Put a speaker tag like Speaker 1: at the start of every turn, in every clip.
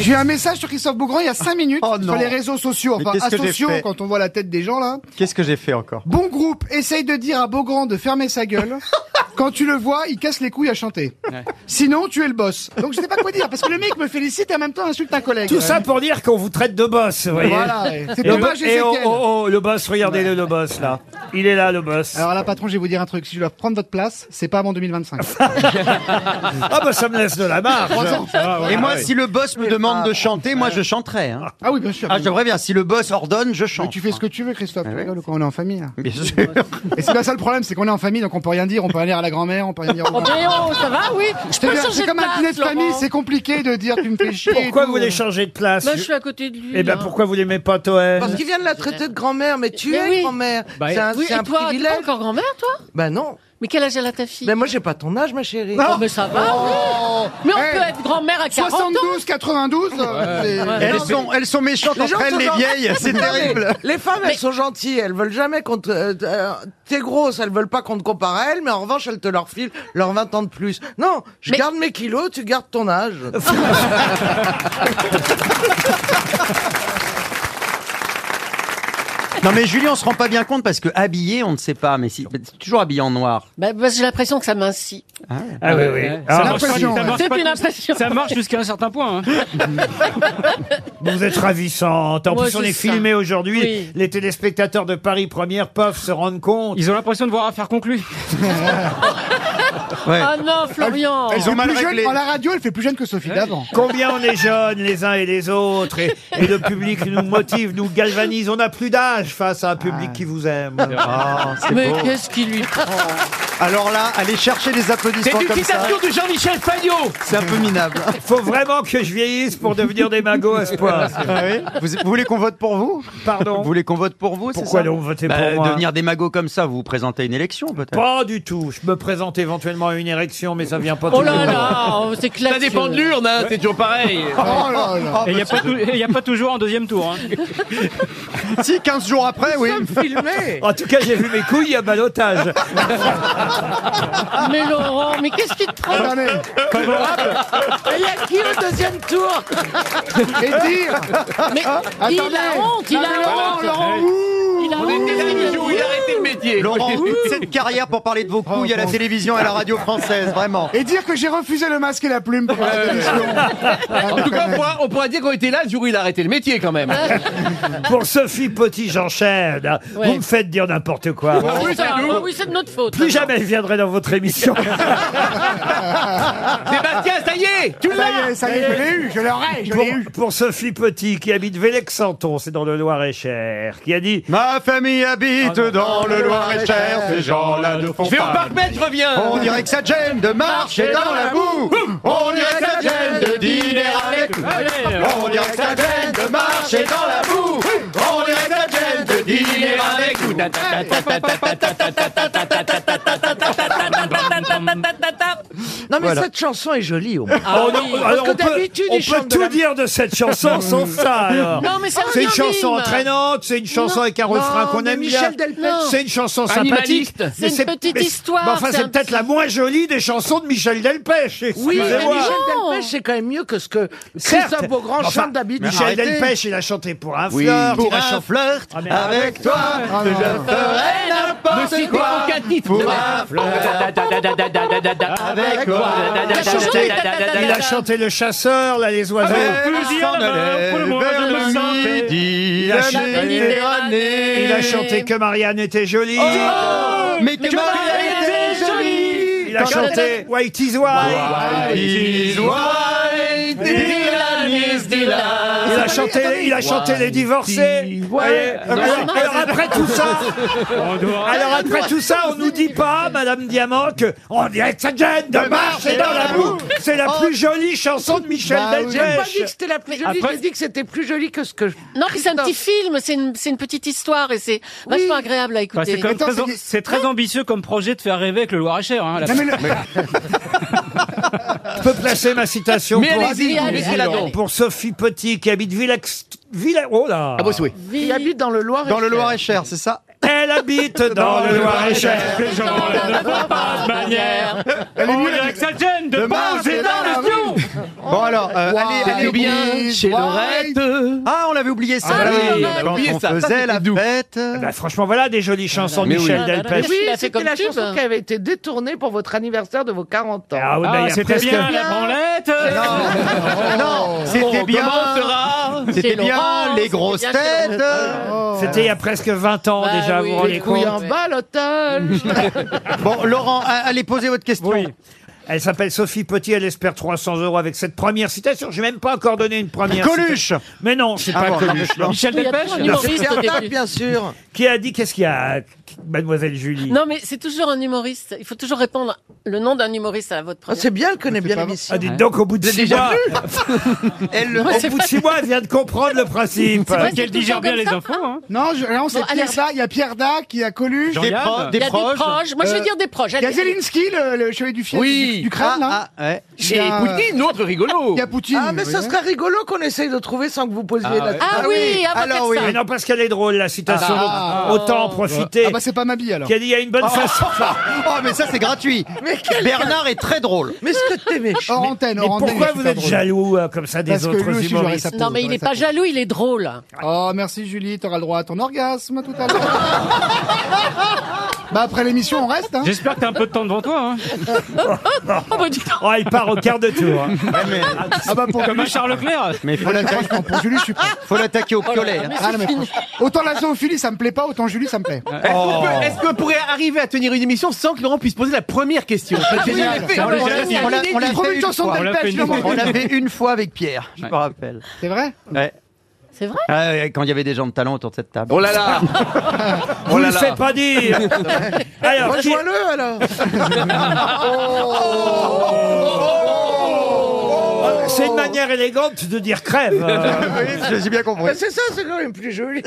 Speaker 1: J'ai eu un message sur Christophe Beaugrand il y a 5 minutes
Speaker 2: Oh non.
Speaker 1: sur les réseaux sociaux,
Speaker 2: Mais
Speaker 1: enfin
Speaker 2: qu'est-ce que j'ai
Speaker 1: asociaux
Speaker 2: fait
Speaker 1: quand on voit la tête des gens là.
Speaker 2: Qu'est-ce que j'ai fait encore
Speaker 1: Bon groupe, essaye de dire à Beaugrand de fermer sa gueule. Quand tu le vois, il casse les couilles à chanter. Sinon, tu es le boss. Donc je sais pas quoi dire parce que le mec me félicite et en même temps insulte un collègue. Euh,
Speaker 3: Tout ça pour dire qu'on vous traite de boss, vous voyez.
Speaker 1: Voilà, ouais. c'est
Speaker 3: Et
Speaker 1: dommage,
Speaker 3: le- Et oh,
Speaker 1: Ezekiel.
Speaker 3: oh, oh, le boss, regardez-le, le boss, là. Il est là, le boss.
Speaker 1: Alors là, patron, je vais vous dire un truc. Si je dois prendre votre place, c'est pas avant 2025.
Speaker 3: Ah, bah, ça me laisse de la marge. Ah,
Speaker 2: Et moi, si le boss me demande de chanter, moi je chanterai. hein.
Speaker 1: Ah oui, bien sûr.
Speaker 2: Ah, je préviens, si le boss ordonne, je
Speaker 1: Mais
Speaker 2: chante. Ah
Speaker 1: tu fais ce que tu veux, Christophe. Tu
Speaker 2: ouais.
Speaker 1: rigoles ou quoi on est en famille. là.
Speaker 2: Bien sûr.
Speaker 1: Et c'est pas ça le problème, c'est qu'on est en famille, donc on peut rien dire. On peut aller à la grand-mère, on peut rien dire. au-
Speaker 4: Mais oh, ça va, oui. Je
Speaker 1: C'est
Speaker 4: peux
Speaker 1: bien,
Speaker 4: changer
Speaker 1: c'est
Speaker 4: de
Speaker 1: comme un
Speaker 4: place,
Speaker 1: dîner de famille,
Speaker 4: Laurent.
Speaker 1: c'est compliqué de dire tu me fais chier. et
Speaker 3: Pourquoi
Speaker 1: tout.
Speaker 3: vous voulez changer de place
Speaker 4: Bah, je suis à côté de lui. hein.
Speaker 3: Eh ben,
Speaker 4: là.
Speaker 3: pourquoi vous l'aimez pas, Toen
Speaker 5: Parce qu'il vient de la traiter de grand-mère, mais tu
Speaker 4: Mais
Speaker 5: es
Speaker 4: oui.
Speaker 5: grand-mère.
Speaker 3: Bah,
Speaker 5: c'est un,
Speaker 4: Oui,
Speaker 5: c'est
Speaker 4: et
Speaker 5: un
Speaker 4: toi, t'es pas
Speaker 5: privilège.
Speaker 4: encore grand-mère, toi
Speaker 5: Bah non.
Speaker 4: Mais quel âge elle a ta fille
Speaker 5: Mais moi, j'ai pas ton âge, ma chérie.
Speaker 4: Oh, mais ça va, oui. Mais on
Speaker 1: Hey.
Speaker 4: peut être grand-mère à 40 ans.
Speaker 1: 72, 92. euh, c'est-
Speaker 2: Elles sont, elles sont méchantes
Speaker 5: Les gens
Speaker 2: entre elles,
Speaker 5: sont
Speaker 2: les
Speaker 5: gentils.
Speaker 2: vieilles, c'est
Speaker 5: Non, mais
Speaker 2: terrible.
Speaker 5: Les femmes, elles sont gentilles. Elles veulent jamais qu'on te. euh, euh, T'es grosse, elles veulent pas qu'on te compare à elles, mais en revanche, elles te leur filent leurs 20 ans de plus. Non, je
Speaker 4: Mais-
Speaker 5: garde mes kilos, tu gardes ton âge.
Speaker 2: Non mais Julien, on se rend pas bien compte parce que habillé, on ne sait pas, mais si, c'est toujours habillé en noir.
Speaker 4: Bah, parce que j'ai l'impression que ça m'incite.
Speaker 3: Ah, oui, oui. Ah,
Speaker 1: marche pas l'impression, ouais.
Speaker 4: C'est une impression.
Speaker 6: Ça marche jusqu'à un certain point. hein.
Speaker 3: Vous êtes ravissante. En
Speaker 4: Ouais,
Speaker 3: plus, on
Speaker 4: c'est
Speaker 3: est
Speaker 4: ça.
Speaker 3: filmé aujourd'hui.
Speaker 4: Oui.
Speaker 3: Les téléspectateurs de Paris Première peuvent se rendre compte.
Speaker 6: Ils ont l'impression de voir affaire conclue.
Speaker 2: Ouais.
Speaker 4: Ah non, Florian.
Speaker 2: Elles ont
Speaker 1: plus
Speaker 2: mal
Speaker 1: jeune-
Speaker 2: réglé.
Speaker 1: à la radio, elle fait plus jeune que Sophie d'avant.
Speaker 3: Combien on est jeunes les uns et les autres et, et le public nous motive, nous galvanise. On n'a plus d'âge face à un public qui vous aime.
Speaker 2: Ah, c'est
Speaker 4: Mais
Speaker 2: beau. Oh.
Speaker 4: qu'est-ce qui lui prend
Speaker 2: Alors là, allez chercher des applaudissements comme ça.
Speaker 6: de Jean-Michel Fayot
Speaker 2: C'est un peu minable.
Speaker 3: Faut vraiment que je vieillisse pour devenir des magots à ce point.
Speaker 2: Ah vous, vous voulez qu'on vote pour vous
Speaker 3: Pardon.
Speaker 2: Vous voulez qu'on vote pour vous c'est
Speaker 3: Pourquoi
Speaker 2: ça
Speaker 3: allons voter
Speaker 2: Bah,
Speaker 3: pour moi
Speaker 2: Devenir des magots comme ça, vous vous présentez à une élection peut-être.
Speaker 3: Pas du tout. Je me présente éventuellement à une érection, mais ça vient pas
Speaker 4: Oh
Speaker 3: toujours.
Speaker 4: là là, oh, c'est classique.
Speaker 7: Ça dépend de l'urne, hein, c'est toujours pareil.
Speaker 1: Oh là là.
Speaker 6: Et il n'y a, pas tou- et y a pas toujours un deuxième tour. hein.
Speaker 2: Si 15 jours après, oui.
Speaker 5: Filmé.
Speaker 3: En tout cas, j'ai vu mes couilles à balotage.
Speaker 4: Mais Laurent, mais qu'est-ce qui te prend
Speaker 1: Attendez.
Speaker 5: Il y a qui au deuxième tour
Speaker 1: Et dire.
Speaker 4: Mais
Speaker 5: Hein
Speaker 4: il a honte, il a honte. Il a honte.
Speaker 7: Il a arrêté le métier.
Speaker 2: Laurent, cette carrière pour parler de vos couilles à la télévision et à la radio française, vraiment.
Speaker 1: Oh, Et dire que j'ai refusé le masque et la plume pour la démission.
Speaker 7: En tout cas, on pourra, on pourra dire qu'on était là le jour où il a arrêté le métier quand même.
Speaker 3: Pour Sophie Petit, j'enchaîne.
Speaker 4: Ouais.
Speaker 3: Vous me faites dire n'importe quoi.
Speaker 4: Ah oui, ça, ah oui, c'est de notre faute.
Speaker 3: Plus jamais je viendrai dans votre émission. Ah.
Speaker 7: Sébastien, ça y est, tu
Speaker 1: Ah, Ça y
Speaker 7: l'as
Speaker 1: est, ça y est, je l'ai eu, je l'aurai, je
Speaker 3: pour,
Speaker 1: l'ai eu.
Speaker 3: pour Sophie Petit, qui habite Vélexanton, c'est dans le Loir-et-Cher, qui a dit Ah
Speaker 2: Ma famille habite dans le Loir-et-Cher, ces gens-là ne font
Speaker 7: Je vais au parc je reviens. Hum.
Speaker 2: On dirait que ça te gêne de marcher dans la boue. On dirait que ça te gêne de dîner avec nous. On dirait que ça te gêne de marcher dans la boue.
Speaker 7: Hum.
Speaker 2: On dirait que ça te gêne de dîner avec nous.
Speaker 5: Non, mais
Speaker 2: Voilà.
Speaker 5: cette chanson est jolie, au moins.
Speaker 4: Ah
Speaker 3: on-
Speaker 4: oui.
Speaker 3: alors,
Speaker 5: que
Speaker 3: on peut,
Speaker 5: d'habitude,
Speaker 3: on
Speaker 5: ils chantent
Speaker 3: peut
Speaker 5: de
Speaker 3: tout
Speaker 5: la-
Speaker 3: dire de cette chanson sauf ça. alors.
Speaker 4: Non, mais c'est un
Speaker 3: C'est une
Speaker 4: violon.
Speaker 3: chanson entraînante, c'est une chanson avec un refrain
Speaker 5: Non,
Speaker 3: qu'on
Speaker 5: mais
Speaker 3: aime bien.
Speaker 5: Michel Delpech.
Speaker 4: Non.
Speaker 3: C'est une chanson sympathique.
Speaker 7: Animaliste.
Speaker 4: C'est une petite
Speaker 3: mais c'est-
Speaker 4: histoire,
Speaker 3: mais enfin,
Speaker 4: c'est
Speaker 3: c'est
Speaker 4: un
Speaker 3: peut-être
Speaker 4: petit-
Speaker 3: la moins jolie des chansons de Michel Delpech.
Speaker 5: Oui, mais
Speaker 3: excusez-moi.
Speaker 5: Michel
Speaker 4: Non.
Speaker 5: Delpech, c'est quand même mieux que ce que
Speaker 3: Certes.
Speaker 5: Christophe Beaugrand
Speaker 3: Enfin,
Speaker 5: chante d'habitude.
Speaker 3: Michel
Speaker 5: Arrêtez.
Speaker 3: Delpech, il a chanté pour un flirt. il a chanté-
Speaker 2: flirt
Speaker 3: Ah, mais- Ah,
Speaker 2: toi, je ferai n'importe quoi. Pour un avec toi.
Speaker 3: Il a chanté Le Chasseur, là, Les Oiseaux.
Speaker 2: s'en allait vers le midi, la Méditerranée.
Speaker 3: Il a chanté Que Marianne était jolie.
Speaker 2: Oh Mais que Marianne était jolie.
Speaker 3: il a chanté White is White.
Speaker 2: Is white, Dylan is Dylan.
Speaker 3: Il a chanté, il a chanté Les Divorcés. Vous voyez Alors, alors après tout ça, alors après tout ça, on nous dit pas, Madame Diamant, que on dirait que ça gêne de marcher dans la boue. C'est la plus jolie chanson de Michel
Speaker 2: Oh. Bah oui.
Speaker 5: J'ai pas dit que
Speaker 3: Delpech.
Speaker 5: c'était la plus jolie, j'ai dit que c'était plus joli que ce que je...
Speaker 4: Non, puis c'est un
Speaker 5: Christophe.
Speaker 4: petit film, c'est une, c'est une petite histoire et c'est vachement agréable à
Speaker 6: Enfin, Bah, c'est
Speaker 4: écouter.
Speaker 6: quand même
Speaker 1: Attends,
Speaker 6: très, am-
Speaker 1: Bah, c'est-
Speaker 6: c'est très ambitieux comme projet de faire rêver avec le Loir-et-Cher. hein, à la
Speaker 1: Non, mais le-
Speaker 3: Je peux placer ma citation
Speaker 7: Mais
Speaker 3: pour,
Speaker 7: allez-y,
Speaker 4: allez,
Speaker 7: laissez-la
Speaker 4: allez,
Speaker 7: donc.
Speaker 4: allez.
Speaker 3: pour Sophie Petit qui habite Villax. Villa... Oh là
Speaker 7: Ah, bon, c'est oui.
Speaker 4: Vie-
Speaker 5: Il habite dans le Loir.
Speaker 2: Dans le Loir-et-Cher, c'est ça
Speaker 3: Elle habite dans le Loir-et-Cher.
Speaker 6: Pas de manière.
Speaker 1: elle est mieux, la-
Speaker 6: ça gêne de
Speaker 2: marcher
Speaker 1: dans la
Speaker 6: pion.
Speaker 1: Bon alors, euh, allez, allez au
Speaker 8: bien chez Lorette.
Speaker 1: Ah, on l'avait oublié ça.
Speaker 8: Ah,
Speaker 1: oui,
Speaker 8: oui, on avait
Speaker 1: quand
Speaker 8: oublié
Speaker 1: on
Speaker 8: ça. Ça,
Speaker 1: faisait la
Speaker 8: c'était doux.
Speaker 1: fête.
Speaker 9: Bah, franchement, voilà des jolies chansons, Michel Delpech.
Speaker 5: Oui, Ah,
Speaker 4: l'a fait
Speaker 5: c'était
Speaker 4: comme
Speaker 5: la
Speaker 4: tube. hein.
Speaker 5: chanson qui avait été détournée pour votre anniversaire de vos 40 ans.
Speaker 9: Ah oui, bah,
Speaker 6: Ah,
Speaker 9: il y a
Speaker 6: c'était
Speaker 9: presque-
Speaker 6: bien la branlette.
Speaker 1: Non, c'était
Speaker 6: On
Speaker 1: bien.
Speaker 6: commencera.
Speaker 1: C'était
Speaker 4: Chez
Speaker 1: bien
Speaker 4: Laurent,
Speaker 1: les grosses
Speaker 4: c'était bien chez
Speaker 1: têtes.
Speaker 9: Oh. C'était il y a presque 20 ans
Speaker 4: Bah
Speaker 9: déjà,
Speaker 4: oui.
Speaker 9: vous vous rendez
Speaker 4: Les
Speaker 9: compte
Speaker 5: Couille en bas, l'otage.
Speaker 1: Bon, Laurent, a- allez poser votre question.
Speaker 9: Oui. Elle s'appelle Sophie Petit, elle espère 300 euros avec cette première citation. J'ai même pas encore donné une première.
Speaker 1: Coluche. Ah
Speaker 9: citation. Mais non, c'est pas
Speaker 1: bon,
Speaker 9: Coluche. non.
Speaker 6: Michel
Speaker 4: Il y a
Speaker 6: Delpech
Speaker 4: trop d'humoristes au
Speaker 5: Certains,
Speaker 4: début.
Speaker 5: bien sûr.
Speaker 9: Qui a dit qu'est-ce qu'il y a, Mademoiselle Julie
Speaker 4: Non, mais c'est toujours un humoriste. Il faut toujours répondre le nom d'un humoriste à votre
Speaker 5: Ah,
Speaker 4: première.
Speaker 5: c'est bien, elle connaît bien
Speaker 10: pas
Speaker 5: l'émission.
Speaker 9: Ah, dites donc, au bout de six mois,
Speaker 1: Elle-
Speaker 9: au bout de six mois, elle vient de comprendre le principe.
Speaker 4: vrai
Speaker 6: Qu'elle
Speaker 4: tout le
Speaker 6: digère
Speaker 4: temps
Speaker 6: bien
Speaker 4: comme
Speaker 6: les
Speaker 4: ça.
Speaker 6: infos. hein.
Speaker 10: Non, je- non, c'est
Speaker 4: Bon, allez,
Speaker 10: Pierre Da. Il y a Pierre Da qui a connu.
Speaker 6: Jean-
Speaker 1: Des,
Speaker 6: Yann.
Speaker 1: pro- des
Speaker 4: Il y a des
Speaker 1: proches.
Speaker 4: proches. Moi, je vais
Speaker 10: Euh,
Speaker 4: dire des proches.
Speaker 10: Il y a
Speaker 4: Allez.
Speaker 10: Zelensky, le, le chevalier du fiel
Speaker 8: Oui.
Speaker 10: du, du crâne. là.
Speaker 1: Ah, ah, ouais.
Speaker 8: Chez
Speaker 10: Il y a-
Speaker 8: Poutine, autre rigolo.
Speaker 10: Il y a Poutine.
Speaker 5: Ah, mais
Speaker 10: oui,
Speaker 5: ça
Speaker 10: oui.
Speaker 5: serait rigolo qu'on essaye de trouver sans que vous posiez
Speaker 8: Ah,
Speaker 5: la
Speaker 8: ouais.
Speaker 4: Ah oui, avant
Speaker 1: Alors,
Speaker 4: de faire
Speaker 9: Mais non, parce qu'elle est drôle, la citation.
Speaker 10: Ah.
Speaker 9: donc autant en profiter.
Speaker 10: Ah bah c'est pas ma bille alors.
Speaker 9: Qui a dit il y a une bonne façon.
Speaker 1: Oh, mais ça, c'est gratuit.
Speaker 5: Mais quel-
Speaker 1: Bernard est très drôle.
Speaker 5: Mais ce que t'es méchant.
Speaker 10: Hors antenne,
Speaker 9: Mais
Speaker 10: hors antenne.
Speaker 9: pourquoi
Speaker 10: il est
Speaker 9: vous
Speaker 10: super
Speaker 9: êtes
Speaker 10: drôle.
Speaker 9: jaloux euh, comme ça des
Speaker 10: Parce que
Speaker 9: autres
Speaker 10: lui aussi, j'aurais
Speaker 9: humoristes
Speaker 10: sa
Speaker 4: ça. Non, mais il est pas jaloux, il est drôle.
Speaker 10: Oh, merci Julie, t'auras le droit à ton orgasme tout à l'heure. bah après l'émission, on reste. Hein.
Speaker 6: J'espère que t'as un peu de temps devant toi. hein.
Speaker 4: Oh, bah, dis donc.
Speaker 9: Oh, il part au quart de tour. hein.
Speaker 10: Ah bah pour
Speaker 6: Comme un Charles Leclerc.
Speaker 1: Mais faut l'attaquer,
Speaker 10: franchement, pour Julie, je suis prêt.
Speaker 1: faut l'attaquer au
Speaker 8: Oh
Speaker 1: piolet. hein.
Speaker 10: Ah, non, mais franchement, autant la zoophilie, ça me plaît pas, autant Julie, ça me plaît.
Speaker 8: Est-ce qu'on peut- est-ce qu'on pourrait arriver à tenir une émission sans que Laurent puisse poser la première question C'est génial.
Speaker 6: On l'a déjà dit.
Speaker 1: On l'a- on l'a
Speaker 10: Trouve
Speaker 1: fait
Speaker 10: une
Speaker 1: une
Speaker 10: chanson
Speaker 1: fois.
Speaker 10: de
Speaker 6: on l'a fait
Speaker 10: Delpech,
Speaker 6: une
Speaker 10: finalement.
Speaker 1: On l'a fait une fois avec Pierre, je me rappelle.
Speaker 10: C'est vrai
Speaker 1: Ouais.
Speaker 4: C'est vrai
Speaker 1: Ah, ouais, quand il y avait des gens de talent autour de cette table.
Speaker 8: Oh là là
Speaker 9: Vous le faites pas dire. Alors, qui-
Speaker 5: Rejoins-le alors.
Speaker 9: c'est une manière élégante de dire crève. euh.
Speaker 1: j'ai bien compris.
Speaker 5: Oh. Mais C'est ça, c'est quand même plus joli.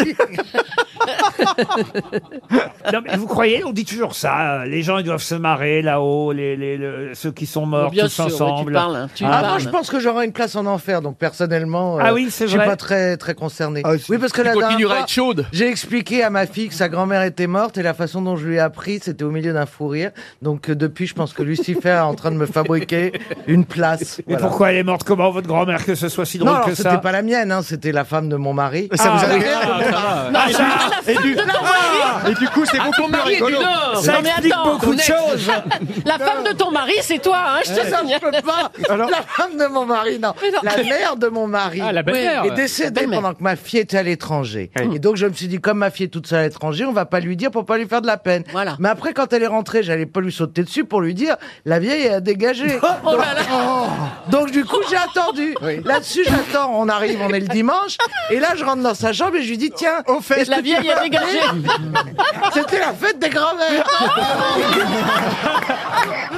Speaker 9: Non, mais vous croyez, on dit toujours ça. euh, Les gens, ils doivent se marrer là-haut, les, les- le- ceux qui sont morts
Speaker 4: Bien
Speaker 9: tous
Speaker 4: sûr, ouais, tu
Speaker 9: ensemble.
Speaker 4: parles. hein, Tu
Speaker 5: Ah, moi,
Speaker 4: parles.
Speaker 5: je pense que j'aurai une place en enfer, donc personnellement,
Speaker 9: Ah
Speaker 5: euh,
Speaker 9: oui, c'est
Speaker 5: je suis
Speaker 9: vrai.
Speaker 5: pas très, très concerné.
Speaker 10: Ah, c'est-
Speaker 5: oui, parce que la
Speaker 8: Il
Speaker 5: dernière
Speaker 8: continuera à
Speaker 5: fois,
Speaker 8: être chaude.
Speaker 5: j'ai expliqué à ma fille que sa grand-mère était morte et la façon dont je lui ai appris, c'était au milieu d'un fou rire. Donc euh, depuis, je pense que Lucifer est en train de me fabriquer une place.
Speaker 9: Mais
Speaker 5: Voilà.
Speaker 9: pourquoi elle est morte Comment votre grand-mère que ce soit si drôle
Speaker 5: Non, alors,
Speaker 9: que ça
Speaker 5: c'était pas la mienne, hein, c'était la femme de mon mari.
Speaker 1: Ça vous
Speaker 9: Ah,
Speaker 1: arrive
Speaker 5: ah,
Speaker 4: La femme de ton mari
Speaker 1: Et du coup, c'est beaucoup plus rigolo.
Speaker 9: Ça
Speaker 5: ah,
Speaker 4: Non, mais
Speaker 9: explique
Speaker 4: attends,
Speaker 9: beaucoup de choses.
Speaker 4: La femme de ton mari, c'est toi, hein, je te signale.
Speaker 5: La femme de mon mari, non.
Speaker 4: Mais non.
Speaker 5: La mère de mon mari.
Speaker 6: Ah, la belle-mère.
Speaker 5: est décédée
Speaker 4: Belle-mère.
Speaker 5: pendant que ma fille était à l'étranger. Et donc je me suis dit, comme ma fille est toute seule à l'étranger, on va pas lui dire pour pas lui faire de la peine.
Speaker 4: Voilà.
Speaker 5: Mais après, quand elle est rentrée, j'allais pas lui sauter dessus pour lui dire, la vieille a dégagé.
Speaker 4: Oh là là.
Speaker 5: donc du coup, j'ai attendu. Là-dessus, j'attends, on arrive, on est le dimanche. Et là, je rentre dans sa chambre et je lui dis, tiens, au fait,
Speaker 4: La vieille a dégagé.
Speaker 5: c'était la fête des grands-mères.
Speaker 4: Oh.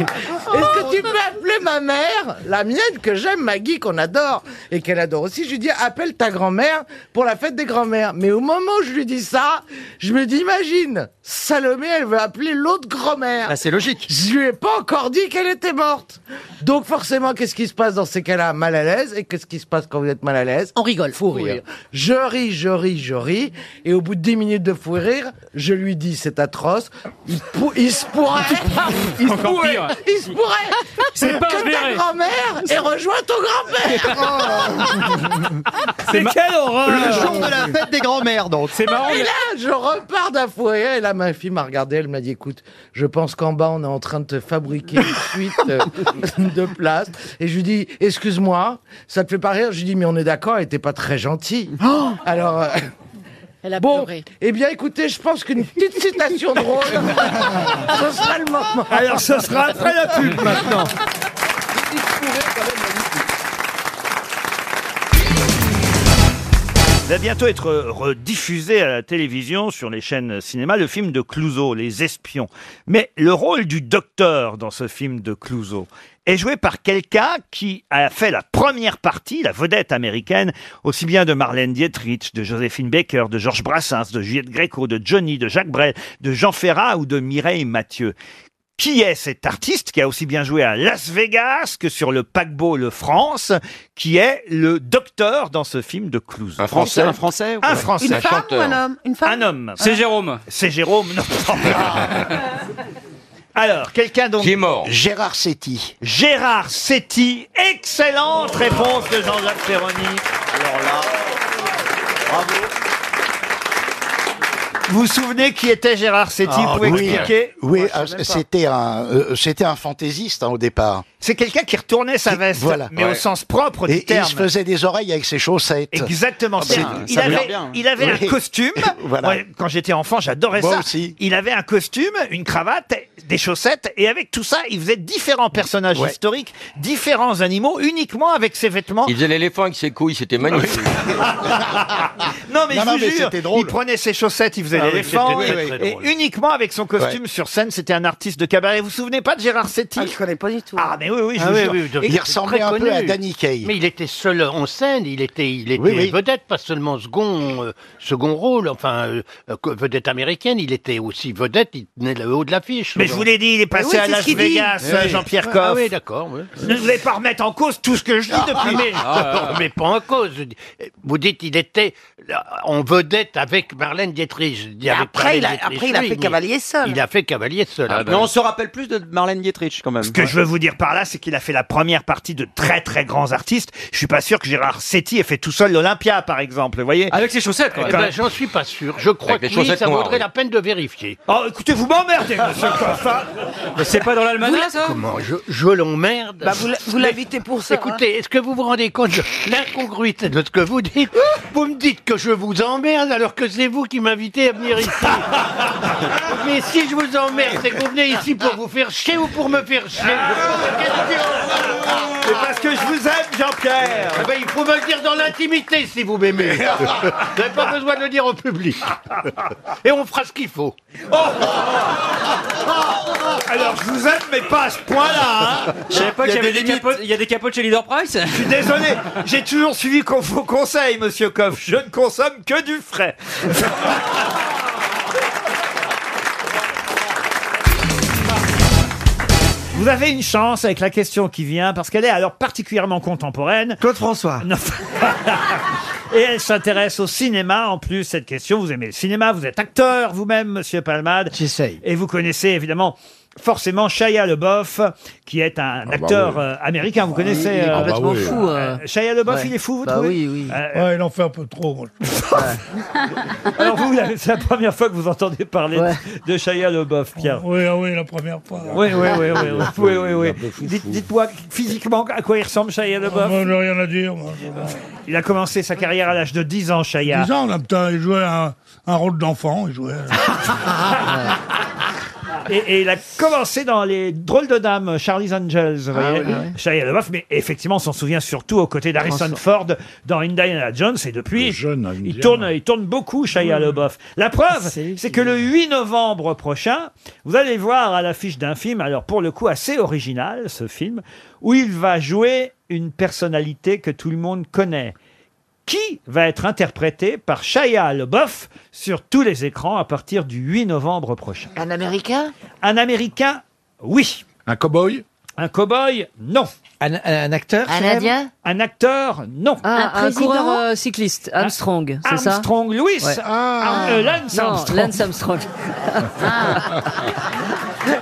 Speaker 5: Est-ce que tu peux appeler ma mère, la mienne que j'aime, Maggie, qu'on adore et qu'elle adore aussi Je lui dis appelle ta grand-mère pour la fête des grands-mères. Mais au moment où je lui dis ça, je me dis imagine, Salomé, elle veut appeler l'autre grand-mère.
Speaker 1: Ah, c'est logique.
Speaker 5: Je lui ai pas encore dit qu'elle était morte. Donc forcément, qu'est-ce qui se passe dans ces cas-là Mal à l'aise. Et qu'est-ce qui se passe quand vous êtes mal à l'aise
Speaker 4: On rigole.
Speaker 5: Fou rire. Je ris, je ris, je ris. Et au bout de 10 minutes de fou rire, je lui dis, c'est atroce. Il, pou- il se pourrait. Il se
Speaker 6: Encore
Speaker 5: pourrait.
Speaker 6: pire.
Speaker 5: Il se pourrait.
Speaker 6: C'est pas
Speaker 5: que ta
Speaker 6: avéré.
Speaker 5: grand-mère et rejoins ton grand-père.
Speaker 9: Mais quelle
Speaker 1: Le
Speaker 9: horreur
Speaker 1: jour de la fête des grands-mères, donc.
Speaker 6: C'est marrant.
Speaker 5: Et là, je repars d'un fou rire. Et là, ma fille m'a regardé. Elle m'a dit, écoute, je pense qu'en bas, on est en train de te fabriquer une suite euh, de place. Et je lui dis, excuse-moi, ça te fait pas rire Je lui dis, mais on est d'accord, elle était pas très gentille. Alors. euh,
Speaker 4: Elle a
Speaker 5: Bon,
Speaker 4: pleuré.
Speaker 5: eh bien écoutez, je pense qu'une petite citation drôle, ce sera le moment.
Speaker 9: Alors ce sera après la pub maintenant.
Speaker 3: va bientôt être rediffusé à la télévision sur les chaînes cinéma le film de Clouseau, Les Espions. Mais le rôle du docteur dans ce film de Clouseau est joué par quelqu'un qui a fait la première partie, la vedette américaine, aussi bien de Marlène Dietrich, de Joséphine Baker, de Georges Brassens, de Juliette Gréco, de Johnny, de Jacques Brel, de Jean Ferrat ou de Mireille Mathieu. Qui est cet artiste qui a aussi bien joué à Las Vegas que sur le paquebot Le France, qui est le docteur dans ce film de Clouseau
Speaker 1: Un français, un français
Speaker 3: un Français.
Speaker 11: Ah.
Speaker 12: femme ou un homme Une femme
Speaker 3: Un homme.
Speaker 6: C'est Jérôme.
Speaker 3: C'est Jérôme. Non. Alors, quelqu'un donc.
Speaker 13: Qui est mort
Speaker 3: Gérard Setti. Gérard Setti. Excellente réponse de Jean-Jacques Ferroni. Alors là, bravo. Vous vous souvenez qui était Gérard Setti
Speaker 1: Ah,
Speaker 3: Vous pouvez
Speaker 13: Ah, oui,
Speaker 3: expliquer
Speaker 13: Oui, ah, c'était un, euh, c'était un fantaisiste hein, au départ.
Speaker 3: C'est quelqu'un qui retournait sa veste,
Speaker 13: voilà.
Speaker 3: mais au
Speaker 13: Ouais.
Speaker 3: sens propre
Speaker 13: Et,
Speaker 3: du
Speaker 13: et
Speaker 3: terme.
Speaker 13: il se faisait des oreilles avec ses chaussettes.
Speaker 3: Exactement.
Speaker 13: C'est-
Speaker 3: Ah, bah, ça. il, avait, il avait
Speaker 13: Oui.
Speaker 3: un costume.
Speaker 13: Voilà.
Speaker 3: Moi, quand j'étais enfant, j'adorais
Speaker 13: Moi
Speaker 3: ça.
Speaker 13: aussi.
Speaker 3: Il avait un costume, une cravate, des chaussettes, et avec tout ça, il faisait différents personnages
Speaker 13: Ouais.
Speaker 3: historiques, différents animaux, uniquement avec ses vêtements.
Speaker 13: Il faisait l'éléphant avec ses couilles, c'était magnifique.
Speaker 3: Non, mais
Speaker 13: Non, non,
Speaker 3: je vous
Speaker 13: mais
Speaker 3: jure,
Speaker 13: c'était drôle.
Speaker 3: il prenait ses chaussettes, il faisait
Speaker 13: Ah oui,
Speaker 3: l'éléphant,
Speaker 13: c'était très,
Speaker 3: et-
Speaker 13: très
Speaker 3: et,
Speaker 13: drôle.
Speaker 3: uniquement avec son costume sur scène, c'était un artiste de cabaret. Vous vous souvenez pas de Gérard Setti Je
Speaker 2: connais pas du tout.
Speaker 3: Ah, mais oui, oui, je
Speaker 2: Ah
Speaker 3: vous
Speaker 2: oui,
Speaker 3: jure.
Speaker 2: oui, oui, je-
Speaker 3: Et-
Speaker 2: il ressemblait un peu à Danny
Speaker 13: Kaye.
Speaker 2: Mais il était seul en scène, il était, il était
Speaker 13: Oui, oui.
Speaker 2: vedette, pas seulement second, euh, second rôle, enfin euh, euh, vedette américaine, il était aussi vedette, il tenait le haut de l'affiche.
Speaker 3: Mais je vous l'ai dit, il est passé à Las Vegas, euh, Jean-Pierre Coff.
Speaker 2: Ah oui, d'accord. oui.
Speaker 3: Ne voulez pas remettre en cause tout ce que je dis depuis.
Speaker 2: mais,
Speaker 3: Ah, ouais, ouais.
Speaker 2: mais pas en cause. Vous dites il était euh, en vedette avec Marlène Dietrich. Je dis
Speaker 14: Mais
Speaker 2: avec
Speaker 14: après,
Speaker 2: Marlène
Speaker 14: il a-
Speaker 2: Dietrich,
Speaker 14: après, il a
Speaker 2: oui,
Speaker 14: fait
Speaker 2: mais
Speaker 14: cavalier seul.
Speaker 2: Il a fait cavalier seul. hein.
Speaker 14: Ah,
Speaker 2: après.
Speaker 14: mais on se rappelle plus de Marlène Dietrich quand même.
Speaker 3: bah Ce que je veux vous dire par là, c'est qu'il a fait la première partie de très très grands artistes. Je suis pas sûr que Gérard Setti ait fait tout seul l'Olympia, par exemple, vous voyez Avec ses chaussettes,
Speaker 2: Eh ben, j'en suis pas sûr. Je crois
Speaker 3: Avec les
Speaker 2: que oui,
Speaker 3: chaussettes
Speaker 2: ça
Speaker 3: noires,
Speaker 2: vaudrait
Speaker 3: oui.
Speaker 2: la peine de vérifier. Ah.
Speaker 3: Oh, écoutez, vous m'emmerdez, monsieur Coffin. Mais c'est pas dans l'almanach, ça
Speaker 2: Comment je, je l'emmerde
Speaker 3: Bah, vous l'a- vous
Speaker 2: Mais-
Speaker 3: l'invitez pour ça, hein.
Speaker 2: Écoutez, est-ce que vous vous rendez compte de l'incongruité de ce que vous dites Vous me dites que je vous emmerde alors que c'est vous qui m'invitez à venir ici. Mais si je vous emmerde, c'est que vous venez ici pour vous faire chier ou pour me faire chier
Speaker 3: C'est parce que je vous aime, Jean-Pierre
Speaker 2: eh ben, Il faut me le dire dans l'intimité si vous m'aimez. Vous n'avez pas besoin de le dire au public. Et on fera ce qu'il faut.
Speaker 3: Alors, je vous aime, mais pas à ce point-là. hein.
Speaker 1: Je savais pas
Speaker 3: Il y
Speaker 1: qu'il
Speaker 3: a
Speaker 1: y avait
Speaker 3: des
Speaker 1: des capotes, il y a des capotes chez Leader Price.
Speaker 3: Je suis désolé, j'ai toujours suivi con- vos conseils, monsieur Coff. Je ne consomme que du frais. Vous avez une chance avec la question qui vient, parce qu'elle est alors particulièrement contemporaine. Claude François. Et elle s'intéresse au cinéma en plus, cette question. Vous aimez le cinéma, vous êtes acteur vous-même, monsieur Palmade. J'essaye. Et vous connaissez évidemment. Forcément, Shia LeBoff, qui est un acteur
Speaker 7: bah oui.
Speaker 3: euh, américain, vous connaissez
Speaker 7: Il est complètement fou,
Speaker 3: euh,
Speaker 7: euh.
Speaker 3: Shia LeBoff,
Speaker 7: Ouais.
Speaker 3: il est fou, vous
Speaker 7: Bah
Speaker 3: trouvez
Speaker 7: oui, oui.
Speaker 3: Euh,
Speaker 7: Ouais, il en fait un peu trop. moi.
Speaker 3: Alors vous, vous avez- c'est la première fois que vous entendez parler de- de Shia LeBoff, Pierre.
Speaker 7: Oui, ah oui, la première fois.
Speaker 3: Oui, oui, oui, oui, oui, oui, oui, oui. Dites- Dites-moi physiquement à quoi il ressemble Shia
Speaker 7: Ah,
Speaker 3: LeBoff.
Speaker 7: moi, j'ai rien à dire. Moi.
Speaker 3: Il a commencé sa carrière à l'âge de 10 ans, Shia.
Speaker 7: 10 ans, là, putain, il jouait un, un rôle d'enfant. Il jouait. euh,
Speaker 3: Et, et il a commencé dans les drôles de dames, Charlie's Angels, vous voyez,
Speaker 7: Ah oui, oui.
Speaker 3: Shia LaBeouf, mais effectivement, on s'en souvient surtout aux côtés d'Harrison
Speaker 7: Transform-
Speaker 3: Ford dans Indiana Jones, et depuis, il, tourne, il tourne beaucoup, Shia LaBeouf. La preuve, c'est que le 8 novembre prochain, vous allez voir à l'affiche d'un film, alors pour le coup assez original, ce film, où il va jouer une personnalité que tout le monde connaît qui va être interprété par Shia LaBeouf sur tous les écrans à partir du 8 novembre prochain. Un Américain Un Américain, oui. Un cow-boy Un cow-boy, non. Un, acteur
Speaker 15: Un célèbre Indien
Speaker 3: Un acteur, non.
Speaker 15: Un, un coureur euh, cycliste, Armstrong, c'est ça
Speaker 3: Hein Armstrong, Lewis.
Speaker 15: Ouais.
Speaker 3: Ah. Ar- euh, Lance
Speaker 15: Non,
Speaker 3: Armstrong.
Speaker 15: Lance Armstrong. Ah.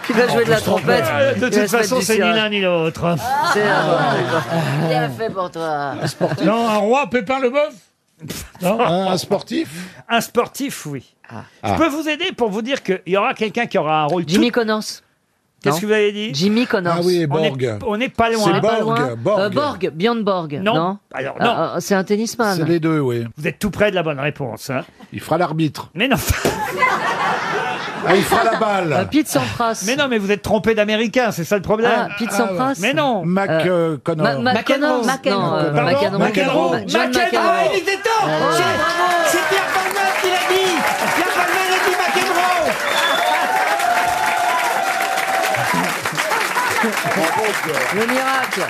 Speaker 15: Qui va jouer de la trompette.
Speaker 3: Euh, de
Speaker 15: Il va
Speaker 3: toute
Speaker 15: se mettre
Speaker 3: façon,
Speaker 15: du
Speaker 3: c'est ni
Speaker 15: cirage.
Speaker 3: l'un ni l'autre.
Speaker 7: Ah,
Speaker 15: C'est un- Bien fait pour toi.
Speaker 7: non, un roi, Pépin le Bœuf Non,
Speaker 3: un sportif Ah. Un sportif, oui. Je peux vous aider pour vous dire qu'il y aura quelqu'un qui aura un rôle. Jimmy
Speaker 15: Connors.
Speaker 3: Qu'est-ce
Speaker 15: Non.
Speaker 3: que vous avez dit
Speaker 15: Jimmy Connors.
Speaker 3: Ah oui, et Borg. On est- on est pas loin. C'est
Speaker 15: On est pas
Speaker 3: Borg,
Speaker 15: loin.
Speaker 3: Borg.
Speaker 15: Euh, Borg, Björn Borg.
Speaker 3: Non. Alors, non.
Speaker 15: Ah, ah, c'est un tennisman.
Speaker 3: deux, oui. Vous êtes tout près de la bonne réponse. Il fera l'arbitre. Mais non.
Speaker 16: Ah,
Speaker 3: il fera la balle.
Speaker 15: Pete Sampras.
Speaker 3: Mais non, mais vous êtes trompé d'américain, c'est ça le problème.
Speaker 15: Ah, Pete Sampras.
Speaker 3: Mais non.
Speaker 15: Mac, Euh, euh, Connor. Ma- Mac Connors. Non, euh,
Speaker 3: Pardon
Speaker 15: McEnroe.
Speaker 3: McEnroe.
Speaker 15: Ma- John
Speaker 3: McEnroe,
Speaker 15: McEnroe.
Speaker 3: il était temps. C'est- C'est Pierre Palmade qui l'a dit. Pierre Palmade a dit McEnroe.
Speaker 15: Le miracle.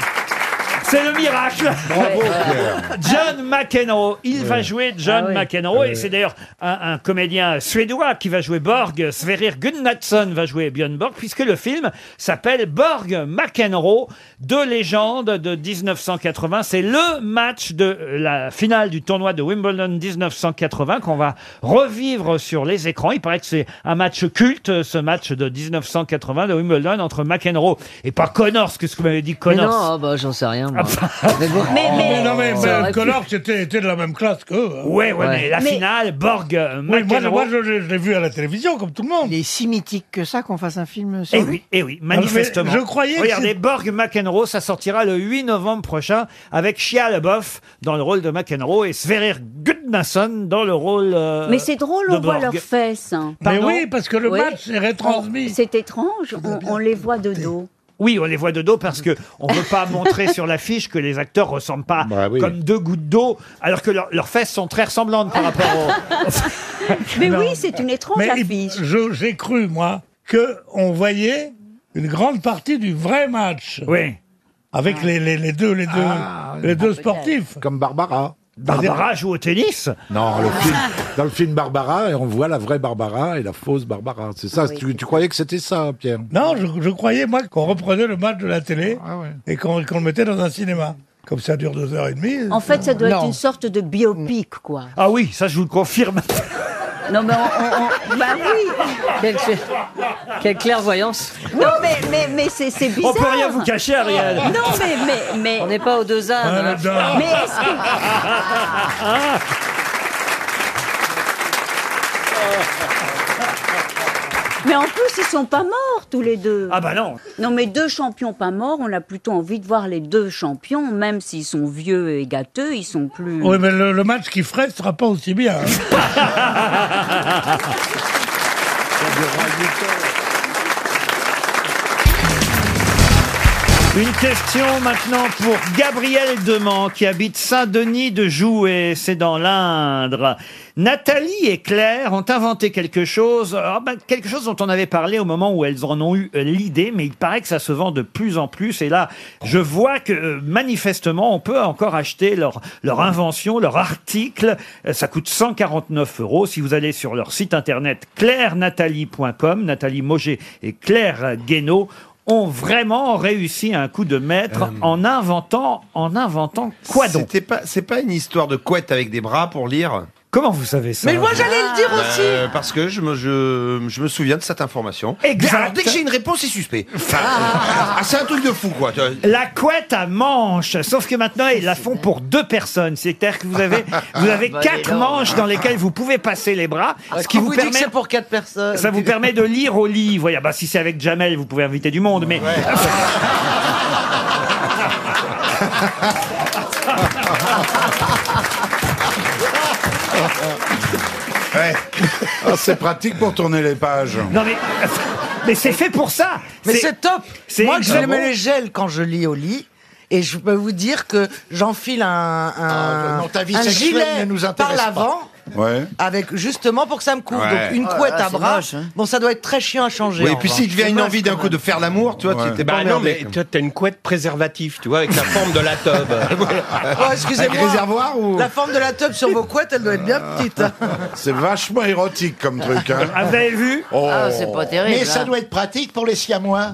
Speaker 3: C'est le miracle.
Speaker 9: Bravo, Pierre.
Speaker 3: John McEnroe. Il va jouer John
Speaker 9: Ah oui.
Speaker 3: McEnroe.
Speaker 9: Ah
Speaker 3: Et
Speaker 9: oui.
Speaker 3: c'est d'ailleurs un, un comédien suédois qui va jouer Borg. Sverrir Gunnarsson va jouer Björn Borg, puisque le film s'appelle Borg McEnroe, deux légendes de 1980. C'est le match de la finale du tournoi de Wimbledon 1980 qu'on va revivre sur les écrans. Il paraît que c'est un match culte, ce match de 1980 de Wimbledon entre McEnroe et pas Connors. Qu'est-ce que vous m'avez dit,
Speaker 15: Mais
Speaker 3: Connors bah.
Speaker 15: non, ah bah, j'en sais rien. Moi. mais, bon.
Speaker 7: non, Oh, Ah, mais
Speaker 15: Ça
Speaker 7: ben,
Speaker 15: aurait pu.
Speaker 7: Connors était, était de la même classe qu'eux. hein.
Speaker 3: Ouais, ouais, mais la finale, Borg, euh,
Speaker 7: Oui, moi,
Speaker 3: McEnroe.
Speaker 7: moi, je, l'ai- je l'ai vu à la télévision, comme tout le monde.
Speaker 5: Il est si mythique que ça qu'on fasse un film sur
Speaker 3: Eh
Speaker 5: lui.
Speaker 3: oui, eh oui, manifestement.
Speaker 7: Ah, je croyais que
Speaker 3: Regardez,
Speaker 7: c'est-
Speaker 3: Borg McEnroe, ça sortira le 8 novembre prochain avec Shia LaBeouf dans le rôle de McEnroe et Sverrir Gudnason dans le rôle. euh,
Speaker 17: Mais c'est drôle,
Speaker 3: de
Speaker 17: on voit
Speaker 3: Borg.
Speaker 17: leurs fesses. hein.
Speaker 3: Pardon oui, parce que le match est retransmis.
Speaker 17: On- Oh, C'est étrange, on, on les voit de dos.
Speaker 3: Oui, on les voit de dos parce que on veut pas montrer sur l'affiche que les acteurs ressemblent pas comme deux gouttes d'eau, alors que leurs- leurs fesses sont très ressemblantes par rapport au.
Speaker 17: Mais oui, c'est une étrange
Speaker 7: Mais
Speaker 17: affiche.
Speaker 7: il- je- j'ai cru, moi, qu'on voyait une grande partie du vrai match.
Speaker 3: Oui.
Speaker 7: Avec les, les- les deux, les deux,
Speaker 5: Ah,
Speaker 7: les deux sportifs.
Speaker 16: Comme Barbara.
Speaker 7: Barbara
Speaker 3: joue au tennis
Speaker 16: Non, le film- dans le film Barbara, et on voit la vraie Barbara et la fausse Barbara. C'est ça, tu, tu croyais que c'était ça, Pierre
Speaker 7: Non, je, je croyais, moi, qu'on reprenait le match de la télé
Speaker 16: Ah,
Speaker 7: et qu'on qu'on le mettait dans un cinéma. Comme ça dure deux heures et demie.
Speaker 17: En fait, ça doit
Speaker 7: Non.
Speaker 17: être une sorte de biopic, quoi.
Speaker 3: Ah oui, ça je vous le confirme.
Speaker 17: Non, mais on. on- on- bah oui
Speaker 15: Quelle, quelle clairvoyance.
Speaker 17: Non, mais, mais, mais c'est c'est bizarre.
Speaker 15: peut rien vous cacher, Ariel.
Speaker 17: Non, mais. mais, mais...
Speaker 15: On n'est pas aux deux hein. ânes.
Speaker 17: Ah, là, là. Mais est-ce Mais en plus, ils sont pas morts tous les deux.
Speaker 3: Ah bah non.
Speaker 17: Non mais deux champions pas morts, on a plutôt envie de voir les deux champions, même s'ils sont vieux et gâteux, ils sont plus.
Speaker 7: Oui, mais le, le match qui ferait ne sera pas aussi bien. hein.
Speaker 9: Ah
Speaker 3: Une question maintenant pour Gabriel Demand qui habite Saint-Denis de Joué, c'est dans l'Indre. Nathalie et Claire ont inventé quelque chose, ah ben, quelque chose dont on avait parlé au moment où elles en ont eu euh, l'idée, mais il paraît que ça se vend de plus en plus. Et là, je vois que euh, manifestement, on peut encore acheter leur, leur invention, leur article. Euh, Ça coûte 149 euros. Si vous allez sur leur site internet clairenathalie.com, Nathalie Moget et Claire Guénaud, ont vraiment réussi un coup de maître en inventant, en inventant quoi donc
Speaker 1: Euh, C'était pas, c'est pas une histoire de couette avec des bras pour lire.
Speaker 3: Comment vous savez ça
Speaker 1: Mais moi j'allais
Speaker 5: le dire aussi.
Speaker 1: Parce que je me, je, je me souviens de cette information.
Speaker 3: Exact.
Speaker 1: Alors, dès que j'ai une réponse, c'est suspect. Enfin, ah, c'est un truc de fou quoi.
Speaker 3: La couette à manches, sauf que maintenant ils la font pour deux personnes. C'est-à-dire que vous avez, vous
Speaker 1: Ah,
Speaker 3: avez
Speaker 5: Bah, dis
Speaker 3: quatre
Speaker 5: donc.
Speaker 3: manches dans lesquelles vous pouvez passer les bras, ce qui vous,
Speaker 5: dit que
Speaker 3: permet,
Speaker 5: c'est pour quatre personnes.
Speaker 3: ça vous permet de lire au lit. Voyez, bah si c'est avec Jamel, vous pouvez inviter du monde, mais
Speaker 16: Ouais. Ah, c'est pratique pour tourner les pages.
Speaker 3: non mais, mais c'est fait pour ça.
Speaker 5: Mais
Speaker 3: C'est-
Speaker 5: c'est top
Speaker 3: c'est Ah
Speaker 5: Moi, je
Speaker 3: extrêmement-
Speaker 5: mets les gels quand je lis au lit. Et je peux vous dire que j'enfile un, un,
Speaker 16: Ah, non, ta vie
Speaker 5: un
Speaker 16: sexuelle
Speaker 5: gilet
Speaker 16: ne nous
Speaker 5: par
Speaker 16: intéresse pas.
Speaker 5: l'avant,
Speaker 16: Ouais.
Speaker 5: avec justement pour que ça me couvre.
Speaker 1: Ouais.
Speaker 5: Donc une
Speaker 1: Oh là
Speaker 5: couette
Speaker 1: là,
Speaker 5: à
Speaker 1: c'est
Speaker 5: bras.
Speaker 1: moche, hein.
Speaker 5: Bon, ça doit être très chiant à changer.
Speaker 1: Oui,
Speaker 5: en
Speaker 1: et puis
Speaker 5: revanche.
Speaker 1: si tu viens
Speaker 5: C'est
Speaker 1: une
Speaker 5: moche,
Speaker 1: envie d'un
Speaker 5: quand
Speaker 1: coup de faire l'amour, toi,
Speaker 5: Ouais.
Speaker 1: tu t'es
Speaker 5: Bah
Speaker 1: pas
Speaker 5: non,
Speaker 1: emmerdé.
Speaker 5: mais
Speaker 1: toi, t'as une couette préservatif, tu vois, avec la forme de la tube.
Speaker 5: même. Oh, excusez-moi. La forme de la tube sur vos couettes, elle doit être bien petite.
Speaker 16: C'est vachement érotique comme truc. Hein.
Speaker 3: Ah, Vous avez vu
Speaker 16: Oh.
Speaker 2: Ah, Mais
Speaker 16: hein.
Speaker 2: ça doit être pratique pour les siamois.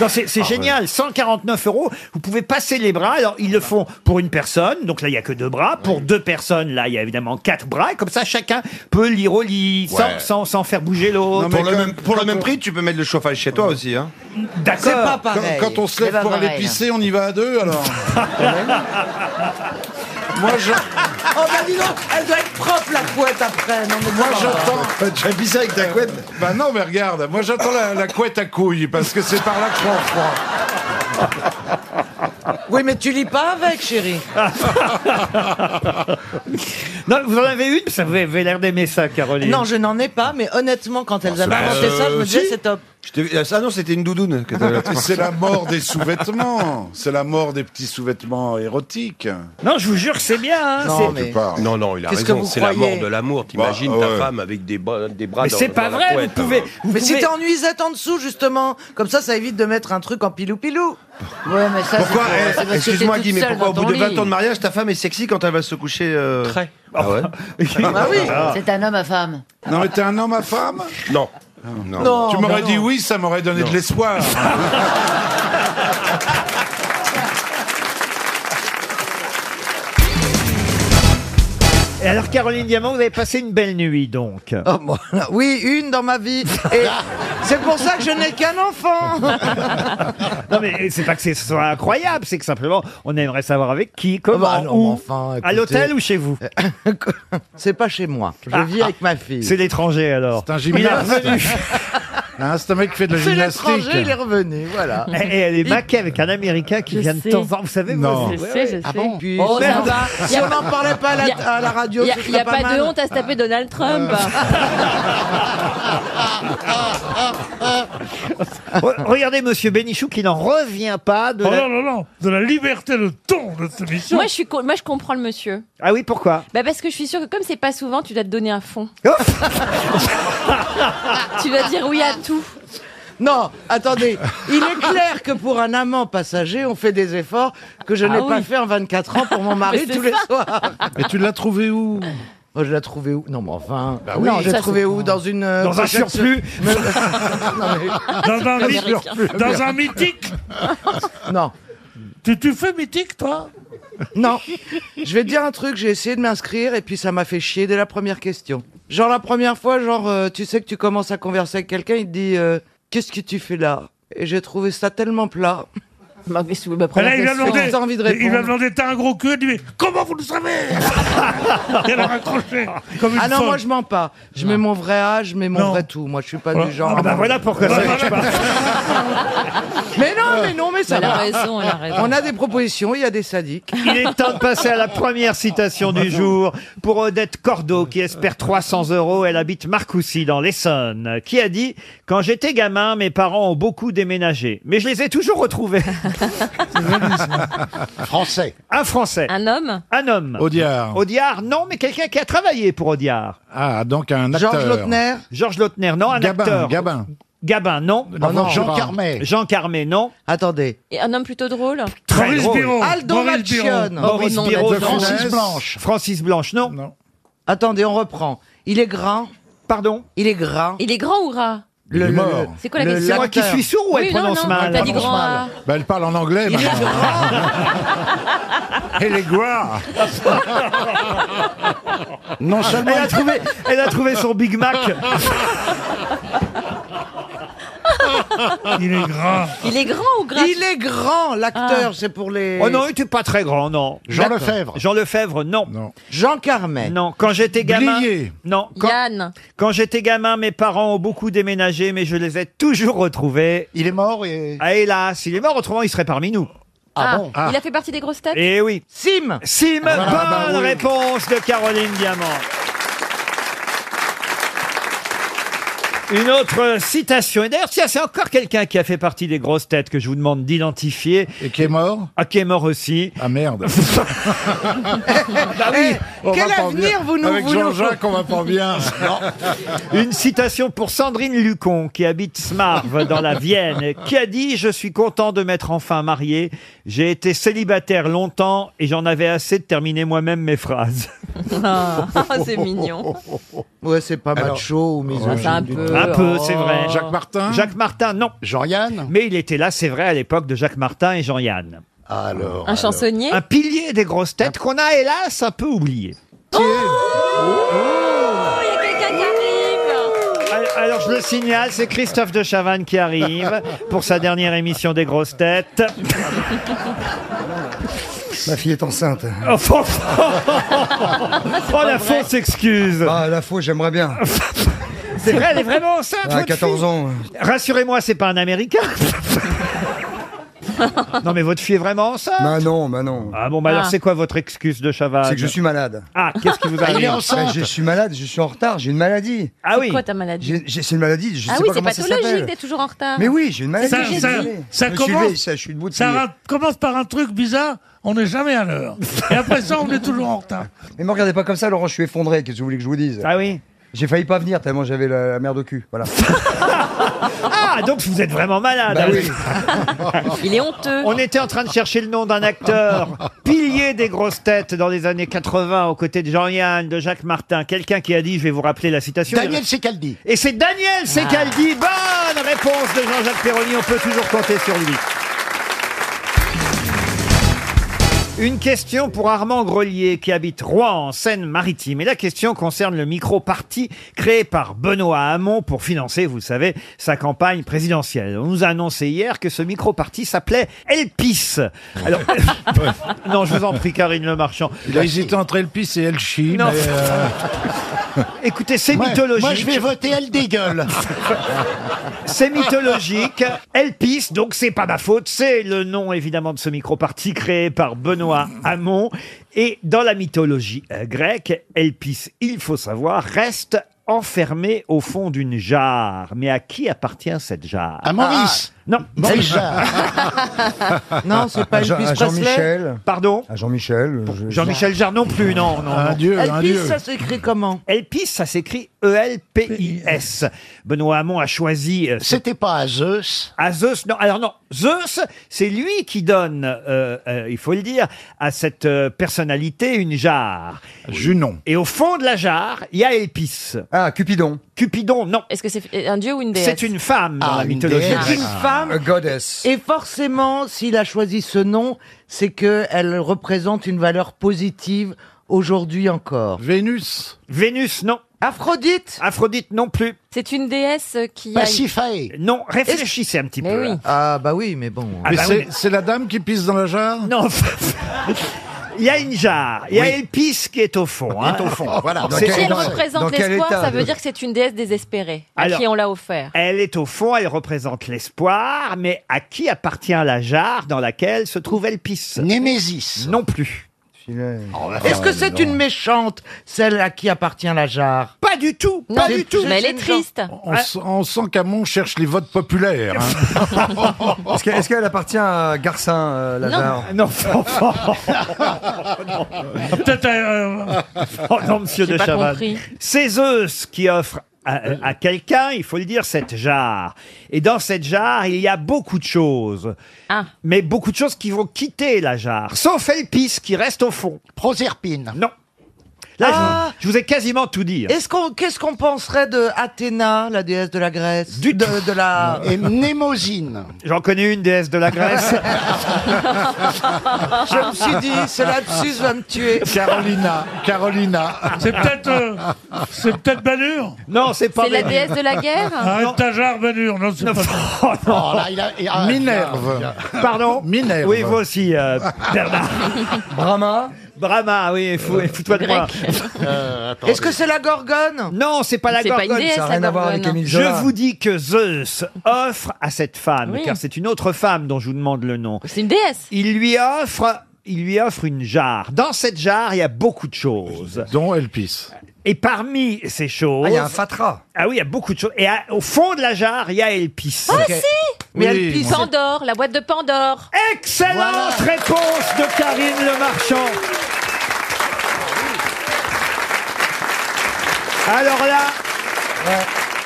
Speaker 3: Non, c'est
Speaker 1: Ah,
Speaker 3: c'est génial, 149 euros, vous pouvez passer les bras, alors ils le font pour une personne, donc là il n'y a que deux bras, pour deux personnes, là il y a évidemment quatre bras, et comme ça chacun peut lire au lit, sans,
Speaker 1: Ouais.
Speaker 3: sans, sans faire bouger l'autre.
Speaker 1: pour le, même, pour le même prix, tu peux mettre le chauffage chez toi aussi. Hein.
Speaker 3: D'accord.
Speaker 16: Quand, quand on se lève pour aller pisser, on y va à deux alors. Moi, je.
Speaker 5: Oh bah dis donc, elle doit être propre la couette après. Non, mais
Speaker 16: Moi
Speaker 5: ça va.
Speaker 16: j'attends. Tu as pissé bah, avec ta couette Bah non, mais regarde, moi j'attends la, la couette à couilles parce que c'est par là que je prends froid.
Speaker 5: Oui, mais tu lis pas avec, chérie.
Speaker 3: non, vous en avez une, ça vous avez l'air d'aimer ça, Caroline.
Speaker 5: Non, je n'en ai pas, mais honnêtement, quand elles avaient
Speaker 1: bah,
Speaker 5: inventé ça, je me
Speaker 1: euh,
Speaker 5: disais
Speaker 1: si.
Speaker 5: c'est top.
Speaker 1: Je t'ai- Ah non, c'était une doudoune que t'avais.
Speaker 16: C'est la mort des sous-vêtements. C'est la mort des petits sous-vêtements érotiques.
Speaker 3: Non, je vous jure que c'est bien. hein,
Speaker 1: Non,
Speaker 3: c'est-
Speaker 1: mais- Non, non, il a
Speaker 5: Qu'est-ce que
Speaker 1: raison.
Speaker 5: vous
Speaker 1: C'est la
Speaker 5: croyez
Speaker 1: mort de l'amour. T'imagines
Speaker 16: Bah,
Speaker 1: ta
Speaker 16: ouais.
Speaker 1: femme avec des, bras- des bras
Speaker 3: Mais
Speaker 1: dans-
Speaker 3: c'est pas
Speaker 1: dans la
Speaker 3: vrai,
Speaker 1: couette,
Speaker 3: vous pouvez.
Speaker 1: hein.
Speaker 3: vous
Speaker 5: mais si
Speaker 3: pouvez-
Speaker 5: t'es en nuisette en dessous, justement, comme ça, ça évite de mettre un truc en pilou-pilou.
Speaker 18: Ouais, mais ça, c'est pour-
Speaker 2: Pourquoi, eh,
Speaker 18: c'est parce que
Speaker 2: excuse-moi
Speaker 18: t'es
Speaker 2: Guy,
Speaker 18: toute
Speaker 2: mais
Speaker 18: seule
Speaker 2: pourquoi au
Speaker 18: dans
Speaker 2: bout de
Speaker 18: ton
Speaker 2: 20
Speaker 18: lit.
Speaker 2: ans de mariage, ta femme est sexy quand elle va se coucher euh, Ah ouais
Speaker 9: Bah oui, c'est un homme à femme.
Speaker 16: Ah. Non, mais t'es un homme à femme
Speaker 2: Non.
Speaker 9: Non,
Speaker 16: tu m'aurais
Speaker 9: bah
Speaker 16: dit
Speaker 9: non.
Speaker 16: oui, ça m'aurait donné de l'espoir.
Speaker 3: Et alors, Caroline Diamant, vous avez passé une belle nuit, donc.
Speaker 1: Ah,
Speaker 5: Oui, une dans ma vie. Et c'est pour ça que je n'ai qu'un enfant.
Speaker 3: non, mais c'est pas que ce soit incroyable, c'est que simplement, on aimerait savoir avec qui, comment,
Speaker 5: Ah bah non,
Speaker 3: où.
Speaker 5: mais enfin,
Speaker 3: à
Speaker 5: écoutez.
Speaker 3: l'hôtel ou chez vous
Speaker 5: C'est pas chez moi. Je
Speaker 3: Ah,
Speaker 5: vis
Speaker 3: ah.
Speaker 5: avec ma fille.
Speaker 3: C'est l'étranger, alors.
Speaker 5: C'est un
Speaker 3: gymnaste.
Speaker 5: Il est revenu.
Speaker 16: Hein, c'est un mec qui fait de la
Speaker 5: C'est
Speaker 16: gymnastique.
Speaker 5: l'étranger, il est revenu, voilà.
Speaker 3: Et et Ah, eh, elle est maquée avec un Américain qui
Speaker 5: Je
Speaker 3: vient de
Speaker 5: sais.
Speaker 3: temps en temps. Vous savez,
Speaker 16: Non.
Speaker 3: vous
Speaker 16: Je
Speaker 3: Ouais,
Speaker 16: sais,
Speaker 3: ouais.
Speaker 16: je
Speaker 3: Ah
Speaker 16: sais.
Speaker 3: bon
Speaker 5: Puis,
Speaker 3: Oh,
Speaker 5: ça
Speaker 3: merde.
Speaker 5: va. Si on n'en parlait pas à la,
Speaker 15: Y a-
Speaker 5: à la radio,
Speaker 15: y a-
Speaker 5: ce
Speaker 15: y a
Speaker 5: serait
Speaker 15: pas,
Speaker 5: mal.
Speaker 15: de honte à se taper Donald Trump. Euh.
Speaker 3: Re- Oh, Regardez Monsieur Bénichou qui n'en revient pas de.
Speaker 7: Oh
Speaker 3: la-
Speaker 7: non, non, non, de la liberté de ton de cette émission.
Speaker 15: moi, je suis, con- moi, je comprends le monsieur.
Speaker 3: Ah oui, pourquoi
Speaker 15: Bah parce que je suis sûre que comme c'est pas souvent, tu dois te donner un fond. tu dois dire oui à tout.
Speaker 5: Non, attendez. Il est clair que pour un amant passager, on fait des efforts que je
Speaker 15: Ah
Speaker 5: n'ai
Speaker 15: oui.
Speaker 5: pas fait en 24 ans pour mon mari
Speaker 15: Mais c'est
Speaker 5: tous les
Speaker 15: ça.
Speaker 5: soirs.
Speaker 16: Et tu l'as trouvé où
Speaker 5: Moi, je l'ai trouvé où Non, mais enfin.
Speaker 16: Bah oui.
Speaker 5: non, je l'ai
Speaker 16: Ça,
Speaker 5: trouvé
Speaker 16: c'est-
Speaker 5: où Dans une. euh,
Speaker 16: Dans un
Speaker 5: pochette-
Speaker 16: surplus.
Speaker 5: Mais- Non, mais-
Speaker 7: Dans un, mythe-
Speaker 5: surplus.
Speaker 7: dans un mythique
Speaker 5: Non.
Speaker 7: Tu, tu fais mythique, toi
Speaker 5: Non. Je vais te dire un truc, j'ai essayé de m'inscrire et puis ça m'a fait chier dès la première question. Genre la première fois, genre euh, tu sais que tu commences à converser avec quelqu'un, il te dit euh, qu'est-ce que tu fais là Et j'ai trouvé ça tellement plat.
Speaker 15: Ma,
Speaker 7: Et là, il a demandé,
Speaker 5: envie de
Speaker 7: il a
Speaker 5: répondre.
Speaker 7: demandé, t'as un gros cul, il dit, mais comment vous le savez Et elle a raccroché, comme une
Speaker 5: Ah non,
Speaker 7: folle.
Speaker 5: moi je mens pas. Je mets mon vrai âge, je mets mon vrai tout. Moi je suis pas du genre.
Speaker 3: Ah bah voilà pourquoi ça marche pas.
Speaker 5: Mais non, mais non, mais ça
Speaker 15: Elle a
Speaker 5: va.
Speaker 15: raison, elle a raison.
Speaker 5: On a des propositions, il y a des sadiques.
Speaker 3: Il est temps de passer à la première citation du jour pour Odette Cordeau qui espère 300 euros. Elle habite Marcoussis dans l'Essonne qui a dit « Quand j'étais gamin, mes parents ont beaucoup déménagé, mais je les ai toujours retrouvés.
Speaker 16: Français. »
Speaker 3: Un Français.
Speaker 15: Un homme
Speaker 3: Un homme.
Speaker 16: Audiard.
Speaker 3: Audiard, non, mais quelqu'un qui a travaillé pour Audiard.
Speaker 16: Ah, donc un acteur.
Speaker 3: Georges Lautner Georges Lautner, non, un
Speaker 16: Gabin,
Speaker 3: acteur.
Speaker 16: Gabin.
Speaker 3: Gabin, non.
Speaker 16: Ah non, Jean Gabin. Carmet.
Speaker 3: Jean Carmet, non.
Speaker 5: Attendez.
Speaker 15: Et un homme plutôt drôle.
Speaker 3: Très
Speaker 7: Boris
Speaker 3: drôle.
Speaker 7: Vian.
Speaker 5: Aldo
Speaker 7: Boris Vian.
Speaker 5: Malchione.
Speaker 3: Boris
Speaker 5: non,
Speaker 3: Vian,
Speaker 5: on a dit
Speaker 3: non.
Speaker 5: Francis
Speaker 3: Francis
Speaker 16: Blanche.
Speaker 3: Blanche. Francis Blanche, non.
Speaker 5: Attendez, on reprend. Il est grand.
Speaker 3: Pardon
Speaker 5: Il est grand.
Speaker 15: Il est grand ou rat
Speaker 16: Le,
Speaker 5: le-
Speaker 16: mort.
Speaker 15: C'est quoi la question
Speaker 3: C'est moi qui suis sourd ou elle
Speaker 15: Oui, non,
Speaker 3: prononce
Speaker 15: non,
Speaker 3: mal
Speaker 15: t'as dit grand A.
Speaker 16: Bah, elle parle en anglais. maintenant. Elle est gras. non seulement.
Speaker 3: Elle a trouvé, elle a trouvé son Big Mac.
Speaker 7: Il est gras.
Speaker 15: Il est grand ou Ah. gras
Speaker 5: Il est grand, l'acteur, c'est pour les.
Speaker 3: Oh non, il était pas très grand, non.
Speaker 16: Jean
Speaker 3: D'accord.
Speaker 16: Lefebvre.
Speaker 3: Jean Lefebvre, non.
Speaker 5: Jean Carmet.
Speaker 3: Non, quand j'étais gamin.
Speaker 16: Blier.
Speaker 3: Non. Quand,
Speaker 15: Yann.
Speaker 3: quand j'étais gamin, mes parents ont beaucoup déménagé, mais je les ai toujours retrouvés.
Speaker 19: Il est mort et.
Speaker 3: Ah, hélas, il est mort, autrement il serait parmi nous.
Speaker 15: Ah,
Speaker 19: bon
Speaker 15: Il a fait partie des grosses têtes
Speaker 3: Eh oui.
Speaker 5: Sim.
Speaker 3: Sim, bonne
Speaker 16: bah oui.
Speaker 3: réponse de Caroline Diamant. Une autre citation. Et d'ailleurs, tiens, c'est encore quelqu'un qui a fait partie des grosses têtes que je vous demande d'identifier.
Speaker 16: Et qui est mort
Speaker 3: Ah, qui est mort aussi.
Speaker 16: Ah merde.
Speaker 3: Bah oui.
Speaker 16: On
Speaker 5: Eh, Quel
Speaker 16: va pas
Speaker 5: avenir
Speaker 16: bien.
Speaker 5: vous nous
Speaker 16: Avec
Speaker 5: voulez
Speaker 16: Jean-Jacques, on va pas bien. Non.
Speaker 3: Une citation pour Sandrine Lucon, qui habite Smarve, dans la Vienne, qui a dit « Je suis content de m'être enfin marié. J'ai été célibataire longtemps et j'en avais assez de terminer moi-même mes phrases.
Speaker 15: Ah, c'est mignon.
Speaker 5: Ouais, c'est pas
Speaker 16: Alors-
Speaker 5: macho ou misogyne.
Speaker 15: c'est un
Speaker 5: du
Speaker 15: peu- euh,
Speaker 5: tout.
Speaker 3: euh, Un peu, c'est vrai.
Speaker 16: Jacques Martin.
Speaker 3: Jacques Martin, non.
Speaker 19: Jean-Yann
Speaker 3: Mais il était là, c'est vrai, à l'époque de Jacques Martin et Jean-Yann.
Speaker 19: Alors.
Speaker 15: Un chansonnier
Speaker 3: Un pilier des grosses têtes qu'on a, hélas, un peu oublié.
Speaker 15: Oh, il y a quelqu'un qui arrive
Speaker 3: Al- Alors, je le signale, c'est Christophe de Chavannes qui arrive pour sa dernière émission des grosses têtes.
Speaker 8: Ma fille est enceinte.
Speaker 3: Oh, oh, oh, oh, la fausse excuse
Speaker 8: Ah, la faux, j'aimerais bien.
Speaker 3: C'est vrai, elle est vraiment enceinte
Speaker 8: À
Speaker 3: votre
Speaker 8: 14
Speaker 3: fille
Speaker 8: ans.
Speaker 3: Rassurez-moi, c'est pas un Américain Non, mais votre fille est vraiment enceinte
Speaker 8: Bah non, bah non.
Speaker 3: Ah bon, bah alors
Speaker 8: Ah.
Speaker 3: c'est quoi votre excuse de Chavannes
Speaker 8: C'est que je suis malade.
Speaker 3: Ah, qu'est-ce qui vous
Speaker 8: Ah,
Speaker 3: arrive
Speaker 8: Je suis malade, je suis en retard, j'ai une maladie.
Speaker 3: Ah oui
Speaker 15: Quoi ta maladie
Speaker 8: J'ai- j'ai- C'est une maladie, je
Speaker 15: Ah
Speaker 8: sais
Speaker 15: oui,
Speaker 8: pas
Speaker 15: c'est
Speaker 8: comment ça s'appelle.
Speaker 15: pathologique, t'es toujours en retard.
Speaker 8: Mais oui, j'ai une maladie.
Speaker 7: Ça,
Speaker 8: je suis
Speaker 7: ça-
Speaker 8: désolé.
Speaker 7: ça
Speaker 8: Je me suis
Speaker 7: commence-
Speaker 8: levé, ça, je suis debout depuis-
Speaker 7: Ça ra- commence par un truc bizarre, on n'est jamais à l'heure. Et après ça, on est toujours en retard.
Speaker 8: Mais me regardez pas comme ça, Laurent, je suis effondré, qu'est-ce que vous voulez que je vous dise
Speaker 3: Ah oui
Speaker 8: J'ai failli pas venir tellement j'avais la, la merde au cul, voilà.
Speaker 3: Ah, donc vous êtes vraiment malade.
Speaker 8: Bah oui.
Speaker 3: Il est honteux. On était en train de chercher le nom d'un acteur, pilier des grosses têtes dans les années 80, aux côtés de Jean-Yann, de Jacques Martin. Quelqu'un qui a dit, je vais vous rappeler la citation.
Speaker 2: Daniel Secaldi.
Speaker 3: Et c'est Daniel
Speaker 12: Ah.
Speaker 3: Secaldi. Bonne réponse de Jean-Jacques Perroni. On peut toujours compter sur lui. Une question pour Armand Grelier qui habite Rouen en Seine-Maritime. Et la question concerne le micro-parti créé par Benoît Hamon pour financer, vous le savez, sa campagne présidentielle. On nous a annoncé hier que ce micro-parti s'appelait Elpis. Alors, non, je vous en prie, Karine Le Marchand.
Speaker 16: Il a hésité entre Elpis et Elchi.
Speaker 3: Non.
Speaker 16: mais, euh,
Speaker 3: Écoutez, c'est
Speaker 2: Moi-
Speaker 3: mythologique.
Speaker 2: moi, je vais voter
Speaker 3: elle dégueule. c'est mythologique. Elle pisse, donc c'est pas ma faute. C'est le nom, évidemment, de ce micro-parti créé par Benoît Hamon. Et dans la mythologie euh, grecque, elle pisse, il faut savoir, reste enfermée au fond d'une jarre. Mais à qui appartient cette jarre
Speaker 2: À Maurice.
Speaker 3: Ah, Non.
Speaker 2: Maurice Jarre.
Speaker 1: Non, c'est
Speaker 5: Ah,
Speaker 1: pas À Jean- Elvis à Jean-Michel. Presley
Speaker 3: Pardon
Speaker 1: À Jean-Michel. je-
Speaker 3: Jean-Michel Jarre non plus, non, non. non.
Speaker 5: s'écrit comment
Speaker 3: Elpis, ça s'écrit E E-L-P-I-S. Benoît Hamon a choisi. C'était pas à Zeus À Zeus, non. Alors non, Zeus, c'est lui qui donne, euh, euh, il faut le dire, à cette euh, personnalité une jarre. Junon. Et au fond de la jarre, il y a Elpis. Ah, Cupidon. Cupidon, non.
Speaker 15: Est-ce que c'est un dieu ou une déesse
Speaker 3: C'est une femme dans
Speaker 5: Ah,
Speaker 3: la
Speaker 5: une
Speaker 3: mythologie.
Speaker 5: déesse. C'est une
Speaker 3: grecque.
Speaker 5: femme. A
Speaker 1: goddess.
Speaker 5: Et forcément, s'il a choisi ce nom, c'est qu'elle représente une valeur positive aujourd'hui encore.
Speaker 3: Vénus. Vénus, non. Aphrodite. Aphrodite non plus.
Speaker 15: C'est une déesse qui
Speaker 2: Pasiphae.
Speaker 3: Non, réfléchissez un petit
Speaker 15: Mais
Speaker 3: peu. hein.
Speaker 15: oui.
Speaker 3: là.
Speaker 5: Ah bah oui, mais bon.
Speaker 3: Ah
Speaker 16: mais
Speaker 3: bah
Speaker 16: c'est,
Speaker 3: oui.
Speaker 16: c'est la dame qui pisse dans la jarre
Speaker 3: Non. Il y a une jarre, il y a
Speaker 16: Oui.
Speaker 3: Elpis qui est au fond. hein.
Speaker 16: Qui est au fond, voilà.
Speaker 15: a...
Speaker 3: C'est-
Speaker 15: Si elle représente l'espoir, ça veut dire que c'est une déesse désespérée à
Speaker 3: Alors-
Speaker 15: qui on l'a offert.
Speaker 3: Elle est au fond, elle représente l'espoir, mais à qui appartient la jarre dans laquelle se trouve Elpis Némésis. Non plus. Oh,
Speaker 5: Est-ce que c'est une méchante, celle à qui appartient la jarre
Speaker 3: Pas du tout,
Speaker 5: pas du tout. Ah. Mais elle est triste.
Speaker 16: On, sent- on sent qu'Amon cherche les votes populaires. hein.
Speaker 1: Est-ce que- est-ce qu'elle appartient à Garcin, euh, la
Speaker 16: Non.
Speaker 1: barre
Speaker 3: Non. Ah,
Speaker 7: Peut-être. euh,
Speaker 3: Oh non, monsieur
Speaker 7: J'ai
Speaker 3: de
Speaker 7: pas
Speaker 3: Chavannes.
Speaker 7: compris.
Speaker 3: C'est Zeus qui offre à, à quelqu'un, il faut le dire, cette jarre. Et dans cette jarre, il y a beaucoup de choses.
Speaker 7: Ah.
Speaker 3: Mais beaucoup de choses qui vont quitter la jarre. Sauf Elpis qui reste au fond. Proserpine. Non. Là, je-
Speaker 5: Ah.
Speaker 3: je, vous ai quasiment tout dit. hein.
Speaker 5: Est-ce qu'on, qu'est-ce qu'on penserait de Athéna, la déesse de la Grèce de, de la
Speaker 2: Et Mnémosine.
Speaker 3: J'en connais une déesse de la Grèce.
Speaker 5: Je me suis dit, ce lapsus va me tuer.
Speaker 16: Carolina, Carolina.
Speaker 7: C'est peut-être. euh, c'est peut-être Banur
Speaker 3: Non, c'est
Speaker 7: pas
Speaker 15: C'est la Banur. déesse de la guerre
Speaker 7: Arrête ta jarre, Banur. Non, c'est pas.
Speaker 2: Oh, là, il a- il a-
Speaker 16: Minerve.
Speaker 3: Pardon
Speaker 16: Minerve.
Speaker 3: Oui, vous aussi, euh, Bernard.
Speaker 1: Brahma
Speaker 3: Brahma, oui, fou-
Speaker 16: Euh,
Speaker 3: fous-toi de moi.
Speaker 5: Est-ce que c'est la Gorgone
Speaker 3: Non, c'est pas la
Speaker 5: C'est pas une
Speaker 3: Gorgone.
Speaker 5: déesse, Ça a la rien à voir Gorgone. avec Émile Zola.
Speaker 3: Je vous dis que Zeus offre à cette femme,
Speaker 15: Oui.
Speaker 3: car c'est une autre femme dont je vous demande le nom.
Speaker 15: C'est une déesse.
Speaker 3: Il lui offre, il lui offre une jarre. Dans cette jarre, il y a beaucoup de choses. Euh,
Speaker 16: Dont elle pisse.
Speaker 3: Et parmi ces choses,
Speaker 1: Ah, il y a un fatras.
Speaker 3: Ah oui, il y a beaucoup de choses. Et à- au fond de la jarre, il y a Elpis.
Speaker 15: Ah si
Speaker 3: Mais Elpis.
Speaker 15: Pandore, la boîte de Pandore.
Speaker 3: Excellente réponse de Karine Le Marchand. Alors là,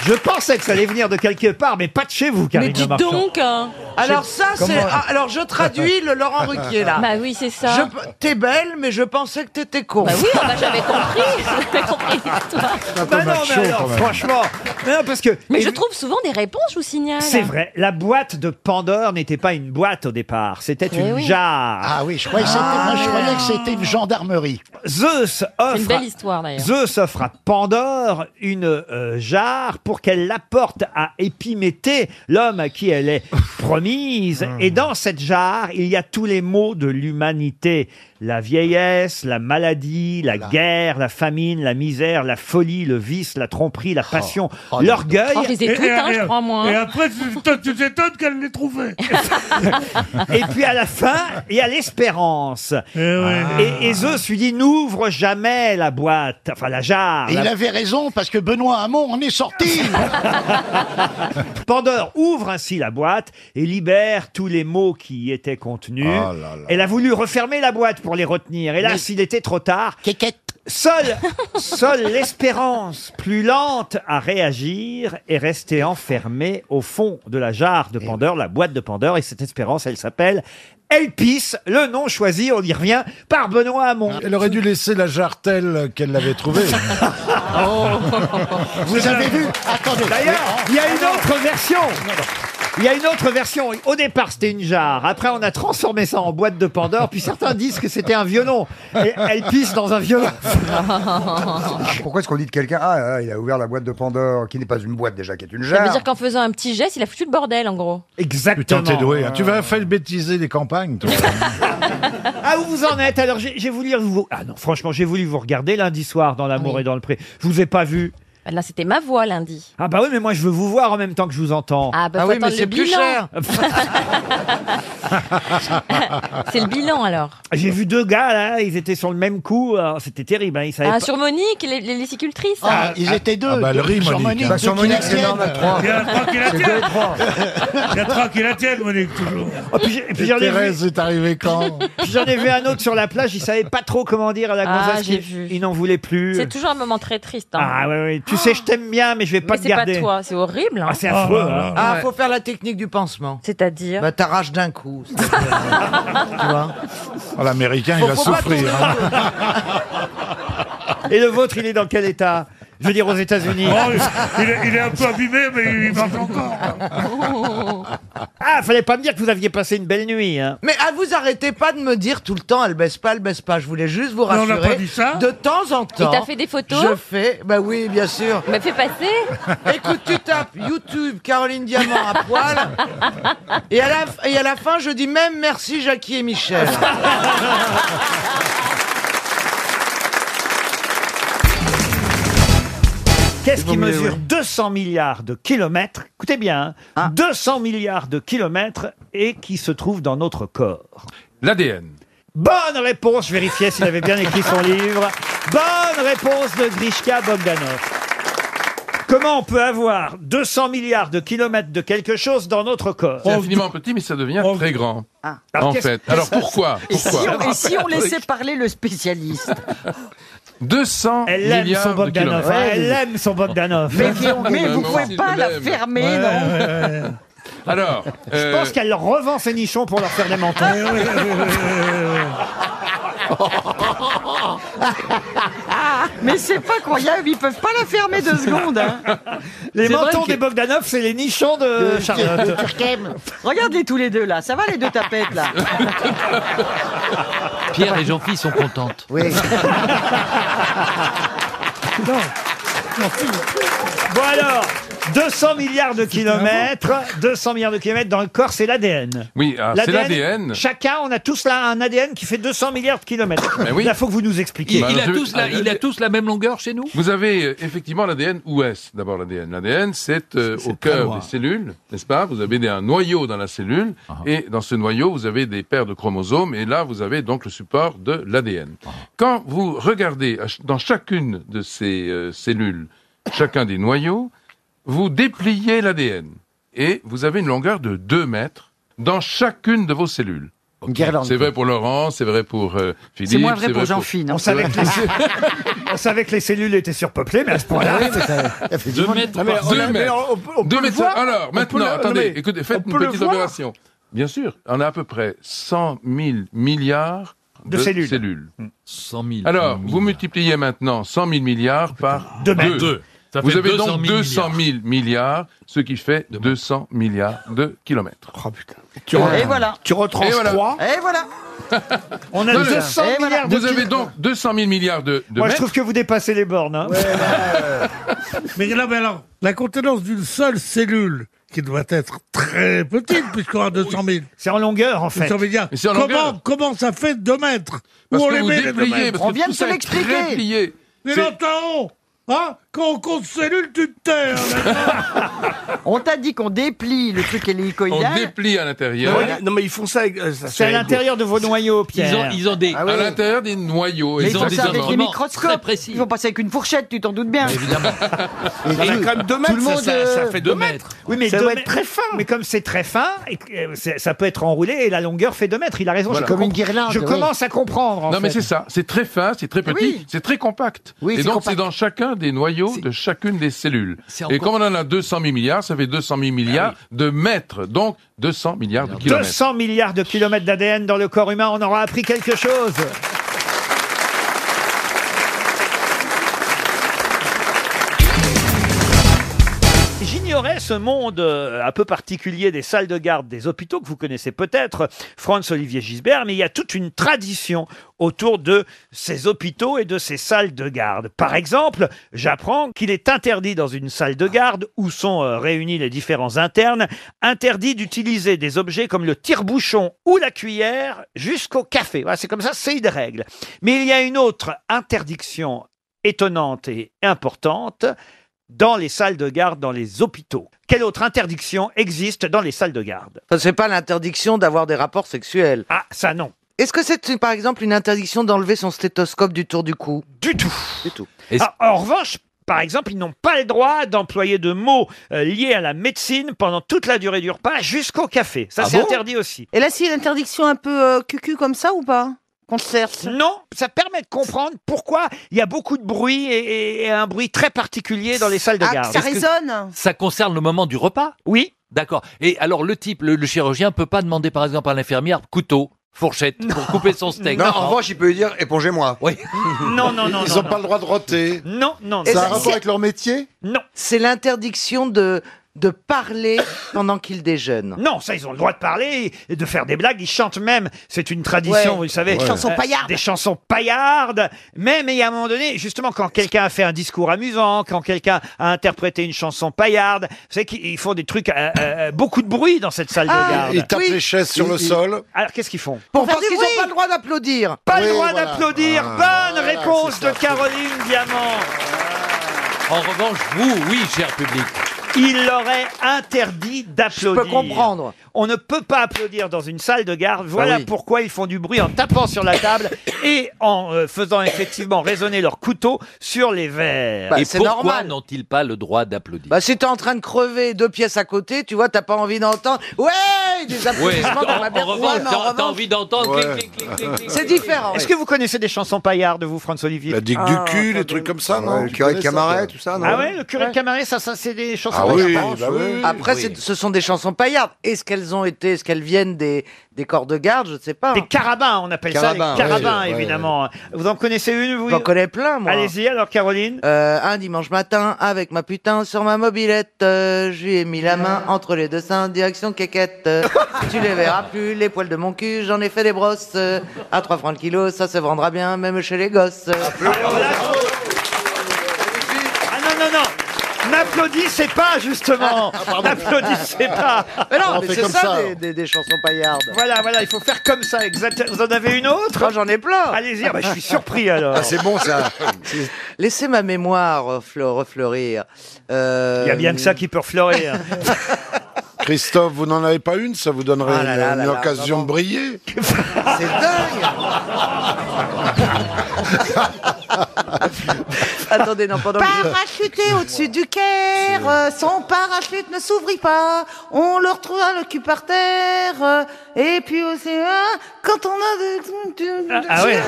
Speaker 3: je pensais que ça allait venir de quelque part, mais pas de chez vous, Karine
Speaker 5: Mais dis
Speaker 3: Le Marchand.
Speaker 5: donc
Speaker 15: hein.
Speaker 5: Alors ça, c'est...
Speaker 3: Comment-
Speaker 5: ah, Alors je traduis le Laurent Ruquier, là.
Speaker 15: Bah oui, c'est ça.
Speaker 5: Je pe- T'es belle, mais je pensais que t'étais con.
Speaker 15: Bah oui, ah bah j'avais compris, j'avais compris l'histoire.
Speaker 3: Bah non, mais alors, franchement. mais non, parce que.
Speaker 15: Mais
Speaker 3: et-
Speaker 15: je trouve souvent des réponses, je vous signale.
Speaker 3: C'est vrai, la boîte de Pandore n'était pas une boîte au départ, c'était
Speaker 15: Eh
Speaker 3: une
Speaker 15: oui. Ah.
Speaker 3: jarre.
Speaker 2: Ah oui, je croyais que c'était, moi, je croyais que c'était une gendarmerie.
Speaker 3: Zeus offre,
Speaker 15: une belle histoire, d'ailleurs.
Speaker 3: Zeus offre à Pandore une euh, jarre pour qu'elle l'apporte à Épiméthée, l'homme à qui elle est promise. Et dans cette jarre, il y a tous les maux de l'humanité. La vieillesse, la maladie, la guerre, la famine, la misère, la folie, le vice, la tromperie, la passion, l'orgueil.
Speaker 15: Oh, je les ai toutes, hein, je crois, moi. hein.
Speaker 7: Et après, tu t'é- tu t'étonnes qu'elle l'ait trouvé.
Speaker 3: Et puis à la fin, il y a l'espérance. Ah. Et, et Zeus lui dit n'ouvre jamais la boîte, enfin la jarre.
Speaker 2: Et il
Speaker 3: La-
Speaker 2: avait raison parce que Benoît Hamon en est sorti.
Speaker 3: Pandore ouvre ainsi la boîte et libère tous les mots qui y étaient contenus.
Speaker 16: Oh là là.
Speaker 3: Elle a voulu refermer la boîte pour les retenir. Et là, s'il était trop tard, Seule, seule l'espérance plus lente à réagir est restée enfermée au fond de la jarre de Pandore, la boîte de Pandore, et cette espérance, elle s'appelle Elpis, le nom choisi, on y revient, par Benoît Hamon.
Speaker 16: Elle aurait dû laisser la jarre telle qu'elle l'avait trouvée.
Speaker 3: Vous avez vu
Speaker 16: Attendez.
Speaker 3: D'ailleurs, il y a une autre version. Il y a une autre version. Au départ, c'était une jarre. Après, on a transformé ça en boîte de Pandore. Puis certains disent que c'était un violon. Et elle pisse dans un violon.
Speaker 8: Pourquoi est-ce qu'on dit de quelqu'un Ah, ah, il a ouvert la boîte de Pandore, qui n'est pas une boîte déjà, qui est une
Speaker 15: Ça
Speaker 3: Ah.
Speaker 15: veut
Speaker 8: jarre
Speaker 15: dire qu'en faisant un petit geste, il a foutu le bordel, en gros.
Speaker 3: Exactement.
Speaker 16: Putain, t'es doué. hein. Tu vas faire bêtiser les campagnes, toi.
Speaker 3: Ah, où vous en êtes Alors, j'ai j'ai voulu vous. Ah non, franchement, j'ai voulu vous regarder lundi soir dans
Speaker 15: Ah
Speaker 3: l'amour et dans le pré. Je vous ai pas vu.
Speaker 15: Bah Là, c'était ma voix lundi.
Speaker 3: Ah bah oui, mais moi, je veux vous voir en même temps que je vous entends.
Speaker 15: Ah bah faut attendre le bilan. c'est le bilan alors.
Speaker 3: J'ai vu deux gars là, ils étaient sur le même coup. Alors, C'était terrible. Hein, ils savaient
Speaker 15: Ah,
Speaker 3: pas-
Speaker 15: sur Monique, les, les lessicultrices.
Speaker 3: Ah, ils étaient deux. Ah bah, le riz, Sur Monique. Monique, Bah, sur deux qui Monique, la c'est tiennent. normal, trois.
Speaker 7: Il y a trois qui la
Speaker 3: C'est
Speaker 7: tiennent.
Speaker 3: deux et trois.
Speaker 7: Il y a trois qui la tiennent, Monique, toujours.
Speaker 3: Oh, puis j'ai- puis j'en ai vu-
Speaker 16: Thérèse est arrivée quand
Speaker 3: Puis J'en ai vu un autre sur la plage, il savait pas trop comment dire à la
Speaker 15: Ah,
Speaker 3: gonzesse
Speaker 15: j'ai
Speaker 3: qu'il- il n'en voulait plus.
Speaker 15: C'est toujours un moment très triste. hein.
Speaker 3: Ah ouais, ouais, tu sais, je t'aime bien, mais je vais pas
Speaker 15: Mais
Speaker 3: te
Speaker 15: c'est pas
Speaker 3: garder.
Speaker 15: toi, c'est horrible. hein.
Speaker 3: Ah, c'est affreux. hein.
Speaker 5: Ah, faut faire la technique du pansement.
Speaker 15: C'est-à-dire
Speaker 5: Bah, t'arraches d'un coup. tu vois
Speaker 16: Oh, L'américain, il va
Speaker 5: Faut pas
Speaker 16: souffrir.
Speaker 5: tourner
Speaker 16: hein.
Speaker 3: Et le vôtre, il est dans quel état Je veux dire aux États-Unis.
Speaker 7: Oh, il, est, il est un peu abîmé, mais il marche encore.
Speaker 3: Ah, fallait pas me dire que vous aviez passé une belle nuit. Hein.
Speaker 5: Mais ah, vous arrêtez pas de me dire tout le temps, elle baisse pas, elle baisse pas. Je voulais juste vous
Speaker 7: Mais on
Speaker 5: rassurer.
Speaker 7: n'a pas dit ça.
Speaker 5: De temps en temps.
Speaker 15: Et t'as fait des photos
Speaker 5: Je fais. Bah oui, bien sûr.
Speaker 15: Mais fais passer.
Speaker 5: Écoute, tu tapes YouTube Caroline Diamant à poil. Et à, la, et à la fin, je dis même merci Jackie et Michel.
Speaker 3: Qu'est-ce qui mesure 200 milliards de kilomètres Écoutez bien, hein,
Speaker 1: Ah.
Speaker 3: 200 milliards de kilomètres et qui se trouve dans notre corps.
Speaker 20: L'ADN.
Speaker 3: Bonne réponse, je vérifiais s'il avait bien écrit son livre. Bonne réponse de Grishka Bogdanov. Comment on peut avoir 200 milliards de kilomètres de quelque chose dans notre corps
Speaker 20: C'est infiniment petit, mais ça devient très grand.
Speaker 3: Alors,
Speaker 20: En
Speaker 3: qu'est-ce-
Speaker 20: fait. Alors pourquoi,
Speaker 1: Et si,
Speaker 20: pourquoi
Speaker 1: on, et si on laissait parler le spécialiste
Speaker 20: 200
Speaker 3: Elle aime
Speaker 20: milliards
Speaker 3: son
Speaker 20: de
Speaker 3: Bogdanov.
Speaker 20: kilomètres.
Speaker 3: hein, Elle aime son Bogdanov.
Speaker 1: Mais, mais vous
Speaker 20: Moi
Speaker 1: pouvez
Speaker 20: aussi,
Speaker 1: pas
Speaker 20: je
Speaker 1: la
Speaker 20: l'aime.
Speaker 1: fermer,
Speaker 20: Ouais,
Speaker 1: non
Speaker 20: Alors, euh,
Speaker 3: Je pense qu'elle leur revend ses nichons pour leur faire des mentons.
Speaker 1: Mais c'est pas croyable, ils peuvent pas la fermer deux secondes. hein.
Speaker 3: Les
Speaker 1: C'est vrai
Speaker 3: mentons
Speaker 1: que-
Speaker 3: des Bogdanov, c'est les nichons
Speaker 5: Euh,
Speaker 20: Euh,
Speaker 3: de
Speaker 1: de
Speaker 3: Euh, Charlotte.
Speaker 1: Turquem. Regarde-les tous les deux là, ça va les deux tapettes là
Speaker 21: Pierre et Jean-Philippe sont contentes.
Speaker 1: Oui.
Speaker 3: Non. Bon alors, 200 milliards de kilomètres, 200 milliards de kilomètres dans le corps, c'est l'ADN.
Speaker 20: Oui, ah, c'est l'ADN.
Speaker 3: Chacun, on a tous là un ADN qui fait 200 milliards de kilomètres.
Speaker 20: Mais oui.
Speaker 3: Là, faut que vous nous expliquiez.
Speaker 20: Bah, je- ah, je-
Speaker 21: même longueur chez nous
Speaker 20: Vous avez euh, effectivement l'ADN ouest, d'abord l'ADN. L'ADN, c'est euh, au cœur
Speaker 21: loin.
Speaker 20: des cellules, n'est-ce pas Vous avez des- un noyau dans la cellule, et dans ce noyau, vous avez des paires de chromosomes, et là, vous avez donc le support de l'ADN. Quand vous regardez à ch- dans chacune de ces euh, cellules, chacun des noyaux, vous dépliez l'ADN, et vous avez une longueur de 2 mètres dans chacune de vos cellules. C'est vrai pour Laurent, c'est vrai pour euh, Philippe.
Speaker 3: moins vrai pour hein.
Speaker 21: Jean-Philippe.
Speaker 3: On savait, que les... on savait que les cellules étaient surpeuplées, Ah mais à ce
Speaker 20: Ah
Speaker 3: point-là.
Speaker 20: Deux mètres
Speaker 3: mais
Speaker 20: par
Speaker 3: on a-
Speaker 20: deux
Speaker 3: mais
Speaker 20: mètres.
Speaker 3: on- on peut
Speaker 20: Deux
Speaker 3: le
Speaker 20: mètres.
Speaker 3: voir
Speaker 20: Alors,
Speaker 3: On peut
Speaker 20: maintenant,
Speaker 3: le-
Speaker 20: attendez,
Speaker 3: non, mais
Speaker 20: écoutez, faites
Speaker 3: on
Speaker 20: une
Speaker 3: peut le
Speaker 20: petite
Speaker 3: voir
Speaker 20: opération. Bien sûr, on a à peu près 100 000 milliards
Speaker 3: De
Speaker 20: de,
Speaker 3: cellules.
Speaker 21: 100 000.
Speaker 20: Alors, vous multipliez maintenant 100 000 milliards par
Speaker 3: Deux
Speaker 20: 2.
Speaker 3: mètres. Deux.
Speaker 20: Ça vous avez donc 200 000 milliards, ce qui fait 200 milliards de kilomètres. Oh putain.
Speaker 3: Tu Ah.
Speaker 1: Et voilà.
Speaker 3: Tu retranches trois.
Speaker 1: Et voilà
Speaker 3: On a
Speaker 20: Non, mais-
Speaker 3: 200
Speaker 1: Et voilà.
Speaker 3: milliards de
Speaker 20: Vous avez
Speaker 3: kilomètres.
Speaker 20: donc 200 000 milliards de, de
Speaker 3: Moi, je
Speaker 20: mètres.
Speaker 3: trouve que vous dépassez les bornes. hein.
Speaker 7: Mais là, mais alors, la contenance d'une seule cellule, qui doit être très petite, puisqu'on a 200 000.
Speaker 3: C'est en longueur, en fait.
Speaker 7: 200 milliards.
Speaker 20: Mais c'est en
Speaker 7: Comment,
Speaker 20: longueur.
Speaker 7: comment ça fait 2 mètres
Speaker 20: Parce
Speaker 7: Où on
Speaker 20: que
Speaker 7: les
Speaker 20: vous
Speaker 7: met, les 2
Speaker 20: dépliez,
Speaker 7: mètres
Speaker 20: parce que tout ça est très plié.
Speaker 7: Mais
Speaker 20: C'est-
Speaker 7: non, t'as haut Hein
Speaker 22: Quand on compte cellules, tu te tais.
Speaker 7: On t'a dit qu'on déplie le truc hélicoïdal.
Speaker 20: On déplie à l'intérieur.
Speaker 1: Ouais, Non, mais ils font ça avec. euh, ça,
Speaker 3: C'est à
Speaker 1: avec-
Speaker 3: l'intérieur de vos noyaux, Pierre.
Speaker 20: Ils ont- ils ont des- Ah oui. à l'intérieur des noyaux.
Speaker 7: Mais
Speaker 20: Ils
Speaker 7: ils
Speaker 20: ont
Speaker 7: font
Speaker 20: des
Speaker 7: ça avec des
Speaker 20: instruments très
Speaker 7: microscopes. Ils vont passer avec une fourchette, tu t'en doutes bien.
Speaker 20: Évidemment.
Speaker 7: Et
Speaker 1: Il y en a
Speaker 7: tout-
Speaker 1: quand même deux
Speaker 7: tout
Speaker 1: mètres,
Speaker 7: le
Speaker 1: ça,
Speaker 7: monde,
Speaker 1: ça-
Speaker 7: euh,
Speaker 1: ça fait deux mètres.
Speaker 3: Oui, mais
Speaker 1: ça
Speaker 3: deux
Speaker 1: doit
Speaker 3: mètres-
Speaker 1: être très fin.
Speaker 3: Mais comme c'est très fin, et que, euh, c'est- ça peut être enroulé et la longueur fait 2 mètres. Il a raison.
Speaker 20: Voilà.
Speaker 3: je
Speaker 20: Comme une
Speaker 3: comprends-
Speaker 20: guirlande,
Speaker 3: Je
Speaker 20: oui.
Speaker 3: commence à comprendre. en
Speaker 20: non mais
Speaker 3: fait.
Speaker 20: c'est ça, c'est très fin, c'est très petit, c'est très compact. et
Speaker 3: c'est
Speaker 20: donc
Speaker 3: compact.
Speaker 20: c'est dans chacun des noyaux de chacune des cellules. Et
Speaker 3: encore-
Speaker 20: comme on en a 200 000 milliards, ça fait 200 000 milliards de mètres, donc 200 milliards de kilomètres.
Speaker 3: 200 milliards de kilomètres d'ADN dans le corps humain. On aura appris quelque chose. J'ignorais ce monde euh, un peu particulier des salles de garde des hôpitaux que vous connaissez peut-être, Franz-Olivier Gisbert, mais il y a toute une tradition autour de ces hôpitaux et de ces salles de garde. Par exemple, j'apprends qu'il est interdit dans une salle de garde où sont euh, réunis les différents internes, interdit d'utiliser des objets comme le tire-bouchon ou la cuillère jusqu'au café. Voilà, c'est comme ça, c'est une règle. Mais il y a une autre interdiction étonnante et importante dans les salles de garde, dans les hôpitaux. Quelle autre interdiction existe dans les salles de garde
Speaker 23: C'est pas l'interdiction d'avoir des rapports sexuels.
Speaker 3: Ah, ça non.
Speaker 5: Est-ce que c'est par exemple une interdiction d'enlever son stéthoscope du tour du cou
Speaker 3: Du tout.
Speaker 5: Du tout.
Speaker 3: Ah, En revanche, par exemple, ils n'ont pas le droit d'employer de mots euh, liés à la médecine pendant toute la durée du repas jusqu'au café. Ça,
Speaker 11: Ah
Speaker 3: c'est
Speaker 11: bon
Speaker 3: interdit aussi.
Speaker 11: Et là, s'il y a une interdiction un peu euh, cucu comme ça ou pas Qu'on cherche
Speaker 3: Non, ça permet de comprendre pourquoi il y a beaucoup de bruit et, et- et un bruit très particulier dans les salles de
Speaker 11: Ah,
Speaker 3: garde.
Speaker 11: ça
Speaker 3: Est-ce que-
Speaker 11: résonne
Speaker 21: Ça concerne le moment du repas
Speaker 3: Oui.
Speaker 21: D'accord. Et alors le type, le, le chirurgien peut pas demander par exemple à l'infirmière couteau, fourchette pour couper son steak.
Speaker 8: Non, en revanche, il peut lui dire épongez-moi.
Speaker 21: Oui.
Speaker 3: Non, non, non.
Speaker 8: Ils
Speaker 3: non,
Speaker 8: n'ont
Speaker 3: non.
Speaker 8: pas le droit de roter.
Speaker 3: Non, non,
Speaker 8: Ça
Speaker 3: non.
Speaker 8: a un rapport avec leur métier
Speaker 3: Non.
Speaker 5: C'est l'interdiction de, de parler pendant qu'il déjeune.
Speaker 3: Non, ça, ils ont le droit de parler et de faire des blagues. Ils chantent même. C'est une tradition,
Speaker 5: Ouais.
Speaker 3: vous le savez. Euh,
Speaker 5: Des chansons paillardes.
Speaker 3: Des chansons paillardes. Même, et à un moment donné, justement, quand quelqu'un a fait un discours amusant, quand quelqu'un a interprété une chanson paillarde, vous savez qu'ils font des trucs, euh, euh, beaucoup de bruit dans cette salle
Speaker 8: Ah,
Speaker 3: de garde.
Speaker 8: ils tapent Oui. les chaises sur le sol.
Speaker 3: Alors, qu'est-ce qu'ils font
Speaker 5: Pour parce qu'ils n'ont pas le droit d'applaudir.
Speaker 3: Pas
Speaker 8: Oui,
Speaker 3: le droit
Speaker 8: voilà.
Speaker 3: d'applaudir.
Speaker 8: Ah,
Speaker 3: Bonne
Speaker 8: voilà,
Speaker 3: réponse
Speaker 8: c'est ça,
Speaker 3: de Caroline Diamant.
Speaker 21: En revanche, vous, oui, cher public.
Speaker 3: Il leur est interdit d'applaudir.
Speaker 5: Je peux comprendre.
Speaker 3: On ne peut pas applaudir dans une salle de garde. Voilà
Speaker 8: Ah oui.
Speaker 3: pourquoi ils font du bruit en tapant sur la table et en euh, faisant effectivement résonner leur couteau sur les verres.
Speaker 5: Bah,
Speaker 21: Et
Speaker 5: c'est
Speaker 21: pourquoi
Speaker 5: normal.
Speaker 21: n'ont-ils pas le droit d'applaudir
Speaker 5: Bah, si t'es en train de crever deux pièces à côté, tu vois, t'as pas envie d'entendre. Ouais, des
Speaker 21: Ouais.
Speaker 5: applaudissements dans ma
Speaker 21: En, en
Speaker 5: bière.
Speaker 21: revanche,
Speaker 5: Ouais, mais en
Speaker 21: t'as- t'as
Speaker 5: revanche-
Speaker 21: envie d'entendre
Speaker 8: Ouais.
Speaker 21: clic, clic, clic, clic, clic.
Speaker 5: C'est
Speaker 1: Ah
Speaker 5: différent.
Speaker 3: Est-ce que vous connaissez des chansons paillardes, vous, François-Olivier
Speaker 8: La digue
Speaker 3: Ah,
Speaker 8: du cul, les trucs comme ça, non ouais, Tu le curé de connais ça, Camaret, toi tout ça,
Speaker 3: Ah ouais, le curé de Camaret, ça, ça c'est des chansons
Speaker 8: Ah oui,
Speaker 3: paillardes.
Speaker 8: bah oui.
Speaker 5: Après,
Speaker 8: Oui.
Speaker 5: c'est- ce sont des chansons paillardes. Est-ce qu'elles ont été, est-ce qu'elles viennent des, des corps de garde Je ne sais pas. hein.
Speaker 3: Des carabins, on appelle ça
Speaker 5: Carabins,
Speaker 3: les carabins,
Speaker 5: ouais, ouais,
Speaker 3: évidemment. Vous en connaissez une, vous
Speaker 5: J'en connais plein, moi.
Speaker 3: Allez-y, alors, Caroline.
Speaker 5: Euh, un dimanche matin, avec ma putain sur ma mobilette, euh, je lui ai mis la main entre les deux seins, direction quéquette. Euh, tu les verras plus, les poils de mon cul, j'en ai fait des brosses. Euh, à 3 francs le kilo, ça se vendra bien, même chez les gosses.
Speaker 3: Ah non, non, non N'applaudissez pas, justement
Speaker 5: Ah,
Speaker 3: N'applaudissez pas
Speaker 5: Mais non, mais c'est ça, des, des- des chansons paillardes.
Speaker 3: Voilà, voilà, il faut faire comme ça, exactement. Vous en avez une autre
Speaker 5: Moi, j'en ai plein.
Speaker 3: Allez-y, ah bah, je suis surpris, alors.
Speaker 8: Ah, c'est bon, ça.
Speaker 5: Laissez ma mémoire refle- refleurir. Euh,
Speaker 3: Il y a bien que ça qui peut hein. refleurir.
Speaker 8: Christophe, vous n'en avez pas une Ça vous donnerait
Speaker 5: Ah là là
Speaker 8: une,
Speaker 5: là
Speaker 8: une
Speaker 5: là,
Speaker 8: occasion
Speaker 5: vraiment.
Speaker 8: de briller
Speaker 5: C'est dingue Attendez, non, pendant que je-
Speaker 11: Parachuté au-dessus du Caire, euh, son parachute ne s'ouvrit pas, on le retrouve le cul par terre, euh, et puis aussi, hein, quand on a des...
Speaker 3: Ah ouais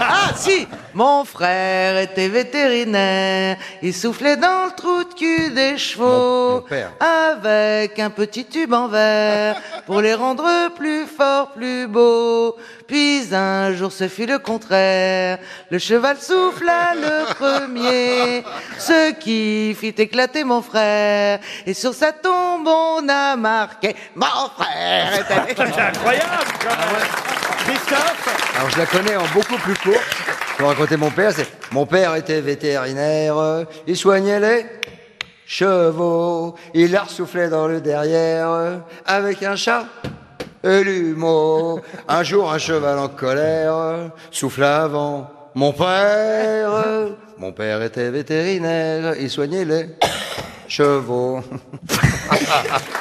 Speaker 5: Ah si Mon frère était vétérinaire, il soufflait dans le trou de cul des chevaux
Speaker 8: père.
Speaker 5: avec un petit tube en verre pour les rendre plus forts, plus beaux. Puis un jour ce fut le contraire, le cheval souffla le premier, ce qui fit éclater mon frère et sur sa tombe on a marqué mon frère est allé.
Speaker 3: C'est incroyable, quand même.
Speaker 5: Ah,
Speaker 3: Christophe
Speaker 8: Alors je la connais en beaucoup plus court. Je vais raconter mon père, c'est mon père était vétérinaire, euh, il soignait les chevaux, il leur soufflait dans le derrière euh, avec un chat et l'humour. Un jour un cheval en colère euh, souffla avant Mon père, euh, mon père était vétérinaire, il soignait les chevaux.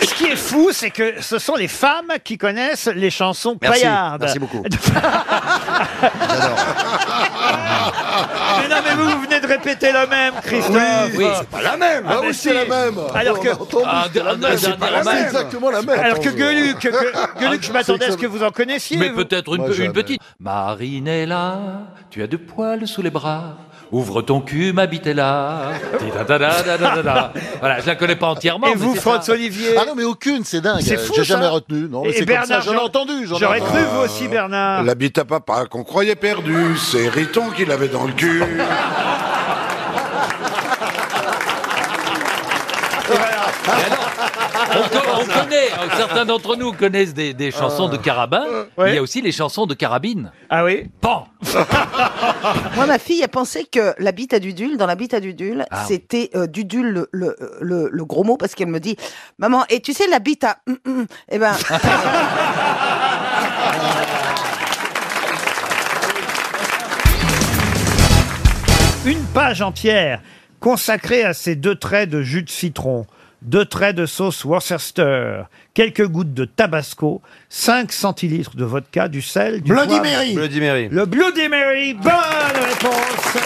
Speaker 3: Ce qui est fou, c'est que ce sont les femmes qui connaissent les chansons
Speaker 8: Merci,
Speaker 3: paillardes.
Speaker 8: merci beaucoup.
Speaker 3: Mais non, mais vous, vous venez de répéter la même, Christophe.
Speaker 2: Oui, oui, c'est pas la même. Ah oui,
Speaker 3: mais
Speaker 2: c'est
Speaker 3: si.
Speaker 2: la même.
Speaker 3: Alors que.
Speaker 2: On a entendu, Ah, c'est la même, c'est pas la même. exactement la même.
Speaker 3: Alors que
Speaker 2: Attends, je-
Speaker 3: Gueluc, que-
Speaker 21: Ah,
Speaker 3: que- Gueluc, je m'attendais à ce que vous en connaissiez.
Speaker 21: Mais
Speaker 3: vous.
Speaker 21: peut-être une, une petite. Marinella, tu as deux poils sous les bras. Ouvre ton cul, ma bite est là. Ti-da-da-da-da-da-da. voilà, je la connais pas entièrement. mais c'est ça.
Speaker 12: Ah non, mais aucune, c'est dingue.
Speaker 21: C'est fou,
Speaker 12: J'ai
Speaker 21: ça.
Speaker 12: jamais retenu. Non, mais
Speaker 21: Et
Speaker 12: c'est comme ça,
Speaker 21: Bernard,
Speaker 12: j'en ai
Speaker 21: j'aurais-
Speaker 12: entendu. j'en ai
Speaker 21: j'aurais
Speaker 12: entendu.
Speaker 3: Cru,
Speaker 16: Ah.
Speaker 3: vous aussi, Bernard.
Speaker 2: L'habit à papa qu'on croyait perdu, c'est Riton qui l'avait dans le cul.
Speaker 21: On, co- on connaît, euh, certains d'entre nous connaissent des, des chansons de carabin. mais Il y a aussi les chansons de carabine.
Speaker 3: Ah oui
Speaker 21: Pan
Speaker 24: Moi, ma fille a pensé que la bite à Dudule, dans la bite à Dudule,
Speaker 21: Ah.
Speaker 24: c'était euh, Dudule le, le, le- le gros mot parce qu'elle me dit Maman, et tu sais, la bite à. hum, hum, eh ben.
Speaker 3: Une page entière consacrée à ces deux traits de jus de citron, deux traits de sauce Worcester, quelques gouttes de tabasco, 5 centilitres de vodka, du sel, du
Speaker 1: Bloody
Speaker 3: poivre.
Speaker 1: Mary. Bloody Mary.
Speaker 3: Le Bloody Mary, bonne réponse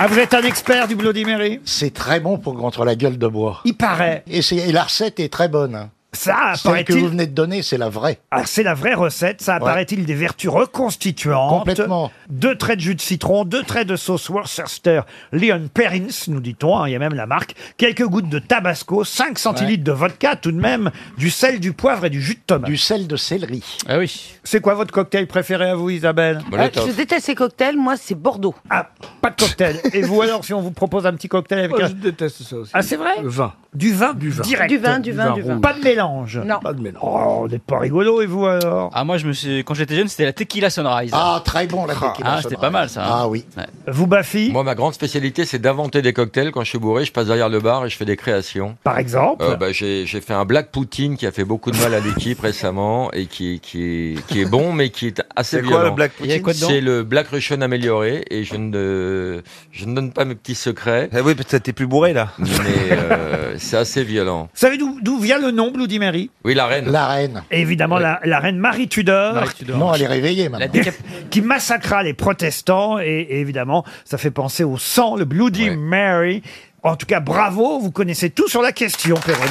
Speaker 3: Ah, vous êtes un expert du Bloody Mary
Speaker 12: C'est très bon pour contre la gueule de bois.
Speaker 3: Il paraît.
Speaker 12: Et, c'est- et la recette est très bonne. hein.
Speaker 3: Ça,
Speaker 12: Celle que
Speaker 3: paraît-il-
Speaker 12: vous venez de donner, c'est la vraie.
Speaker 3: Alors, c'est la vraie recette, ça apparaît il des vertus reconstituantes.
Speaker 12: Complètement.
Speaker 3: Deux traits de jus de citron, deux traits de sauce Worcester, Leon Perrins, nous dit-on, hein, il y a même la marque, quelques gouttes de tabasco, 5 centilitres de vodka tout de même, du sel, du poivre et du jus de tomate. Du
Speaker 12: sel de céleri.
Speaker 3: Ah oui. Bah, C'est quoi votre cocktail préféré à vous, Isabelle
Speaker 4: Euh, je déteste ces cocktails, moi c'est Bordeaux.
Speaker 3: Ah, pas de cocktail. Et vous alors, si on vous propose un petit cocktail avec un...
Speaker 4: déteste ça aussi.
Speaker 3: Ah, c'est vrai
Speaker 4: Le vin.
Speaker 3: Du vin
Speaker 4: Du vin.
Speaker 3: direct.
Speaker 4: Du vin, du vin, du vin.
Speaker 3: Pas de mélange.
Speaker 4: Non.
Speaker 3: Pas de mélange. Oh, on n'est pas rigolo, et vous euh alors
Speaker 6: Ah, moi, je me suis... quand j'étais jeune, c'était la tequila sunrise.
Speaker 12: Ah, très bon, la tequila
Speaker 6: Ah, c'était
Speaker 12: sunrise.
Speaker 6: pas mal, ça.
Speaker 12: Ah oui.
Speaker 3: Vous, Bafi
Speaker 13: Moi, ma grande spécialité, c'est d'inventer des cocktails. Quand je suis bourré, je passe derrière le bar et je fais des créations.
Speaker 3: Par exemple
Speaker 13: Euh, bah, J'ai j'ai fait un Black Poutine qui a fait beaucoup de mal à l'équipe récemment et qui, qui, est, qui est bon, mais qui est assez
Speaker 2: C'est quoi,
Speaker 13: violent.
Speaker 2: le Black Il y a quoi dedans
Speaker 13: C'est le Black Russian amélioré et je ne, je ne donne pas mes petits secrets.
Speaker 2: Eh oui, peut-être t'es plus bourré là.
Speaker 13: Mais euh, c'est assez violent.
Speaker 3: Vous savez d'où d'où vient le nom Bloody Mary
Speaker 13: Oui, la reine.
Speaker 12: La reine.
Speaker 3: Et Évidemment, la, la reine Marie Tudor,
Speaker 13: Marie Tudor.
Speaker 12: Non, elle est réveillée
Speaker 3: La
Speaker 12: maintenant.
Speaker 3: décap- qui massacra les protestants. Et, et évidemment, ça fait penser au sang, le Bloody Mary. En tout cas, bravo, vous connaissez tout sur la question, Péroni.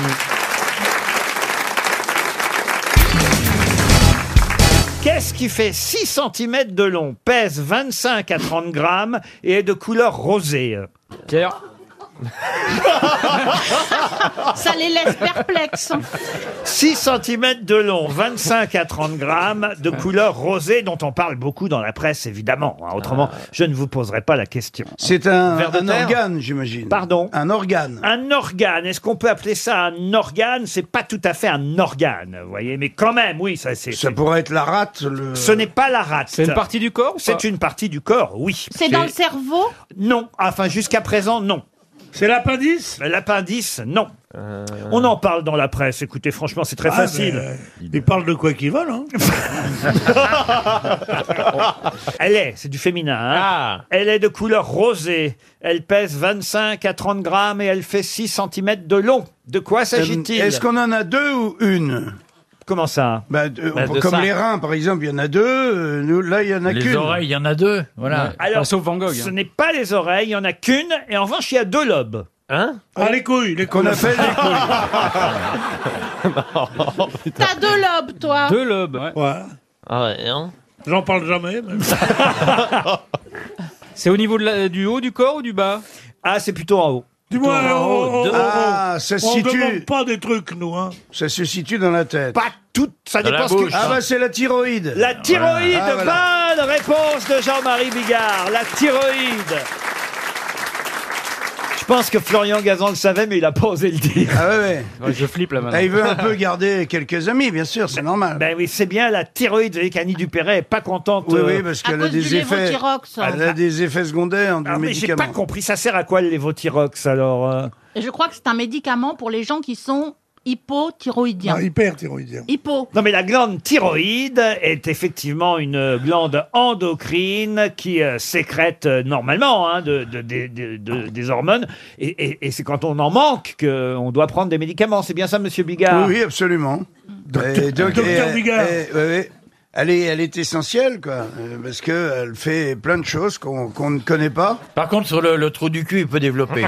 Speaker 3: Qu'est-ce qui fait 6 cm de long, pèse 25 à 30 grammes et est de couleur rosée Pierre
Speaker 4: Ça les laisse perplexes.
Speaker 3: 6 cm de long, 25 à 30 grammes, de couleur rosée, dont on parle beaucoup dans la presse, évidemment. hein. Autrement,
Speaker 7: Ah.
Speaker 3: je ne vous poserai pas la question.
Speaker 4: C'est un,
Speaker 3: Vers de
Speaker 4: un
Speaker 3: terre Bah,
Speaker 4: organe, j'imagine.
Speaker 3: Pardon
Speaker 4: Un organe.
Speaker 3: Un organe. Est-ce qu'on peut appeler ça un organe C'est pas tout à fait un organe, vous voyez, mais quand même, oui, ça c'est.
Speaker 4: Ça pourrait être la rate. Le...
Speaker 3: Ce n'est pas la rate.
Speaker 4: C'est une partie
Speaker 3: du corps C'est une partie du corps, oui.
Speaker 25: C'est dans le cerveau
Speaker 3: Non. Enfin, jusqu'à présent, non. C'est l'appendice L'appendice, non. On en parle dans la presse. Écoutez, franchement, c'est très
Speaker 7: Euh. Ah,
Speaker 3: facile.
Speaker 7: mais, euh, ils parlent de quoi qu'ils veulent. Hein.
Speaker 3: Elle est, c'est du féminin. hein.
Speaker 6: Ah.
Speaker 3: Elle est de couleur rosée. Elle pèse 25 à 30 grammes et elle fait 6 cm de long. De
Speaker 7: Euh,
Speaker 3: quoi s'agit-il
Speaker 4: Euh, Est-ce qu'on en a deux ou une euh,
Speaker 3: Comment ça Bah, de
Speaker 4: Comme
Speaker 3: ça.
Speaker 4: les reins, par exemple, il y en a deux. euh, nous, là, il y en a
Speaker 3: Les
Speaker 4: qu'une.
Speaker 3: oreilles,
Speaker 4: il y en a deux.
Speaker 3: Ouais. Hein? Alors,
Speaker 6: hein.
Speaker 3: Ce n'est pas les oreilles, il n'y en a qu'une, et en revanche, il y a deux lobes. Hein
Speaker 7: Ah, les couilles, les couilles.
Speaker 4: Qu'on appelle les couilles.
Speaker 20: Oh,
Speaker 25: T'as deux lobes, toi.
Speaker 7: lobes. Ouais.
Speaker 6: Ah hein.
Speaker 7: J'en parle jamais. mais-
Speaker 6: C'est au niveau de la- du haut du corps ou du bas
Speaker 3: Ah, c'est plutôt en haut.
Speaker 7: Dis-moi,
Speaker 4: Plutôt en
Speaker 3: oh,
Speaker 4: haut,
Speaker 7: on,
Speaker 4: de-
Speaker 7: on-
Speaker 4: Ah,
Speaker 7: on-
Speaker 4: ça se
Speaker 7: on
Speaker 4: situe.
Speaker 7: demande pas des trucs, nous. Hein.
Speaker 4: Ça se situe dans la tête.
Speaker 3: Pas tout, ça
Speaker 7: Dans la dépend ce que- bouche.
Speaker 4: Ah bah c'est la thyroïde.
Speaker 3: La thyroïde,
Speaker 4: Ah, voilà.
Speaker 3: bonne réponse de Jean-Marie Bigard, la thyroïde. Je pense que Florian Gazan le savait, mais il a pas osé le dire.
Speaker 4: Ah ouais, ouais.
Speaker 6: Je flippe
Speaker 3: bah
Speaker 6: là
Speaker 4: Ah, il veut un peu garder quelques amis, bien sûr, c'est normal.
Speaker 3: Ben oui, c'est bien, la thyroïde, vous voyez qu'Annie Dupéret est pas contente.
Speaker 4: Oui,
Speaker 3: euh,
Speaker 4: oui, parce qu'elle a des effets. Ah, Elle a des effets secondaires hein, du
Speaker 3: Ah, mais j'ai
Speaker 4: médicament.
Speaker 3: pas compris, ça sert à quoi le lévothyrox alors euh
Speaker 25: Je crois que c'est un médicament pour les gens qui sont
Speaker 11: Ah,
Speaker 3: Bah,
Speaker 25: hypothyroïdien.
Speaker 7: hyperthyroïdien.
Speaker 25: Hypo.
Speaker 3: Non, mais la glande thyroïde est effectivement une glande endocrine qui euh, sécrète euh, normalement hein, de, de- de- de- de- des hormones. Et, et- et c'est quand on en manque qu'on doit prendre des médicaments. C'est bien ça, monsieur Bigard
Speaker 2: Oui, oui, absolument. Et donc,
Speaker 3: Docteur
Speaker 2: et-
Speaker 3: Bigard.
Speaker 2: et- ouais, ouais. Elle est, elle est essentielle, quoi, euh, parce que elle fait plein de choses qu'on qu'on ne connaît pas.
Speaker 26: Par contre, sur le, le trou du cul, il peut développer.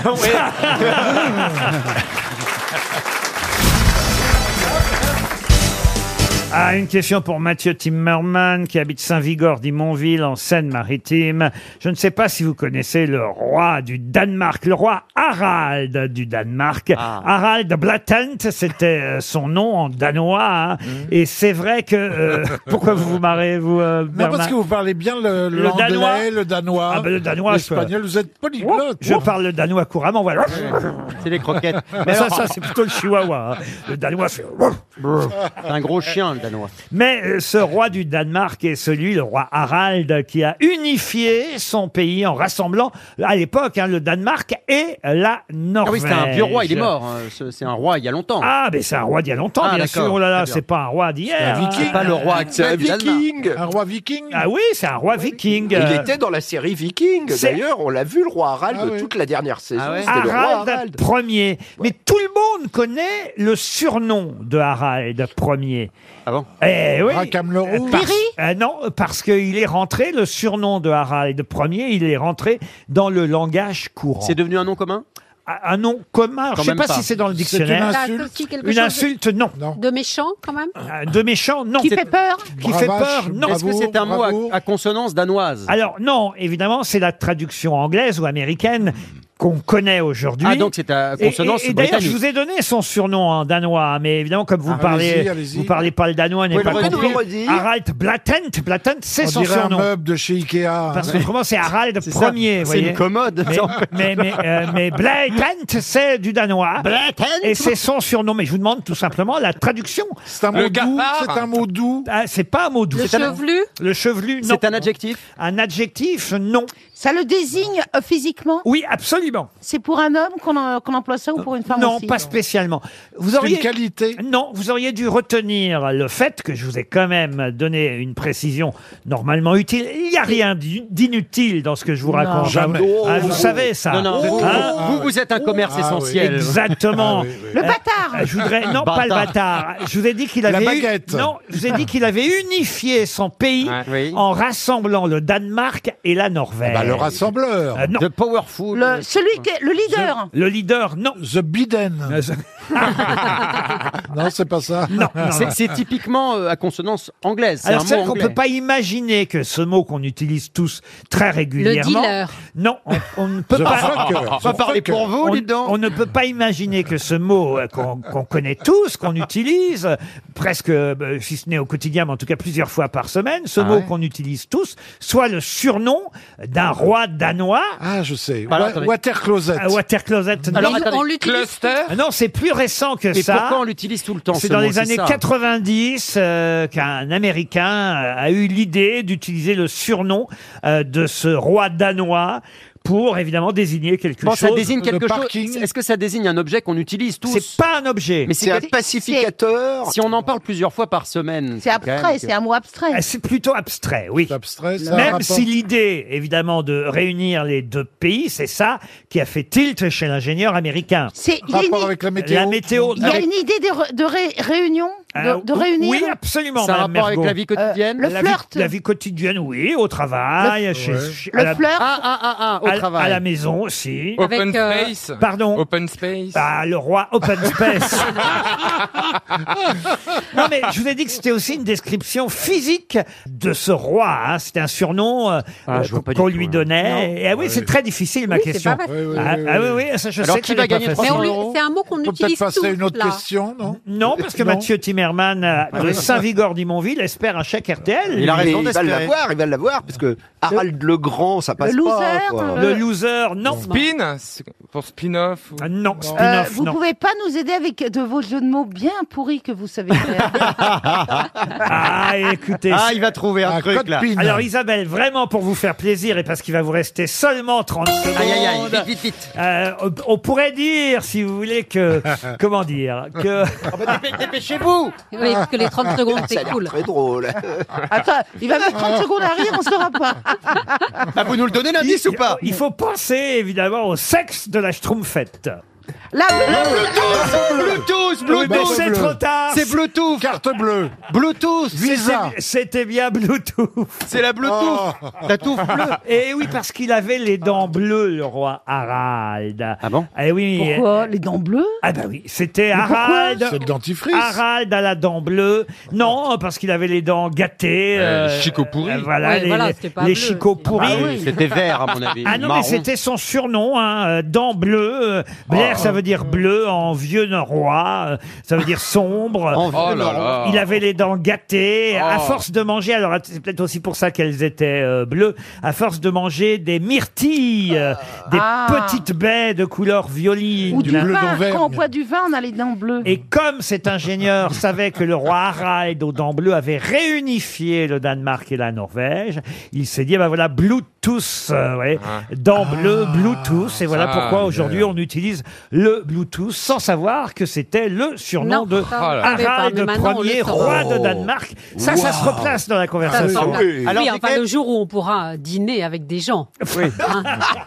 Speaker 3: Ah, une question pour Mathieu Timmerman qui habite Saint-Vigor d'Imonville en Seine-Maritime. Je ne sais pas si vous connaissez le roi du Danemark, le roi Harald du Danemark.
Speaker 27: Ah.
Speaker 3: Harald Blatant, c'était euh, son nom en danois. hein.
Speaker 27: Mhm.
Speaker 3: Et c'est vrai que... euh, pourquoi vous vous marrez, vous euh,
Speaker 16: Non, parce
Speaker 3: Bernard
Speaker 16: que vous parlez bien le,
Speaker 3: Le
Speaker 16: l'anglais,
Speaker 3: danois.
Speaker 16: le danois,
Speaker 3: Ah, ben, le danois, je peux-
Speaker 16: l'espagnol. Vous êtes polyglotte.
Speaker 3: Je parle le danois couramment, voilà.
Speaker 27: C'est les croquettes.
Speaker 3: Mais ça, ça c'est plutôt le chihuahua. hein. Le danois fait...
Speaker 27: C'est un gros chien, le danois.
Speaker 3: Mais euh, ce roi du Danemark est celui, le roi Harald, qui a unifié son pays en rassemblant, à l'époque, hein, le Danemark et la
Speaker 27: Ah
Speaker 3: Norvège.
Speaker 27: oui, c'était un vieux roi, il est mort. hein. C'est c'est un roi il y a longtemps.
Speaker 3: Ah, mais c'est un roi d'il y a longtemps,
Speaker 27: Ah,
Speaker 3: bien
Speaker 27: d'accord,
Speaker 3: sûr. Oh là là,
Speaker 27: très bien.
Speaker 3: c'est pas un roi d'hier.
Speaker 27: C'est un viking.
Speaker 3: hein.
Speaker 27: Pas le roi actuel du Danemark.
Speaker 16: Un roi viking
Speaker 3: Ah oui, c'est un roi viking.
Speaker 26: Il
Speaker 3: euh,
Speaker 26: était dans la série Viking.
Speaker 3: c'est-
Speaker 26: D'ailleurs, on l'a vu, le roi Harald,
Speaker 3: Ah oui.
Speaker 26: toute la dernière saison.
Speaker 3: Ah ouais.
Speaker 26: C'était le roi
Speaker 3: Harald,
Speaker 26: Harald.
Speaker 3: Ier. Mais tout le monde connaît le surnom de Harald Ier. Ah bon Eh oui.
Speaker 16: Rackham le Roux.
Speaker 3: Parce- euh, non, parce qu'il est rentré, le surnom de Harald Ier, il est rentré dans le langage courant. Ah,
Speaker 27: C'est devenu un nom commun
Speaker 3: un nom commun. Je
Speaker 27: Quand
Speaker 3: sais
Speaker 27: même
Speaker 3: pas,
Speaker 27: pas.
Speaker 3: si c'est dans le
Speaker 27: C'est une
Speaker 3: dictionnaire.
Speaker 27: insulte.
Speaker 17: Ça signifie quelque
Speaker 3: Une
Speaker 17: chose de-
Speaker 3: insulte, non.
Speaker 17: De méchant, quand même
Speaker 3: Euh, De méchant, non.
Speaker 17: Qui fait peur
Speaker 3: Qui fait peur, non.
Speaker 27: Est-ce que c'est un mot à- à, consonance danoise
Speaker 3: Alors non, évidemment, c'est la traduction anglaise ou américaine qu'on connaît aujourd'hui.
Speaker 27: Ah, donc c'est à
Speaker 3: Et-
Speaker 27: consonance
Speaker 3: Et, et d'ailleurs, je
Speaker 27: britannique.
Speaker 3: vous ai donné son surnom en danois, mais évidemment, comme vous
Speaker 27: Ah,
Speaker 3: parlez,
Speaker 27: allez-y, allez-y.
Speaker 3: vous parlez pas le danois, n'est
Speaker 27: Vous
Speaker 3: pas
Speaker 27: pouvez nous le
Speaker 3: compris.
Speaker 27: redire
Speaker 3: Harald Blatent, Blatent, c'est
Speaker 16: On
Speaker 3: son
Speaker 16: dirait un
Speaker 3: surnom.
Speaker 16: meuble de chez Ikea.
Speaker 3: Parce que autrement, c'est Harald
Speaker 16: C'est ça.
Speaker 3: premier.
Speaker 16: C'est
Speaker 3: voyez.
Speaker 16: une commode.
Speaker 3: Mais, mais, mais, euh, mais Blatant, c'est du danois.
Speaker 27: Blatant
Speaker 3: Et c'est son surnom. Mais je vous demande tout simplement la traduction. C'est un
Speaker 27: mot Le doux, gafard. c'est un
Speaker 3: mot doux. Ah, c'est pas un mot doux.
Speaker 27: Le
Speaker 3: C'est un-
Speaker 27: chevelu
Speaker 3: Le chevelu, non.
Speaker 27: C'est un adjectif
Speaker 3: Un adjectif, non.
Speaker 17: Ça le désigne euh, physiquement
Speaker 3: Oui, absolument.
Speaker 17: C'est pour un homme qu'on en- qu'on emploie ça ou pour une femme
Speaker 3: Non,
Speaker 17: aussi
Speaker 3: pas spécialement. Vous
Speaker 17: C'est
Speaker 3: auriez
Speaker 17: une
Speaker 3: qualité. Non, vous auriez dû retenir le fait que je vous ai quand même donné une précision normalement utile. Il n'y a rien d'in- d'inutile dans ce que je vous raconte.
Speaker 27: Jamais. Oh.
Speaker 3: Ah, vous savez ça.
Speaker 27: Non, non, vous,
Speaker 3: Hein
Speaker 27: vous, vous êtes un commerce essentiel. Ah,
Speaker 3: Exactement. Euh, Je voudrais non pas le bâtard. Je vous ai dit qu'il
Speaker 27: La
Speaker 3: avait eu-
Speaker 27: baguette. Ah,
Speaker 3: non, je vous ai dit qu'il avait unifié son pays en rassemblant le Danemark et la Norvège.
Speaker 16: Bah, le rassembleur.
Speaker 3: Euh, non.
Speaker 27: The powerful.
Speaker 17: Le- celui qui est- le leader.
Speaker 3: Euh, Le leader, non.
Speaker 16: The Biden.
Speaker 27: Non, c'est pas ça.
Speaker 16: non, non.
Speaker 27: c'est, typiquement euh, à consonance anglaise. C'est
Speaker 3: Alors c'est
Speaker 27: un
Speaker 3: vrai
Speaker 27: mot
Speaker 3: qu'on
Speaker 27: anglais.
Speaker 3: peut pas imaginer que ce mot qu'on utilise tous très régulièrement.
Speaker 27: dealer.
Speaker 3: Non, on, on ne peut
Speaker 27: The
Speaker 3: pas.
Speaker 27: fucker. On va The parler fucker. pour vous,
Speaker 3: on,
Speaker 27: dis donc.
Speaker 3: on ne peut pas imaginer que ce mot euh, qu'on qu'on connaît tous, qu'on utilise euh, presque, euh, si ce n'est au quotidien, mais en tout cas plusieurs fois par semaine, ce mot qu'on utilise tous, soit le surnom d'un roi danois.
Speaker 16: Ah, je sais.
Speaker 3: Bah, alors,
Speaker 16: Wa-
Speaker 3: attendez.
Speaker 16: Water Closet.
Speaker 3: Euh, Water Closet. non.
Speaker 27: Alors, Mais attendez. on l'utilise Cluster
Speaker 3: Ah Non, c'est plus récent que
Speaker 27: Mais
Speaker 3: ça.
Speaker 27: pourquoi on l'utilise tout le temps
Speaker 3: C'est
Speaker 27: ce
Speaker 3: dans
Speaker 27: mot,
Speaker 3: les années
Speaker 27: ça hein.
Speaker 3: 90 euh, qu'un Américain euh, a eu l'idée d'utiliser le surnom euh, de ce roi danois pour évidemment désigner quelque
Speaker 27: Bon,
Speaker 3: chose.
Speaker 27: ça désigne quelque chose. Est-ce que ça désigne un objet qu'on utilise tous
Speaker 3: C'est pas un objet.
Speaker 27: Mais c'est un pacificateur. Si on en parle plusieurs fois par semaine.
Speaker 17: C'est abstrait, c'est un mot abstrait.
Speaker 3: Ah, C'est plutôt abstrait, oui.
Speaker 16: ça a un
Speaker 3: Même
Speaker 16: rapport.
Speaker 3: si l'idée, évidemment, de réunir les deux pays, c'est ça qui a fait tilt chez l'ingénieur américain.
Speaker 17: C'est- il y a une- Rapport avec
Speaker 16: la météo.
Speaker 3: La météo.
Speaker 17: Il y a
Speaker 3: avec-
Speaker 17: une idée de, re- de ré- réunion De,
Speaker 3: Euh,
Speaker 17: de
Speaker 3: ou-
Speaker 17: réunir
Speaker 3: Oui, absolument.
Speaker 27: Ça a
Speaker 3: madame
Speaker 27: rapport avec
Speaker 3: Mergo.
Speaker 27: la vie quotidienne
Speaker 17: Euh, le
Speaker 3: la vie-
Speaker 17: flirt.
Speaker 3: La vie quotidienne, oui, au travail, chez, chez- à la-
Speaker 27: Ah, ah, ah, ah, au
Speaker 3: à,
Speaker 27: travail.
Speaker 3: à la maison aussi.
Speaker 27: Avec, Open euh,
Speaker 3: space. Pardon. Open space. Bah, le roi open space. non mais je vous ai dit que c'était aussi une description physique de ce roi. hein. C'était un surnom euh,
Speaker 27: Ah,
Speaker 3: euh,
Speaker 27: je vois pas du
Speaker 3: qu'on
Speaker 27: tout,
Speaker 3: lui
Speaker 27: hein.
Speaker 3: donnait. Et, ah oui,
Speaker 27: Ouais.
Speaker 3: c'est très difficile ma
Speaker 27: Oui, c'est
Speaker 3: question.
Speaker 27: pas facile.
Speaker 16: Oui, oui,
Speaker 3: ah,
Speaker 16: oui,
Speaker 3: ah
Speaker 16: oui.
Speaker 3: oui, oui, ça je
Speaker 27: Alors,
Speaker 3: sais.
Speaker 27: qui
Speaker 3: qu'elle
Speaker 27: va
Speaker 3: est pas
Speaker 27: gagner
Speaker 3: facile.
Speaker 27: 300
Speaker 17: Mais on lui- c'est un mot qu'on
Speaker 16: peut
Speaker 17: utilise
Speaker 16: peut-être passer
Speaker 17: tous,
Speaker 16: à une autre
Speaker 17: là.
Speaker 16: question, non
Speaker 3: Non, parce que Mathieu Zimmermann euh,
Speaker 28: Ah
Speaker 3: de
Speaker 28: oui.
Speaker 3: Saint-Vigor-d'Imonville espère un chèque RTL.
Speaker 28: Il a
Speaker 3: lui.
Speaker 28: raison d'espérer. Ils veulent l'avoir, ils veulent l'avoir, parce que Harald le Grand, ça passe pas. quoi.
Speaker 27: euh,
Speaker 17: euh,
Speaker 3: Le loser, non.
Speaker 1: Spin c'est Pour spin-off
Speaker 3: Non,
Speaker 11: Euh, vous pouvez pas nous aider avec de vos jeux de mots bien pourris que vous savez faire.
Speaker 3: Ah, écoutez.
Speaker 28: Ah, il va trouver un truc,
Speaker 3: code
Speaker 28: là.
Speaker 3: PIN. Alors, Isabelle, vraiment pour vous faire plaisir et parce qu'il va vous rester seulement 30 secondes.
Speaker 28: Aïe, aïe, aïe, vite,
Speaker 3: euh, on- on pourrait dire, si vous voulez, que. comment dire que...
Speaker 27: Ah,
Speaker 28: Dépêchez-vous
Speaker 17: Oui, parce que les 30 secondes, c'est
Speaker 28: Ça a l'air
Speaker 17: cool. Euh,
Speaker 28: très drôle.
Speaker 17: Attends, il va mettre
Speaker 11: Ah.
Speaker 17: 30 secondes à rire, on saura pas.
Speaker 28: Bah,
Speaker 3: vous nous le donnez l'indice ou pas Il faut penser évidemment au sexe de la Schtroumpfette.
Speaker 17: La
Speaker 3: Ah.
Speaker 28: Bluetooth, Bluetooth,
Speaker 3: Mais c'est trop tard.
Speaker 28: C'est Bluetooth.
Speaker 3: Carte bleue.
Speaker 28: Bluetooth.
Speaker 3: Visa. C'était bien Bluetooth.
Speaker 28: C'est la Bluetooth. La touffe bleue.
Speaker 3: Et oui, parce qu'il avait les dents bleues, le roi Harald. Ah bon Eh oui.
Speaker 11: Pourquoi Les dents bleues
Speaker 3: Ah bah oui, c'était
Speaker 11: Mais pourquoi
Speaker 3: Harald.
Speaker 11: C'est le
Speaker 16: dentifrice.
Speaker 3: Harald à la dent bleue. Non, parce qu'il avait les dents gâtées.
Speaker 1: Euh, chicot pourri.
Speaker 3: Voilà,
Speaker 1: Ouais,
Speaker 3: les,
Speaker 1: voilà,
Speaker 3: les-
Speaker 1: c'était pas
Speaker 3: les
Speaker 1: bleu.
Speaker 3: chicots
Speaker 1: Ah bah
Speaker 3: pourris.
Speaker 1: oui. C'était vert, à mon avis,
Speaker 3: Ah non, mais
Speaker 1: marron. Oh.
Speaker 3: c'était son surnom, hein, euh, dent bleue. Euh, Blair, ça veut dire bleu en vieux norrois. euh, Ça veut dire sombre.
Speaker 1: En vieux Oh là norrois. là.
Speaker 3: Il avait les dents gâtées. À
Speaker 1: Oh.
Speaker 3: force de manger, alors c'est peut-être aussi pour ça qu'elles étaient euh, bleues, à force de manger des myrtilles, euh, des
Speaker 11: Ah.
Speaker 3: petites baies de couleur violine.
Speaker 11: Ou du vin. Quand on boit du vin, on a les dents bleues.
Speaker 3: Et comme cet ingénieur savait que le roi Harald aux dents bleues avait réunifié le Danemark et la Norvège, il s'est dit, bah voilà, Bluetooth, euh, ouais, dents bleues, Bluetooth, et voilà
Speaker 1: Ça,
Speaker 3: pourquoi aujourd'hui on utilise le Bluetooth sans savoir que c'était le surnom
Speaker 1: Non,
Speaker 3: de
Speaker 1: ça, on le savait pas,
Speaker 3: Harald
Speaker 1: mais maintenant, on le
Speaker 3: Ier,
Speaker 1: saura.
Speaker 3: roi de
Speaker 1: Oh.
Speaker 3: Danemark. Ça, ça se
Speaker 1: Wow.
Speaker 3: replace dans la
Speaker 1: Ça,
Speaker 3: conversation.
Speaker 1: ça, oui.
Speaker 17: Alors, Ah, oui, enfin, le jour où on pourra dîner avec des gens. Hein.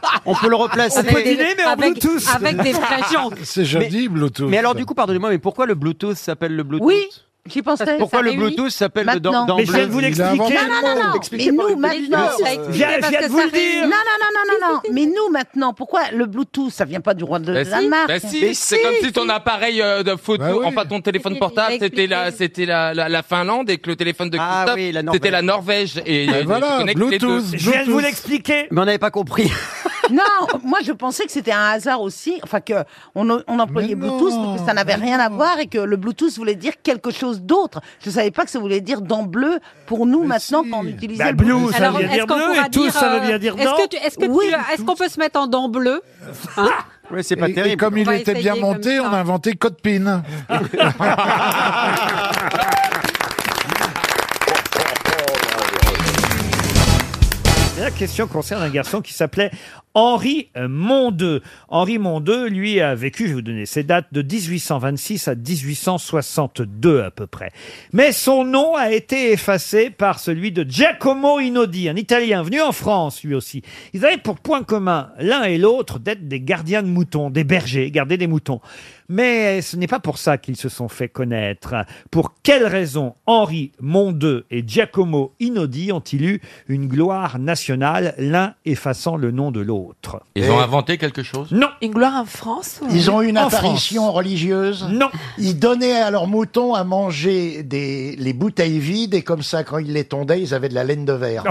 Speaker 1: On peut le replacer.
Speaker 17: On peut dîner, mais en Avec- Bluetooth. avec des vrais gens.
Speaker 16: C'est joli, Bluetooth.
Speaker 1: Mais alors, du coup, pardonnez-moi, mais pourquoi le Bluetooth s'appelle le Bluetooth
Speaker 11: Oui, j'y pensais.
Speaker 1: Pourquoi
Speaker 11: ça
Speaker 1: le
Speaker 11: réunit.
Speaker 1: Bluetooth s'appelle le
Speaker 11: Maintenant.
Speaker 1: dent- Mais je viens de vous
Speaker 11: Il a
Speaker 1: l'expliquer.
Speaker 11: inventé le Non, non,
Speaker 1: mot.
Speaker 11: non, mais
Speaker 1: Expliquez pas
Speaker 11: nous
Speaker 1: le
Speaker 11: maintenant.
Speaker 1: Bluetooth. Ça explique
Speaker 11: Viens,
Speaker 1: parce
Speaker 11: viens
Speaker 1: que
Speaker 11: de vous
Speaker 1: ça
Speaker 11: le dire. Non,
Speaker 1: réunit.
Speaker 11: non, non, non, non, non. Mais nous maintenant, pourquoi le Bluetooth, ça vient pas du roi de
Speaker 1: Bah si,
Speaker 11: Danemark
Speaker 1: bah si, c'est comme si ton appareil euh, de photo,
Speaker 13: Bah
Speaker 1: enfin ton téléphone portable, c'était la, c'était la, la, la Finlande et que le téléphone de Christophe, c'était Ah la Norvège. Et
Speaker 13: Bah
Speaker 3: Et
Speaker 1: et tu connectes les deux.
Speaker 3: Je viens de vous l'expliquer.
Speaker 1: Mais on n'avait pas compris.
Speaker 11: Non, moi je pensais que c'était un hasard aussi, enfin que on, on employait Bluetooth, mais que ça n'avait rien à voir et que le Bluetooth voulait dire quelque chose d'autre. Je savais pas que ça voulait dire dent bleu pour nous maintenant quand on utilisait
Speaker 3: Bah,
Speaker 11: le
Speaker 3: blue,
Speaker 11: Bluetooth.
Speaker 3: ça Alors, veut dire est-ce qu'on bleu, pourra et tous, dire, ça veut euh, bien dire
Speaker 17: Est-ce
Speaker 3: dent.
Speaker 17: que tu- est-ce que
Speaker 11: Oui,
Speaker 17: tu- est-ce qu'on peut se mettre en dents bleues hein
Speaker 16: Oui,
Speaker 1: c'est pas
Speaker 16: Et
Speaker 1: terrible.
Speaker 16: comme il
Speaker 17: On va
Speaker 16: était bien
Speaker 17: essayer comme
Speaker 16: monté,
Speaker 17: ça.
Speaker 16: on a inventé code PIN.
Speaker 3: La question concerne un garçon qui s'appelait Henri euh, Mondeux. Henri Mondeux, lui, a vécu, je vais vous donner ses dates, de 1826 à 1862 à peu près. Mais son nom a été effacé par celui de Giacomo Inaudi, un Italien venu en France lui aussi. Ils avaient pour point commun l'un et l'autre d'être des gardiens de moutons, des bergers, garder des moutons. Mais ce n'est pas pour ça qu'ils se sont fait connaître. Pour quelle raison Henri Mondeux et Giacomo Inaudi ont-ils eu une gloire nationale, l'un effaçant le nom de l'autre
Speaker 13: Ils
Speaker 2: Eh.
Speaker 13: ont inventé quelque chose
Speaker 3: Non.
Speaker 15: Une gloire en France ou-
Speaker 2: Ils ont eu une
Speaker 3: En
Speaker 2: apparition religieuse.
Speaker 3: Non.
Speaker 2: Ils donnaient à leurs moutons à manger des, les bouteilles vides et comme ça, quand ils les tondaient, ils avaient de la laine de verre.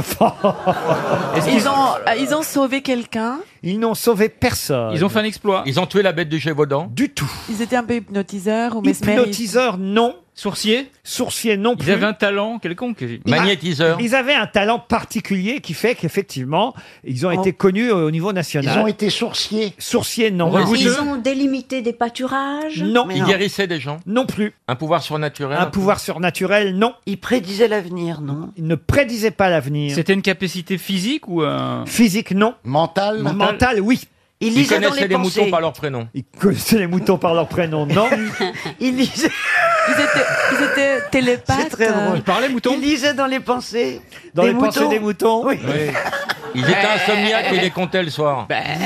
Speaker 15: Ils ont, euh, ils ont sauvé quelqu'un.
Speaker 3: Ils n'ont sauvé personne.
Speaker 13: Ils ont
Speaker 3: fait un exploit.
Speaker 13: Ils ont tué la bête du Gévaudan
Speaker 3: Du tout.
Speaker 15: Ils étaient un peu hypnotiseurs
Speaker 2: Oh,
Speaker 15: ou mesméristes.
Speaker 3: Hypnotiseur, non. Sourcier Sourcier, non plus.
Speaker 29: Ils avaient un talent quelconque.
Speaker 13: Magnétiseur.
Speaker 3: Ils avaient un talent particulier qui fait qu'effectivement, ils ont
Speaker 2: Oh.
Speaker 3: été connus au niveau national.
Speaker 2: Ils ont été sourciers.
Speaker 3: Sourcier, non.
Speaker 9: Ils ont délimité des pâturages
Speaker 3: Non.
Speaker 13: Ils guérissaient des gens
Speaker 3: Non plus.
Speaker 13: Un pouvoir surnaturel
Speaker 3: Un pouvoir surnaturel, non.
Speaker 9: Ils prédisaient l'avenir, non
Speaker 3: Ils ne prédisaient pas l'avenir.
Speaker 29: C'était une capacité physique ou
Speaker 6: euh,
Speaker 29: un.
Speaker 3: Physique, non.
Speaker 2: Mental
Speaker 3: Mental, oui.
Speaker 9: Ils
Speaker 13: Ils connaissaient les moutons par leur prénom.
Speaker 3: Ils connaissaient les moutons par leur prénom, non
Speaker 9: Ils lisaient.
Speaker 15: Ils étaient, ils étaient télépathes.
Speaker 9: C'est très drôle.
Speaker 15: euh,
Speaker 9: Ils lisaient dans les pensées.
Speaker 3: Dans les pensées des moutons
Speaker 9: Oui.
Speaker 13: Ils étaient insomniaques et les comptaient le soir.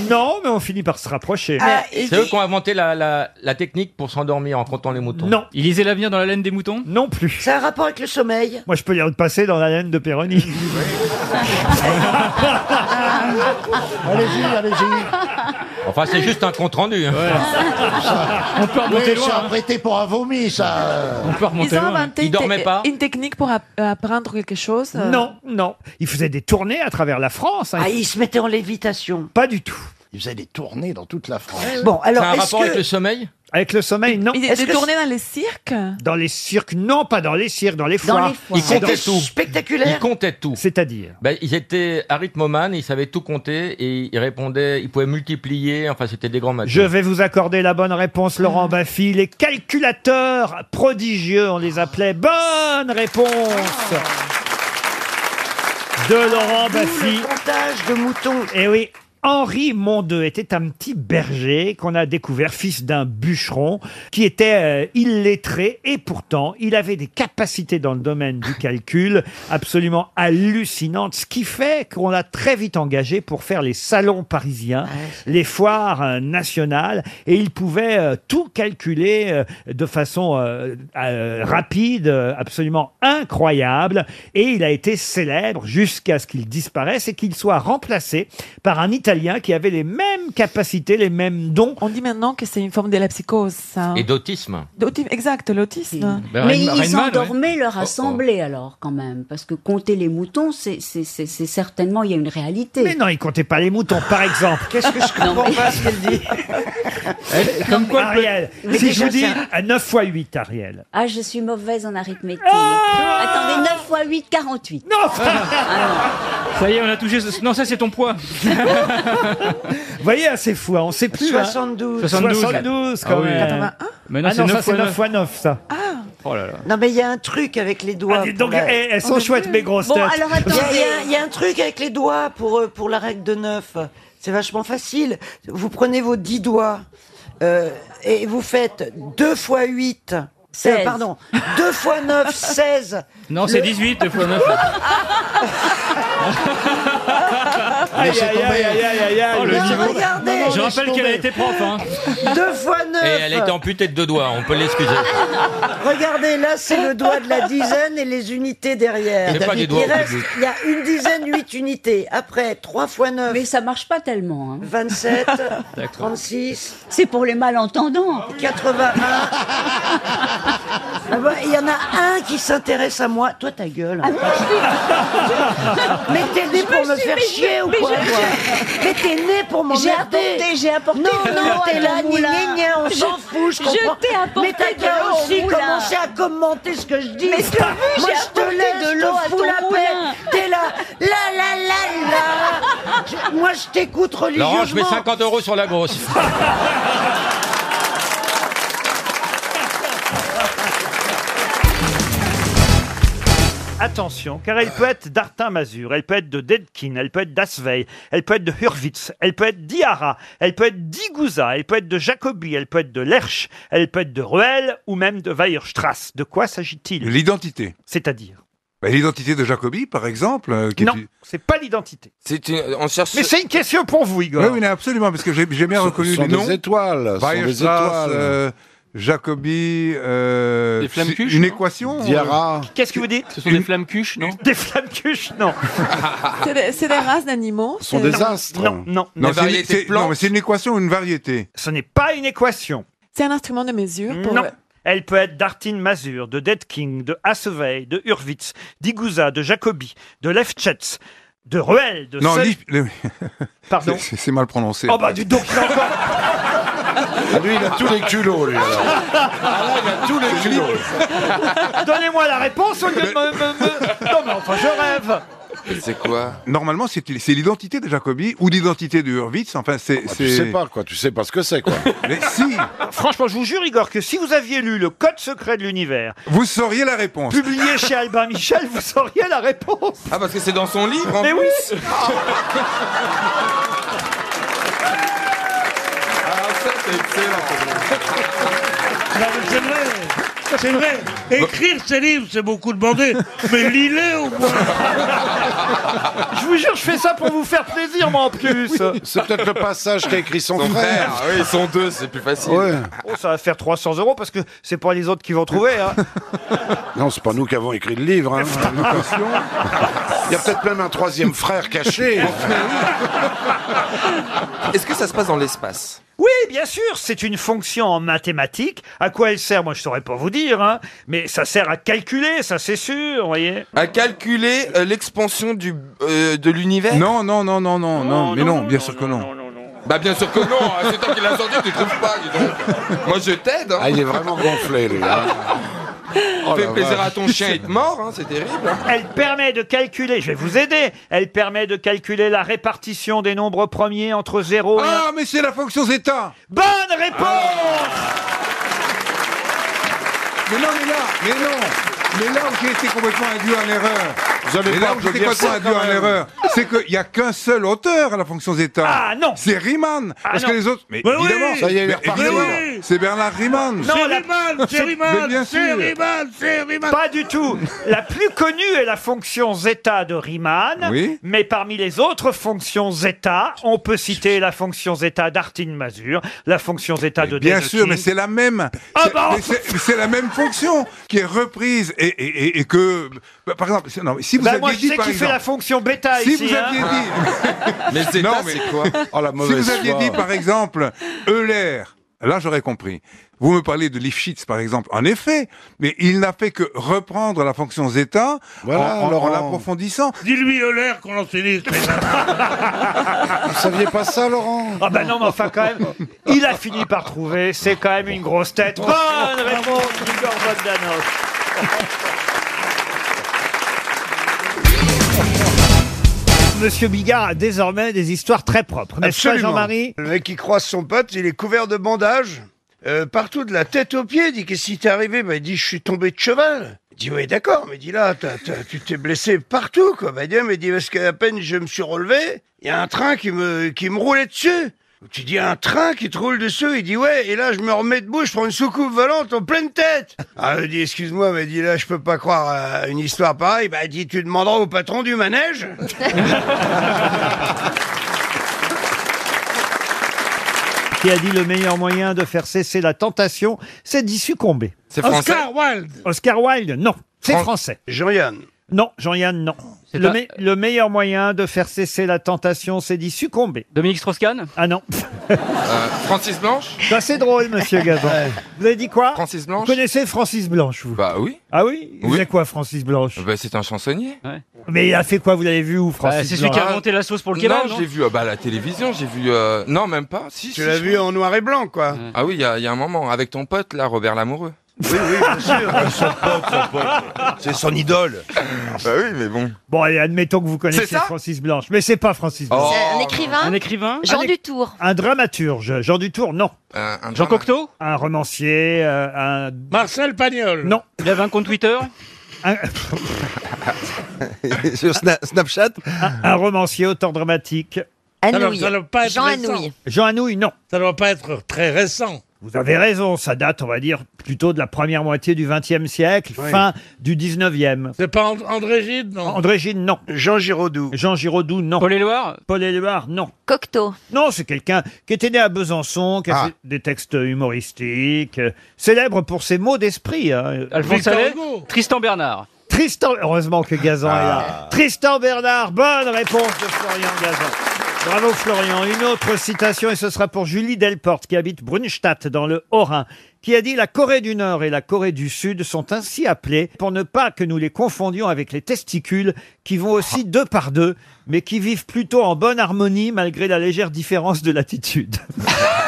Speaker 3: Non, mais on finit par se rapprocher.
Speaker 13: C'est eux qui ont inventé la, la, la technique pour s'endormir en comptant les moutons.
Speaker 3: Non.
Speaker 13: Ils lisaient l'avenir dans la laine des moutons
Speaker 3: Non plus.
Speaker 9: C'est un rapport avec le sommeil.
Speaker 3: Moi, je peux lire le passé dans la laine de Péroni.
Speaker 2: Allez-y, allez-y.
Speaker 13: Enfin, c'est juste un compte rendu. hein.
Speaker 2: On peut remonter oui,
Speaker 3: hein.
Speaker 2: ça prêté pour un vomi, ça.
Speaker 13: On peut
Speaker 15: Ils ont inventé
Speaker 13: Ils
Speaker 15: une, te-
Speaker 13: dormaient pas.
Speaker 15: une technique pour app- euh, apprendre quelque chose. euh.
Speaker 3: Non, non. Ils faisaient des tournées à travers la France. hein.
Speaker 9: Ah, ils se mettaient en lévitation.
Speaker 3: Pas du tout.
Speaker 30: Il faisait des tournées dans toute la France.
Speaker 3: Bon, alors,
Speaker 31: Ça a un est-ce rapport que- avec le sommeil
Speaker 3: Avec le sommeil, non.
Speaker 15: Il était tourné dans les cirques
Speaker 3: Dans les cirques, non, pas dans les cirques, dans les foires.
Speaker 15: les foires. Il
Speaker 13: comptait tout.
Speaker 15: Spectaculaire.
Speaker 13: Il comptait tout.
Speaker 3: C'est-à-dire
Speaker 13: ben, Il était arithmomane, il savait tout compter et il répondait, il pouvait multiplier, enfin c'était des grands matins.
Speaker 3: Je vais vous accorder la bonne réponse, Laurent Baffy. Les calculateurs prodigieux, on les appelait. Bonne réponse de Laurent Baffy. comptage de moutons. Eh oui. Henri Mondeux était un petit berger qu'on a découvert, fils d'un bûcheron, qui était euh, illettré et pourtant il avait des capacités dans le domaine du calcul absolument hallucinantes, ce qui fait qu'on l'a très vite engagé pour faire les salons parisiens, les foires euh, nationales, et il pouvait euh, tout calculer euh, de façon euh, euh, rapide, euh, absolument incroyable, et il a été célèbre jusqu'à ce qu'il disparaisse et qu'il soit remplacé par un Italien qui avait les mêmes capacités, les mêmes dons.
Speaker 15: On dit maintenant que c'est une forme de la psychose. ça.
Speaker 13: Et d'autisme.
Speaker 15: D'autisme, exact, l'autisme.
Speaker 13: Ben,
Speaker 17: Mais
Speaker 13: Rain-
Speaker 17: ils
Speaker 13: Rainman,
Speaker 17: endormaient
Speaker 13: ouais.
Speaker 17: leur
Speaker 13: Oh, oh.
Speaker 17: assemblée alors quand même, parce que compter les moutons, c'est c'est- c'est- c'est certainement il y a une réalité.
Speaker 3: Mais non, il comptait pas les moutons, par exemple.
Speaker 17: Qu'est-ce que je comprends Non, mais- pas ce qu'elle dit
Speaker 3: Comme quoi,
Speaker 17: mais-
Speaker 3: Ariel,
Speaker 17: Mais
Speaker 3: si
Speaker 17: déjà
Speaker 3: je vous dis
Speaker 17: ça.
Speaker 3: à 9 fois 8, Ariel.
Speaker 17: Ah, je suis mauvaise en arithmétique. Attendez, 9 x 8, 48.
Speaker 3: Ah Non
Speaker 17: Ah
Speaker 21: Ça y est, on a touché. ce- Non, ça c'est ton poids.
Speaker 3: Vous voyez, ah, c'est fou, hein, on sait plus. hein.
Speaker 9: 72.
Speaker 3: 72, quand
Speaker 21: Ah oui.
Speaker 3: même.
Speaker 21: 81? Mais non,
Speaker 3: ah
Speaker 21: c'est
Speaker 3: non, ça
Speaker 21: 9
Speaker 3: c'est
Speaker 21: fois
Speaker 3: 9 fois 9, ça.
Speaker 17: Ah.
Speaker 21: Oh là là.
Speaker 9: Non, mais il y a un truc avec les doigts.
Speaker 3: Ah, dis
Speaker 9: pour
Speaker 3: donc,
Speaker 9: la-
Speaker 3: eh, elles sont
Speaker 9: On peut
Speaker 3: chouettes,
Speaker 9: plus.
Speaker 3: mes grosses
Speaker 9: Bon,
Speaker 3: têtes.
Speaker 9: alors attends,
Speaker 3: Bien.
Speaker 9: il y a- il y, a un truc avec les doigts pour, euh, pour la règle de neuf. C'est vachement facile. Vous prenez vos dix doigts euh, et vous faites 2 fois 8.
Speaker 17: Seize.
Speaker 9: pardon, 2 fois 9, 16.
Speaker 21: Non, c'est
Speaker 9: Le-
Speaker 21: 18 deux fois 9.
Speaker 9: Laissez tomber.
Speaker 21: Oh, le
Speaker 9: Non,
Speaker 21: niveau.
Speaker 9: regardez. Non, non,
Speaker 21: Je
Speaker 9: laisse
Speaker 21: rappelle qu'elle a
Speaker 9: tomber.
Speaker 21: été prof. Hein.
Speaker 9: 2 fois 9.
Speaker 13: Et elle a été amputée de deux doigts, on peut l'excuser.
Speaker 9: Regardez, là, c'est le doigt de la dizaine et les unités derrière.
Speaker 13: C'est pas des doigts
Speaker 9: il reste,
Speaker 13: au bout.
Speaker 9: il y a une dizaine, huit unités. Après, 3 fois 9.
Speaker 17: Mais ça marche pas tellement. hein.
Speaker 9: 27, 36,
Speaker 17: C'est pour les malentendants.
Speaker 9: 81. Ah bah, Il y en a un qui s'intéresse à moi. Toi, ta gueule.
Speaker 17: Ah
Speaker 9: mais t'es né pour me faire chier ou quoi toi Mais t'es né pour m'emmerder.
Speaker 17: J'ai apporté, j'ai apporté.
Speaker 9: Non,
Speaker 17: de
Speaker 9: non,
Speaker 17: l'eau à
Speaker 9: t'es là,
Speaker 17: ton
Speaker 9: ni,
Speaker 17: moulin.
Speaker 9: ni, ni, on
Speaker 17: Je-
Speaker 9: s'en fout, je comprends.
Speaker 17: Je t'ai apporté
Speaker 9: Mais t'as
Speaker 17: de
Speaker 9: qu'à
Speaker 17: l'eau au
Speaker 9: aussi
Speaker 17: moulin.
Speaker 9: commencer à commenter ce que je dis.
Speaker 17: Mais je t'ai vu,
Speaker 9: Moi,
Speaker 17: j'ai
Speaker 9: je te
Speaker 17: apporté
Speaker 9: laisse,
Speaker 17: de
Speaker 9: je
Speaker 17: l'eau
Speaker 9: te
Speaker 17: à
Speaker 9: fous
Speaker 17: ton
Speaker 9: la
Speaker 17: moulin.
Speaker 9: paix. T'es là, la la la la. Je- moi, je t'écoute religieusement.
Speaker 13: Laurent, je mets 50 euros sur la grosse.
Speaker 2: Attention, car elle peut être d'Artin-Mazur, elle peut être de Dedkin, elle peut être d'Asveil, elle peut être de Hurwitz, elle peut être d'Iara, elle peut être d'Igouza, elle peut être de Jacobi, elle peut être de Lerche, elle peut être de Ruel ou même de Weierstrass. De quoi s'agit-il
Speaker 26: L'identité.
Speaker 2: C'est-à-dire
Speaker 26: Bah, L'identité de Jacobi, par exemple. euh, qui est
Speaker 2: Non,
Speaker 26: une-
Speaker 2: c'est pas l'identité.
Speaker 26: C'est une, on cherche...
Speaker 2: Mais c'est une question pour vous, Igor.
Speaker 26: Oui, oui, non, absolument, parce que j'ai j'ai bien
Speaker 16: Ce
Speaker 26: reconnu
Speaker 16: sont
Speaker 26: les
Speaker 16: des
Speaker 26: noms.
Speaker 16: étoiles, ce sont des
Speaker 26: Weierstrass,
Speaker 16: étoiles.
Speaker 26: euh, Jacobi, euh,
Speaker 16: Des flammes
Speaker 26: c'est
Speaker 16: cuches,
Speaker 26: une
Speaker 16: non
Speaker 26: équation. euh,
Speaker 16: Diarra.
Speaker 2: Qu'est-ce que vous dites
Speaker 26: Ce sont des
Speaker 2: flammes cuches, non Des flammes cuches, non.
Speaker 15: C'est des, c'est des races d'animaux.
Speaker 26: sont
Speaker 15: c'est-
Speaker 26: des astres.
Speaker 2: Non, non,
Speaker 26: Non,
Speaker 2: Des
Speaker 26: c'est
Speaker 2: variétés
Speaker 26: c'est-
Speaker 2: de plantes.
Speaker 26: non, mais c'est une équation ou une variété
Speaker 2: Ce n'est pas une équation.
Speaker 15: C'est un instrument de mesure. Pour...
Speaker 2: Non. Elle peut être d'Artin-Mazur, de Dedking, de Asseveil, de Hurwitz, d'Igouza, de Jacobi, de Lefschetz, de Ruel, de
Speaker 26: Non,
Speaker 2: Sel-
Speaker 26: l'if- le-
Speaker 2: Pardon
Speaker 26: C'est c'est mal prononcé.
Speaker 2: Oh bah dis donc, il a encore-
Speaker 16: Ah,
Speaker 26: lui, il a tous les culots, lui.
Speaker 2: tous les Donnez-moi la réponse au lieu de me- me- me- Non mais enfin, je rêve
Speaker 26: C'est quoi Normalement, c'est c'est l'identité de Jacobi ou l'identité de Hurwitz. Enfin, c'est.
Speaker 16: Ah, tu sais pas, quoi. Tu sais pas ce que c'est, quoi.
Speaker 26: Mais si
Speaker 2: Franchement, je vous jure, Igor, que si vous aviez lu le Code secret de l'univers,
Speaker 26: Vous sauriez la réponse.
Speaker 2: publié chez Albin Michel, vous sauriez la réponse.
Speaker 26: Ah, parce que c'est dans son livre
Speaker 2: Mais oui
Speaker 7: Non, mais c'est vrai. C'est vrai. Écrire ses livres, c'est beaucoup demandé. Mais lis-les au moins.
Speaker 2: Je vous jure, je fais ça pour vous faire plaisir, moi en plus
Speaker 16: C'est peut-être le
Speaker 26: Ah,
Speaker 16: passage qu'a écrit son,
Speaker 26: Son
Speaker 16: frère.
Speaker 26: frère.
Speaker 13: oui, ils sont deux, c'est plus facile.
Speaker 2: Oh, ça va faire 300 euros parce que c'est pas les autres qui vont trouver. Hein.
Speaker 16: Non, c'est pas nous qui avons écrit le livre. hein. Attention. Il y a peut-être même un troisième frère caché.
Speaker 1: Est-ce que ça se passe dans l'espace
Speaker 2: Oui, bien sûr, c'est une fonction en mathématiques. À quoi elle sert Moi, je saurais pas vous dire, hein. mais ça sert à calculer, ça c'est sûr, vous voyez.
Speaker 1: À calculer euh, l'expansion du, euh, de l'univers
Speaker 26: Non, non, non, non, non, non, mais non, bien sûr que non.
Speaker 13: Bah bien sûr que non, hein, c'est toi qui l'as sorti, tu trouves pas, dis donc. Moi je t'aide. hein.
Speaker 16: Ah, il est vraiment gonflé, lui. hein. Oh
Speaker 13: Fais
Speaker 16: la
Speaker 13: plaisir
Speaker 16: vache.
Speaker 13: à ton chien, il te mord, hein, c'est terrible. hein.
Speaker 3: Elle permet de calculer, je vais vous aider, elle permet de calculer la répartition des nombres premiers entre 0 et
Speaker 5: Ah, mais c'est la fonction zeta Ah.
Speaker 3: Bonne réponse
Speaker 5: Mais non, mais là, mais non mais là où j'ai été complètement induit en erreur,
Speaker 16: Vous allez
Speaker 5: mais
Speaker 16: pas
Speaker 5: là où j'ai été
Speaker 16: applaudir ça,
Speaker 5: complètement induit
Speaker 16: quand
Speaker 5: en
Speaker 16: même.
Speaker 5: erreur, c'est qu'il n'y a qu'un seul auteur à la fonction zeta.
Speaker 3: Ah non
Speaker 5: C'est Riemann
Speaker 3: Ah,
Speaker 5: Parce
Speaker 3: non.
Speaker 5: que les autres... Mais
Speaker 3: Mais oui
Speaker 5: évidemment,
Speaker 16: Ça y est, il est
Speaker 5: mais
Speaker 16: reparti.
Speaker 5: évidemment,
Speaker 16: Mais oui
Speaker 5: c'est Bernard Riemann
Speaker 3: Non, la-
Speaker 7: c'est Riemann,
Speaker 5: Mais bien
Speaker 7: c'est
Speaker 5: sûr.
Speaker 7: Riemann, c'est Riemann.
Speaker 3: Pas du tout. La plus connue est la fonction zeta de Riemann.
Speaker 5: Oui.
Speaker 3: Mais parmi les autres fonctions zeta, on peut citer la fonction zeta d'Artin-Mazur, la fonction zeta de
Speaker 5: Bien
Speaker 3: Dedekind.
Speaker 5: sûr, mais c'est la même. C'est-
Speaker 3: bah,
Speaker 5: mais c'est- mais c'est la même fonction qui est reprise et, et- et- et que, bah, par exemple, c'est- non, mais si vous
Speaker 3: Bah,
Speaker 5: aviez
Speaker 3: moi, je
Speaker 5: dit
Speaker 3: sais
Speaker 5: par
Speaker 3: qui fait
Speaker 5: exemple,
Speaker 3: la fonction bêta
Speaker 5: si
Speaker 3: ici.
Speaker 5: vous
Speaker 3: hein.
Speaker 5: aviez dit,
Speaker 13: Mais zeta,
Speaker 5: Non,
Speaker 13: c'est quoi
Speaker 16: Oh, la
Speaker 5: si
Speaker 16: mauvaise
Speaker 5: vous aviez
Speaker 16: foi.
Speaker 5: dit par exemple Euler, là j'aurais compris. Vous me parlez de Lifshitz par exemple. En effet, mais il n'a fait que reprendre la fonction zeta
Speaker 16: Voilà,
Speaker 5: en, en- en
Speaker 16: Laurent.
Speaker 5: l'approfondissant.
Speaker 7: Dis-lui euh, Euler qu'on en finisse.
Speaker 16: Vous saviez pas ça, Laurent
Speaker 3: Ah bah non, mais enfin quand même, il a fini par trouver, c'est quand même une grosse tête. Bonne réponse d'Igor Bogdanov. Monsieur Bigard a désormais des histoires très propres. N'est-ce pas, Jean-Marie
Speaker 2: Le mec qui croise son pote, il est couvert de bandages, euh, partout de la tête aux pieds. Il dit Qu'est-ce qui t'est arrivé Bah, Il dit Je suis tombé de cheval. Il dit Oui, d'accord, mais il dit là, t'as- t'as- tu t'es blessé partout, quoi. Bah, il dit, mais il dit Parce qu'à peine je me suis relevé, il y a un train qui me, qui me roulait dessus. Tu dis un train qui te roule dessus, il dit ouais, et là je me remets debout, je prends une soucoupe volante en pleine tête. Ah, il dit excuse-moi, mais il dit là je peux pas croire à une histoire pareille. Bah il dit tu demanderas au patron du manège.
Speaker 3: Qui a dit le meilleur moyen de faire cesser la tentation, c'est d'y succomber.
Speaker 13: C'est
Speaker 7: Oscar Wilde.
Speaker 3: Oscar Wilde, non. C'est français.
Speaker 2: Jean-Yann.
Speaker 3: Non, Jean-Yann, non. Le,
Speaker 6: un-
Speaker 3: me- le meilleur moyen de faire cesser la tentation, c'est d'y succomber.
Speaker 6: Dominique Strauss-Kahn
Speaker 3: Ah non.
Speaker 13: Euh, Francis Blanche
Speaker 3: Ça, c'est drôle, monsieur Gazan. Vous avez dit quoi
Speaker 13: Francis
Speaker 3: Vous
Speaker 13: Blanche
Speaker 3: connaissez Francis Blanche, vous
Speaker 13: Bah oui.
Speaker 3: Ah oui Il
Speaker 13: Oui.
Speaker 3: faisait quoi, Francis Blanche
Speaker 13: Bah, c'est un chansonnier. Ah.
Speaker 3: Mais il a fait quoi Vous l'avez vu où, Francis
Speaker 6: Bah, c'est celui qui a
Speaker 3: Blanche
Speaker 6: inventé la sauce pour le Québec,
Speaker 13: Non,
Speaker 6: non,
Speaker 13: j'ai vu euh, bah, à la télévision, j'ai vu... euh, Non, même pas. Si,
Speaker 2: Tu l'as vu en noir et blanc quoi.
Speaker 13: Ah oui, il y, a- il y a un moment, avec ton pote, là, Robert Lamoureux.
Speaker 2: Oui, oui, bien sûr.
Speaker 13: Ah, C'est son idole. bah oui, mais bon.
Speaker 3: Bon, allez, admettons que vous connaissez
Speaker 13: C'est ça
Speaker 3: Francis Blanche, mais c'est pas Francis Blanche.
Speaker 8: C'est un écrivain
Speaker 6: Un écrivain
Speaker 8: Jean
Speaker 3: Un-
Speaker 8: Dutour.
Speaker 3: Un dramaturge. Jean Dutour, non.
Speaker 26: Euh,
Speaker 6: Jean Cocteau
Speaker 3: Un romancier, euh, un...
Speaker 7: Marcel Pagnol.
Speaker 3: Non.
Speaker 6: Il avait un compte Twitter
Speaker 3: Un,
Speaker 26: Sur Sna- Snapchat
Speaker 3: un romancier, auteur dramatique.
Speaker 7: Alors, ça doit pas être récent.
Speaker 3: Jean Anouilh, non.
Speaker 7: Ça doit pas être très récent.
Speaker 3: Vous avez raison, ça date, on va dire, plutôt de la première moitié du XXe siècle, fin du XIXe.
Speaker 7: C'est pas And- André Gide, non
Speaker 3: André Gide, non.
Speaker 2: Jean Giraudoux.
Speaker 3: Jean Giraudoux, non.
Speaker 6: Paul Éluard
Speaker 3: Paul Éluard, non.
Speaker 8: Cocteau.
Speaker 3: Non, c'est quelqu'un qui était né à Besançon, qui a
Speaker 26: Ah.
Speaker 3: fait des textes humoristiques, euh, célèbre pour ses mots d'esprit. hein.
Speaker 6: Alphonse
Speaker 7: Victor
Speaker 6: Allais
Speaker 7: Hugo.
Speaker 6: Tristan Bernard
Speaker 3: Tristan, heureusement que Gazan est là. Tristan Bernard, bonne réponse de Florian Gazan. Bravo Florian. Une autre citation, et ce sera pour Julie Delporte, qui habite Brunstadt, dans le Haut-Rhin, qui a dit La Corée du Nord et la Corée du Sud sont ainsi appelées pour ne pas que nous les confondions avec les testicules, qui vont aussi deux par deux, mais qui vivent plutôt en bonne harmonie malgré la légère différence de l'attitude.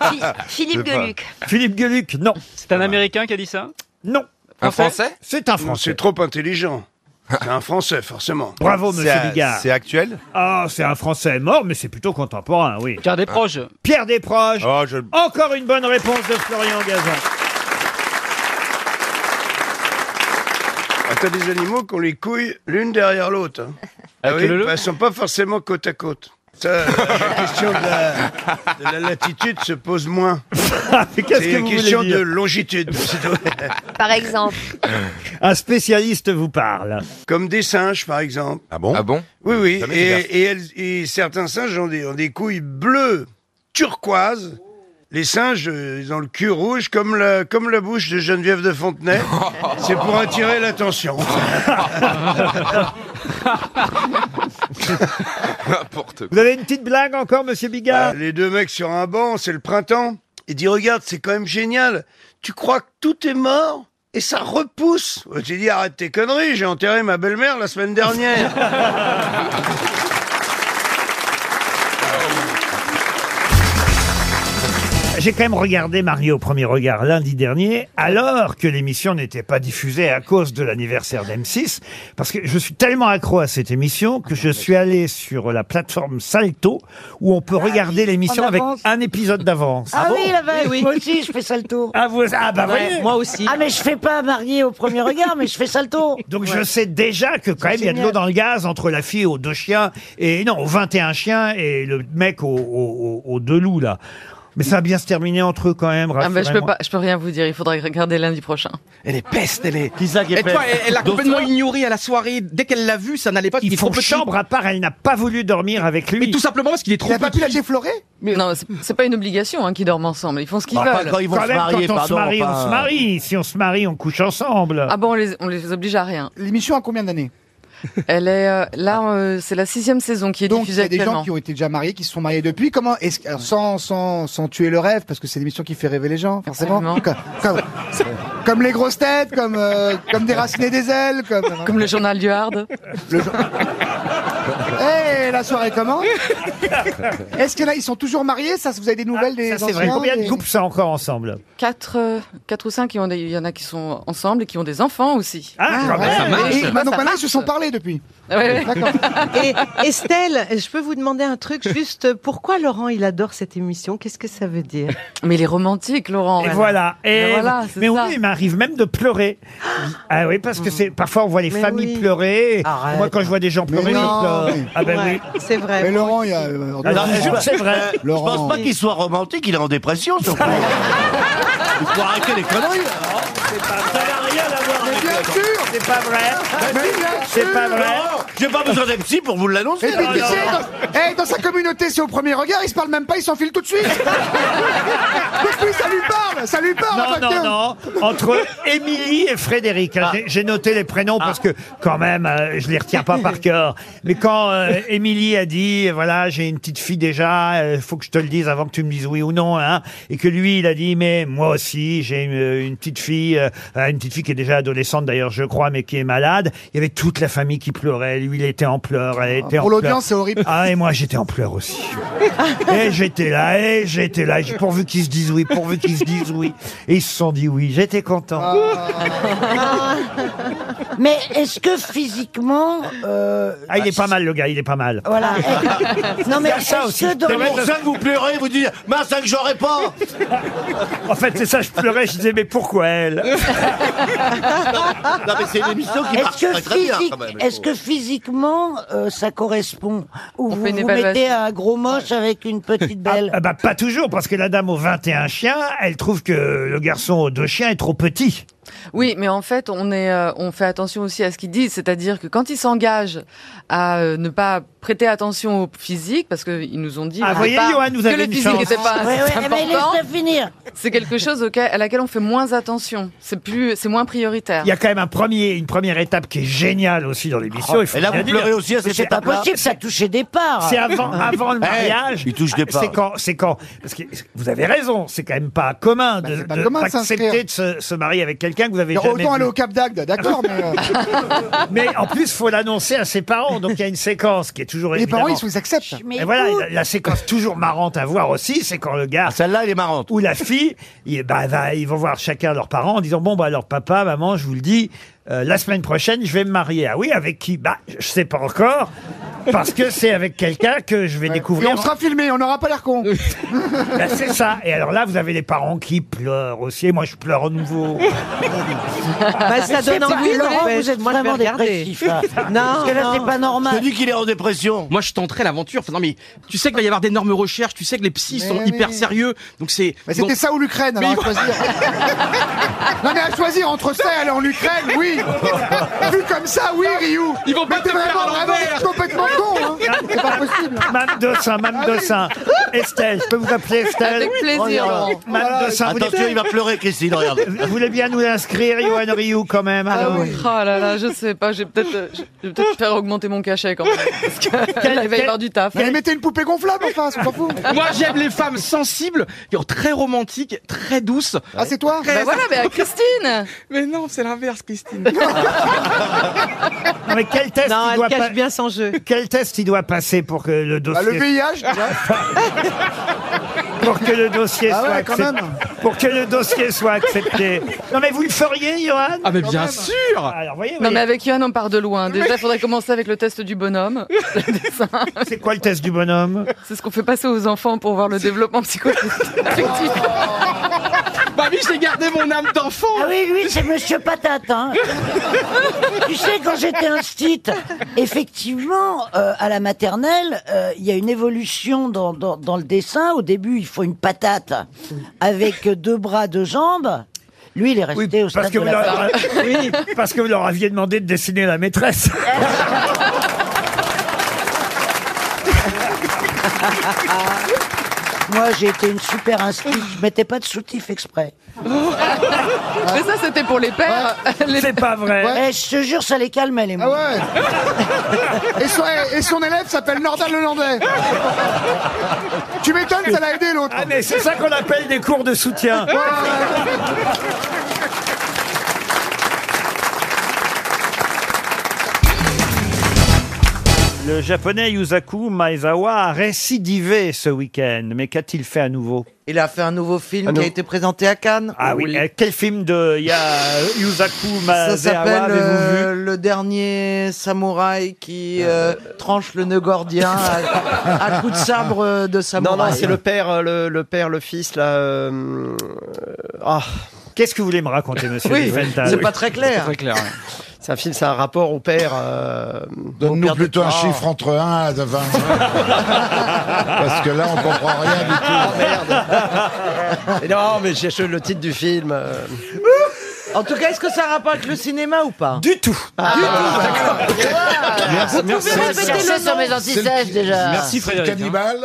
Speaker 8: Phi- Philippe Gueluc.
Speaker 3: Philippe Gueluc, non.
Speaker 6: C'est un américain qui a dit ça
Speaker 3: Non.
Speaker 13: Un français
Speaker 3: C'est un
Speaker 2: Non,
Speaker 3: Français.
Speaker 2: c'est trop intelligent. C'est un Français, forcément.
Speaker 3: Bravo, monsieur
Speaker 26: C'est-
Speaker 3: Bigard.
Speaker 26: C'est actuel
Speaker 3: Ah, c'est un Français mort, mais c'est plutôt contemporain, oui.
Speaker 6: Pierre Desproges
Speaker 3: Pierre Desproges.
Speaker 26: Oh, je...
Speaker 3: Encore une bonne réponse de Florian Gazan.
Speaker 2: Ah, T'as des animaux qui ont les couilles l'une derrière l'autre. hein. Ah oui,
Speaker 6: le-
Speaker 2: bah, elles sont pas forcément côte à côte. Ça, la question de la, de la latitude se pose moins.
Speaker 3: Ah, Mais
Speaker 2: C'est
Speaker 3: qu'est-ce que
Speaker 2: une
Speaker 3: vous
Speaker 2: question
Speaker 3: voulez
Speaker 2: de
Speaker 3: dire
Speaker 2: longitude. c'est tout.
Speaker 8: Par exemple.
Speaker 3: Un spécialiste vous parle.
Speaker 2: Comme des singes, par exemple.
Speaker 16: Ah bon
Speaker 13: Ah bon
Speaker 2: Oui, oui.
Speaker 16: Jamais
Speaker 2: Et,
Speaker 16: c'est
Speaker 2: et elles- et certains singes ont des, ont des couilles bleues, turquoises. Les singes, euh, ils ont le cul rouge comme la, comme la bouche de Geneviève de Fontenay. C'est pour attirer l'attention.
Speaker 13: N'importe quoi.
Speaker 3: Vous avez une petite blague encore, monsieur Bigard
Speaker 2: Bah, Les deux mecs sur un banc, c'est le printemps. Il dit Regarde, c'est quand même génial. Tu crois que tout est mort et ça repousse. Ouais, Tu dis Arrête tes conneries, j'ai enterré ma belle-mère la semaine dernière.
Speaker 3: j'ai quand même regardé Mario au premier regard lundi dernier, alors que l'émission n'était pas diffusée à cause de l'anniversaire d'M6, parce que je suis tellement accro à cette émission que je suis allé sur la plateforme Salto, où on peut regarder
Speaker 9: Ah
Speaker 3: l'émission
Speaker 9: en
Speaker 3: avec
Speaker 9: avance.
Speaker 3: un épisode d'avance.
Speaker 9: Ah, oui, la vache, moi aussi, je fais ça le tour.
Speaker 3: Eh Ah, vous- ah, bah, voyez. Moi aussi.
Speaker 9: Ah, mais je fais pas marié au premier regard, mais je fais ça le tour.
Speaker 3: Donc je sais déjà que quand
Speaker 9: C'est
Speaker 3: même il y a de l'eau
Speaker 9: génial.
Speaker 3: dans le gaz entre la fille aux deux chiens et non aux 21 chiens et le mec aux, aux- aux- aux deux loups là. Mais ça va bien se terminer entre eux quand même.
Speaker 32: Ah bah, je peux
Speaker 3: rassurez-moi.
Speaker 32: pas, je peux rien vous dire. Il faudrait regarder lundi prochain.
Speaker 3: Elle est peste, elle est.
Speaker 2: Et toi, elle, elle a complètement ignoré à la soirée. Dès qu'elle l'a vu, ça n'allait pas.
Speaker 3: Ils font chambre à part. Elle n'a pas voulu dormir avec lui.
Speaker 2: Mais tout simplement parce qu'il est trop.
Speaker 32: a pas pu
Speaker 2: la déflorer
Speaker 32: Non, c'est- c'est pas une obligation hein, qu'ils dorment ensemble. Ils font ce qu'ils veulent.
Speaker 3: Bah, Quand même, quand on se marie, on se marie. Si on se marie, on couche ensemble.
Speaker 32: Ah bon, on les, on les oblige à rien. L'émission a combien d'années Elle est euh, là, euh, c'est la sixième saison qui est
Speaker 1: Donc, il y
Speaker 32: diffusée
Speaker 1: a des gens
Speaker 32: actuellement.
Speaker 1: qui ont été déjà mariés, qui se sont mariés depuis. Comment est-ce que- alors, sans, sans, sans tuer le rêve, parce que c'est l'émission qui fait rêver les gens, forcément. Comme, comme- comme les grosses têtes, comme, euh, comme des racines et des ailes, comme. euh,
Speaker 32: Comme le journal du Hard.
Speaker 1: Eh, la soirée commence. Est-ce qu'il y en a, ils sont toujours mariés Ça, vous avez des
Speaker 32: Ah,
Speaker 1: nouvelles des
Speaker 3: Ça, c'est vrai.
Speaker 1: anciens,
Speaker 3: Combien de
Speaker 1: des-
Speaker 3: couples sont encore ensemble
Speaker 32: Quatre, euh, quatre ou cinq, il y, en a, il y en a qui sont ensemble et qui ont des enfants aussi.
Speaker 1: Ah,
Speaker 32: quand même.
Speaker 1: ouais. Et
Speaker 32: Ça
Speaker 1: maintenant,
Speaker 32: marche.
Speaker 1: maintenant, ils se sont parlé depuis.
Speaker 32: Ouais.
Speaker 1: D'accord.
Speaker 11: Et Estelle, je peux vous demander un truc juste pourquoi Laurent il adore cette émission Qu'est-ce que ça veut dire
Speaker 32: Mais il est romantique, Laurent.
Speaker 3: Et voilà. Et
Speaker 11: Mais voilà, c'est
Speaker 3: mais
Speaker 11: ça.
Speaker 3: oui, il m'arrive même de pleurer. Ah oui, parce
Speaker 32: Mm.
Speaker 3: que c'est parfois on voit les familles pleurer. Moi, quand je vois des gens pleurer, je pleure. Ah ben oui.
Speaker 11: C'est vrai.
Speaker 1: Mais Laurent, il y a.
Speaker 3: Ah, non, je- c'est vrai.
Speaker 7: Je pense pas qu'il soit romantique, il est en dépression, surtout. Il faut arrêter les conneries.
Speaker 3: C'est pas vrai. C'est pas vrai.
Speaker 7: J'ai pas besoin d'un psy pour vous l'annoncer.
Speaker 1: Et puis,
Speaker 7: alors,
Speaker 1: tu sais,
Speaker 7: alors.
Speaker 1: dans, eh, dans sa communauté, c'est au premier regard, ils se parlent même pas, ils s'enfilent tout de suite. Depuis, ça lui parle, ça lui parle. Ah.
Speaker 3: Non, non,
Speaker 1: Fabien.
Speaker 3: non. Entre Émilie et Frédéric. hein. J'ai- J'ai noté les prénoms parce
Speaker 1: Ah.
Speaker 3: que, quand même, euh, je les retiens pas par cœur. Mais quand euh, Émilie a dit, voilà, j'ai une petite fille déjà, il faut que je te le dise avant que tu me dises oui ou non, hein, et que lui, il a dit, mais moi aussi, j'ai une, une petite fille, euh, euh, une petite fille qui est déjà adolescente d'ailleurs, je crois, mais qui est malade. Il y avait toute la famille qui pleurait. Lui, il était en pleurs. Elle était en
Speaker 1: Ah. Pour l'audience, c'est
Speaker 3: pleurs.
Speaker 1: horrible.
Speaker 3: Ah, et moi, j'étais en pleurs aussi. et Eh, j'étais là, et j'étais là, J'ai pourvu qu'ils se disent oui, pourvu qu'ils se disent oui. Et ils se sont dit oui, j'étais content.
Speaker 7: Ah.
Speaker 9: Ah. Mais est-ce que physiquement. euh,
Speaker 3: Ah, il est pas mal, le gars, il est pas mal.
Speaker 9: Voilà. non, mais
Speaker 3: Il y a ça
Speaker 9: est-ce
Speaker 3: aussi.
Speaker 9: que dans
Speaker 3: C'est vrai
Speaker 9: le-
Speaker 3: que ça,
Speaker 7: Vous pleurez, vous dites, mince, ça que j'aurais pas.
Speaker 3: En fait, c'est ça, je pleurais, je disais, mais pourquoi elle
Speaker 7: Non, mais c'est une émission qui
Speaker 9: Est-ce
Speaker 7: marche
Speaker 9: que
Speaker 7: très, très bien,
Speaker 9: physique-
Speaker 7: quand même.
Speaker 9: Est-ce que physiquement euh, ça correspond Ou vous, fait une vous mettez évaluation. un gros moche avec une petite belle
Speaker 3: Ah bah pas toujours, parce que la dame aux 21 chiens, elle trouve que le garçon aux deux chiens est trop petit.
Speaker 32: Oui, mais en fait, on est, euh, on fait attention aussi à ce qu'ils disent, c'est-à-dire que quand ils s'engagent à euh, ne pas prêter attention au physique, parce qu'ils nous ont dit
Speaker 3: Ah,
Speaker 32: au
Speaker 3: voyez,
Speaker 32: départ
Speaker 3: Johan, vous avez
Speaker 32: que le
Speaker 3: une
Speaker 32: physique
Speaker 3: chance.
Speaker 32: n'était pas
Speaker 3: Ouais, ouais, eh ben,
Speaker 32: important.
Speaker 3: mais laisse-le
Speaker 32: C'est quelque chose auquel, à laquelle on fait moins attention. C'est plus, c'est moins prioritaire.
Speaker 3: Il y a quand même un premier, une première étape qui est géniale aussi dans l'émission. il faut
Speaker 7: Et là,
Speaker 3: bien
Speaker 7: vous
Speaker 3: dire.
Speaker 7: pleurez aussi à
Speaker 3: C'est
Speaker 7: cette étape-là.
Speaker 3: impossible, ça
Speaker 9: touchait des parts.
Speaker 3: C'est avant, avant le
Speaker 7: Eh,
Speaker 3: mariage.
Speaker 7: il touche des parts.
Speaker 3: C'est quand, c'est quand. Parce que vous avez raison, c'est quand même pas commun de,
Speaker 1: Bah, pas
Speaker 3: de-
Speaker 1: commun de
Speaker 3: d'accepter
Speaker 1: s'inscrire.
Speaker 3: de se, se marier avec quelqu'un que vous avez
Speaker 1: Alors,
Speaker 3: jamais
Speaker 1: Autant
Speaker 3: vu.
Speaker 1: aller au Cap d'Agde, d'accord, mais. euh,
Speaker 3: Mais en plus, faut l'annoncer à ses parents. Donc il y a une séquence qui est toujours
Speaker 1: Les parents,
Speaker 3: évidemment-
Speaker 1: ils sont- ils acceptent.
Speaker 3: Et voilà, la, la séquence toujours marrante à voir aussi, c'est quand le gars.
Speaker 7: Ah, Celle-là, elle est marrante.
Speaker 3: Ou la fille, il- bah, va- ils vont voir chacun leurs parents en disant Bon, bah, alors papa, maman, je vous le dis, euh, la semaine prochaine, je vais me marier. Ah oui, avec qui Bah, je sais pas encore, parce que c'est avec quelqu'un que je vais
Speaker 1: Et
Speaker 3: découvrir.
Speaker 1: on sera filmé, on n'aura pas l'air con.
Speaker 3: Bah, c'est ça. Et alors là, vous avez les parents qui pleurent aussi. Et moi, je pleure à nouveau.
Speaker 9: Bah, ça donne envie, Laurent,
Speaker 11: n'empêche.
Speaker 9: vous êtes
Speaker 11: Moi, je vais
Speaker 9: vraiment
Speaker 11: regarder.
Speaker 9: dépressif. hein. Parce que là, c'est pas normal.
Speaker 7: Je te dis qu'il est en dépression.
Speaker 2: Moi, je tenterai l'aventure. Enfin, Non, mais tu sais qu'il va y avoir d'énormes recherches. Tu sais que les psys sont
Speaker 1: Mais
Speaker 2: hyper
Speaker 1: oui.
Speaker 2: sérieux. Donc c'est.
Speaker 1: Mais c'était
Speaker 2: donc-
Speaker 1: ça ou l'Ukraine, alors
Speaker 2: Mais-
Speaker 1: à choisir. non, mais à choisir entre ça et aller en Ukraine, oui. Vu comme ça, oui, Ryu.
Speaker 2: Ils vont pas
Speaker 1: mais t'es
Speaker 2: te faire
Speaker 1: vraiment,
Speaker 2: à
Speaker 1: vraiment
Speaker 2: l'envers.
Speaker 1: complètement con, hein. C'est pas possible. Ah
Speaker 3: Mme de Saint, Mme de Saint. Estelle, je peux vous appeler Estelle Oh
Speaker 32: Avec plaisir,
Speaker 3: là là.
Speaker 32: Laurent.
Speaker 3: Mme de Saint, vous
Speaker 7: Attention,
Speaker 3: voulez-
Speaker 7: il va pleurer, Christine, regarde.
Speaker 3: Vous voulez bien nous inscrire, Yoann Ryu, quand même
Speaker 1: Ah
Speaker 3: alors
Speaker 32: Oh là là, je sais pas, j'ai peut-être, euh, je je vais peut-être faire augmenter mon cachet quand même. Parce que là, il va y avoir du taf.
Speaker 1: Mais mettez une poupée gonflable, enfin, c'est pas fou.
Speaker 2: Ah, Moi, j'aime les femmes sensibles, qui sont très romantiques, très douces.
Speaker 1: Ah, c'est toi
Speaker 32: Bah voilà, mais à Christine
Speaker 2: Mais non, c'est l'inverse, Christine.
Speaker 3: Non, mais quel test
Speaker 11: Non,
Speaker 3: il
Speaker 11: elle
Speaker 3: doit
Speaker 11: cache
Speaker 3: pas-
Speaker 11: bien son jeu.
Speaker 3: Quel test il doit passer pour que le
Speaker 1: Bah,
Speaker 3: dossier
Speaker 1: le VIH, déjà.
Speaker 3: pour que le dossier
Speaker 5: Ah
Speaker 3: soit
Speaker 5: ouais, quand
Speaker 3: accep-
Speaker 5: même.
Speaker 3: pour que le dossier soit accepté. Non mais vous le feriez, Johan
Speaker 11: Ah mais bien
Speaker 3: même.
Speaker 11: sûr
Speaker 3: Alors voyez,
Speaker 32: Non
Speaker 3: voyez.
Speaker 32: mais avec Yann on part de loin. Déjà il faudrait commencer avec le test du bonhomme.
Speaker 3: C'est quoi le test du bonhomme
Speaker 32: C'est ce qu'on fait passer aux enfants pour voir le développement psychologique.
Speaker 11: Bah oui, j'ai gardé mon âme d'enfant.
Speaker 9: Ah oui, lui, c'est Monsieur Patate. Hein. tu sais, quand j'étais un stit, effectivement, euh, à la maternelle, euh, il y a une évolution dans, dans, dans le dessin. Au début, il faut une patate avec deux bras, deux jambes. Lui, il est resté au stade
Speaker 3: parce que,
Speaker 9: de
Speaker 3: vous
Speaker 9: la
Speaker 3: leur...
Speaker 9: patate.
Speaker 3: oui, parce que vous leur aviez demandé de dessiner la maîtresse.
Speaker 9: Moi, j'ai été une super instit. Je mettais pas de soutif exprès.
Speaker 32: Mais ça c'était pour les pères.
Speaker 3: C'est pas vrai.
Speaker 9: Eh, je te jure, ça les calmait, les mots.
Speaker 33: Ah Et son, eh, et son élève s'appelle Nordal Lelandais. tu m'étonnes, ça l'a aidé l'autre.
Speaker 3: Ah mais c'est ça qu'on appelle des cours de soutien.
Speaker 34: Le japonais Yusaku Maezawa a récidivé ce week-end. Mais qu'a-t-il fait à nouveau
Speaker 5: Il a fait un nouveau film
Speaker 34: Un
Speaker 5: qui a
Speaker 34: nou-
Speaker 5: été présenté à Cannes.
Speaker 34: Ah oui, euh, quel film de Ya- Yusaku
Speaker 5: Ça
Speaker 34: Maezawa
Speaker 5: s'appelle
Speaker 34: avez-vous
Speaker 5: euh, Le dernier samouraï qui euh, tranche le nœud gordien à, à coups de sabre euh, de
Speaker 8: Non,
Speaker 5: samouraï.
Speaker 8: non, c'est le père, euh, le, le père, le fils, là. euh, euh, ah.
Speaker 3: Qu'est-ce que vous voulez me raconter, monsieur
Speaker 8: Oui,
Speaker 3: Diefenthal
Speaker 8: c'est pas très clair.
Speaker 5: C'est pas très
Speaker 8: C'est un film, c'est un rapport au père. euh, au
Speaker 16: Donne-nous
Speaker 8: père de-
Speaker 16: plutôt un
Speaker 8: Ah.
Speaker 16: chiffre entre 1 à 20. Parce que là, on comprend rien du
Speaker 8: Ah,
Speaker 16: tout.
Speaker 8: merde. Et non, mais j'ai le titre du film. euh.
Speaker 5: En tout cas, est-ce que ça a rapport avec le cinéma ou pas Ah,
Speaker 3: Du tout.
Speaker 8: Du tout, d'accord.
Speaker 16: Merci,
Speaker 5: Vous
Speaker 16: merci.
Speaker 5: pouvez répéter
Speaker 9: Cherchez
Speaker 5: le
Speaker 9: sur
Speaker 5: nom.
Speaker 9: mes antisèches,
Speaker 2: hein.
Speaker 9: déjà.
Speaker 16: C'est le
Speaker 9: hein.
Speaker 16: cannibale.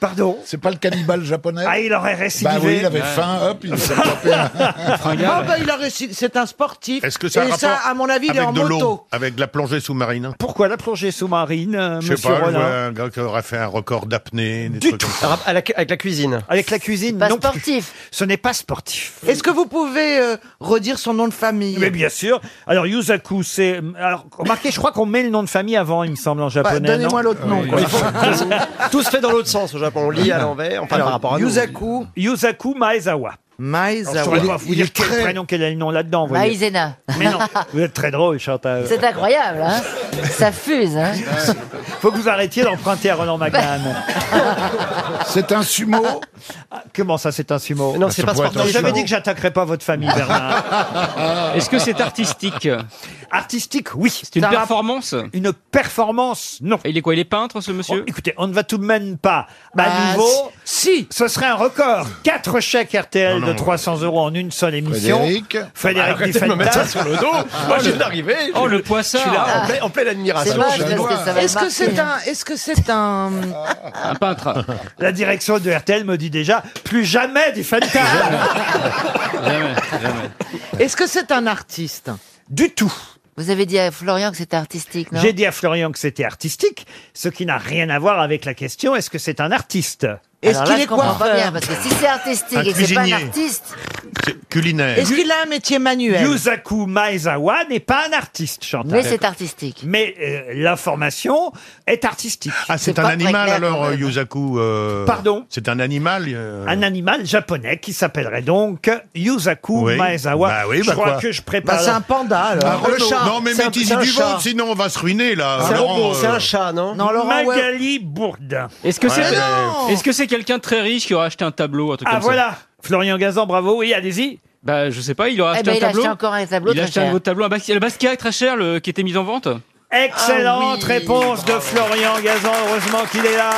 Speaker 3: Pardon
Speaker 16: C'est pas le cannibale japonais
Speaker 3: Ah, il aurait
Speaker 16: Bah
Speaker 3: récidivé.
Speaker 16: oui, il avait
Speaker 3: Ouais.
Speaker 16: faim, hop, il s'est tapé un-
Speaker 5: Ah, bah, il a réussi. C'est un sportif.
Speaker 2: Est-ce que ça a
Speaker 5: Et
Speaker 2: rapport
Speaker 5: ça, à mon avis, il
Speaker 2: avec
Speaker 5: est en
Speaker 2: de l'eau,
Speaker 5: moto.
Speaker 2: Avec de la plongée sous-marine hein.
Speaker 3: Pourquoi la plongée sous-marine, euh,
Speaker 2: Je
Speaker 3: monsieur
Speaker 2: sais pas, je
Speaker 3: Rollin
Speaker 2: vois un gars qui aurait fait un record d'apnée, des trucs comme ça.
Speaker 5: Ah,
Speaker 8: Rap- à la cu- Avec la cuisine.
Speaker 3: Avec la cuisine,
Speaker 5: Pas
Speaker 3: non plus.
Speaker 5: sportif.
Speaker 3: Ce n'est pas sportif.
Speaker 5: Est-ce que vous pouvez euh, redire son nom de famille
Speaker 3: Mais bien sûr. Alors, Yusaku, c'est. Alors, remarquez, je crois qu'on met le nom de famille avant, il me semble, en japonais. non
Speaker 8: Bah, donnez-moi l'autre nom,
Speaker 3: Oui.
Speaker 8: quoi. Tout se fait dans l'autre sens au Japon. On lit à l'envers, enfin par rapport à nous.
Speaker 5: Yusaku.
Speaker 3: Yusaku Maezawa.
Speaker 5: Maezawa.
Speaker 3: Alors, je ne pas vous
Speaker 5: Il
Speaker 3: dire
Speaker 5: est
Speaker 3: quel
Speaker 5: très-
Speaker 3: prénom, quel est le nom là-dedans. vous voyez.
Speaker 9: Maïzena.
Speaker 3: Mais non, vous êtes très drôle, Chantal.
Speaker 9: Ah, C'est incroyable, hein Ça fuse, hein
Speaker 3: Faut que vous arrêtiez d'emprunter à Roland McCann.
Speaker 16: C'est un sumo
Speaker 3: Comment ça, c'est un sumo
Speaker 8: Non, c'est Ça pas pourrait être sportif. un
Speaker 3: J'avais
Speaker 8: sumo.
Speaker 3: dit que j'attaquerais pas votre famille, Bernard.
Speaker 1: Est-ce que c'est artistique
Speaker 3: Artistique, oui. C'est
Speaker 1: une performance
Speaker 3: Une performance, non. Oh,
Speaker 1: Il est quoi Il est peintre, ce monsieur
Speaker 3: Écoutez, on ne va tout de même pas à
Speaker 1: Ah,
Speaker 3: nouveau. Si Ce serait un record. Quatre chèques RTL
Speaker 8: Non,
Speaker 3: de
Speaker 8: non.
Speaker 3: 300 euros en une seule émission.
Speaker 1: Ah,
Speaker 3: Frédéric
Speaker 8: Arrêtez de me
Speaker 3: Diffental.
Speaker 8: mettre ça sur le dos. Moi, je viens d'arriver.
Speaker 1: Oh, le
Speaker 8: poisson.
Speaker 1: poissard.
Speaker 8: Je suis là en, plein- en pleine admiration.
Speaker 9: moche, parce
Speaker 2: Ah.
Speaker 9: que ça va
Speaker 5: Est-ce que
Speaker 9: marquer,
Speaker 5: c'est
Speaker 9: hein.
Speaker 5: un, est-ce que c'est un,
Speaker 1: Un peintre.
Speaker 3: La direction de RTL me dit déjà plus jamais des
Speaker 1: Jamais, jamais.
Speaker 5: est-ce que c'est un artiste
Speaker 3: Du tout.
Speaker 9: Vous avez dit à Florian que c'était artistique, non
Speaker 3: J'ai dit à Florian que c'était artistique, ce qui n'a rien à voir avec la question est-ce que c'est un artiste
Speaker 5: Est-ce
Speaker 9: Alors là,
Speaker 5: qu'il est
Speaker 9: je comprends pas
Speaker 5: coiffeur
Speaker 9: bien, parce que si c'est artistique
Speaker 2: Un
Speaker 9: et que c'est pas un
Speaker 2: cuisinier.
Speaker 9: artiste,
Speaker 2: C'est culinaire.
Speaker 5: Est-ce qu'il a un métier manuel
Speaker 3: Yusaku Maezawa n'est pas un artiste, Chantal.
Speaker 9: mais c'est artistique.
Speaker 3: Mais euh, l'information est artistique.
Speaker 2: Ah, c'est
Speaker 9: C'est
Speaker 2: un
Speaker 9: pas très
Speaker 2: animal
Speaker 9: clair,
Speaker 2: alors,
Speaker 9: quand
Speaker 2: euh,
Speaker 9: même.
Speaker 2: Yusaku. euh,
Speaker 3: Pardon Ah,
Speaker 2: C'est un animal. euh,
Speaker 3: Un animal japonais qui s'appellerait donc Yusaku
Speaker 2: Oui.
Speaker 3: Maezawa.
Speaker 2: Bah oui, bah
Speaker 3: je crois
Speaker 2: quoi.
Speaker 3: que je prépare. Ah,
Speaker 5: Bah, c'est un panda,
Speaker 2: un
Speaker 5: alors.
Speaker 2: renaud.
Speaker 5: chat.
Speaker 2: Non, mais
Speaker 5: C'est un-
Speaker 2: mettez-y
Speaker 5: c'est un
Speaker 2: du
Speaker 5: chat.
Speaker 2: ventre, sinon on va se ruiner là.
Speaker 8: Ah. C'est un,
Speaker 2: Laurent,
Speaker 8: robot,
Speaker 2: euh,
Speaker 8: c'est un chat, non
Speaker 5: Non, Laurent, ouais.
Speaker 3: Magali Bourdin.
Speaker 1: Est-ce que
Speaker 2: Ouais,
Speaker 1: c'est
Speaker 2: mais-
Speaker 8: Ah,
Speaker 1: est-ce que c'est quelqu'un de très riche qui aura acheté un tableau un truc
Speaker 3: Ah
Speaker 1: comme ça
Speaker 3: voilà Florian Gazan, bravo, oui, allez-y.
Speaker 1: Bah je sais pas, il aura
Speaker 9: Eh
Speaker 1: acheté
Speaker 9: ben,
Speaker 1: un
Speaker 9: il a
Speaker 1: tableau.
Speaker 9: acheté encore un tableau
Speaker 1: il a
Speaker 9: très
Speaker 1: acheté un
Speaker 9: cher.
Speaker 1: nouveau tableau, un Basquiat, le Basquiat est très cher le, qui était mis en vente.
Speaker 3: Excellente
Speaker 9: Ah oui,
Speaker 3: réponse de Florian Gazan, heureusement qu'il est là.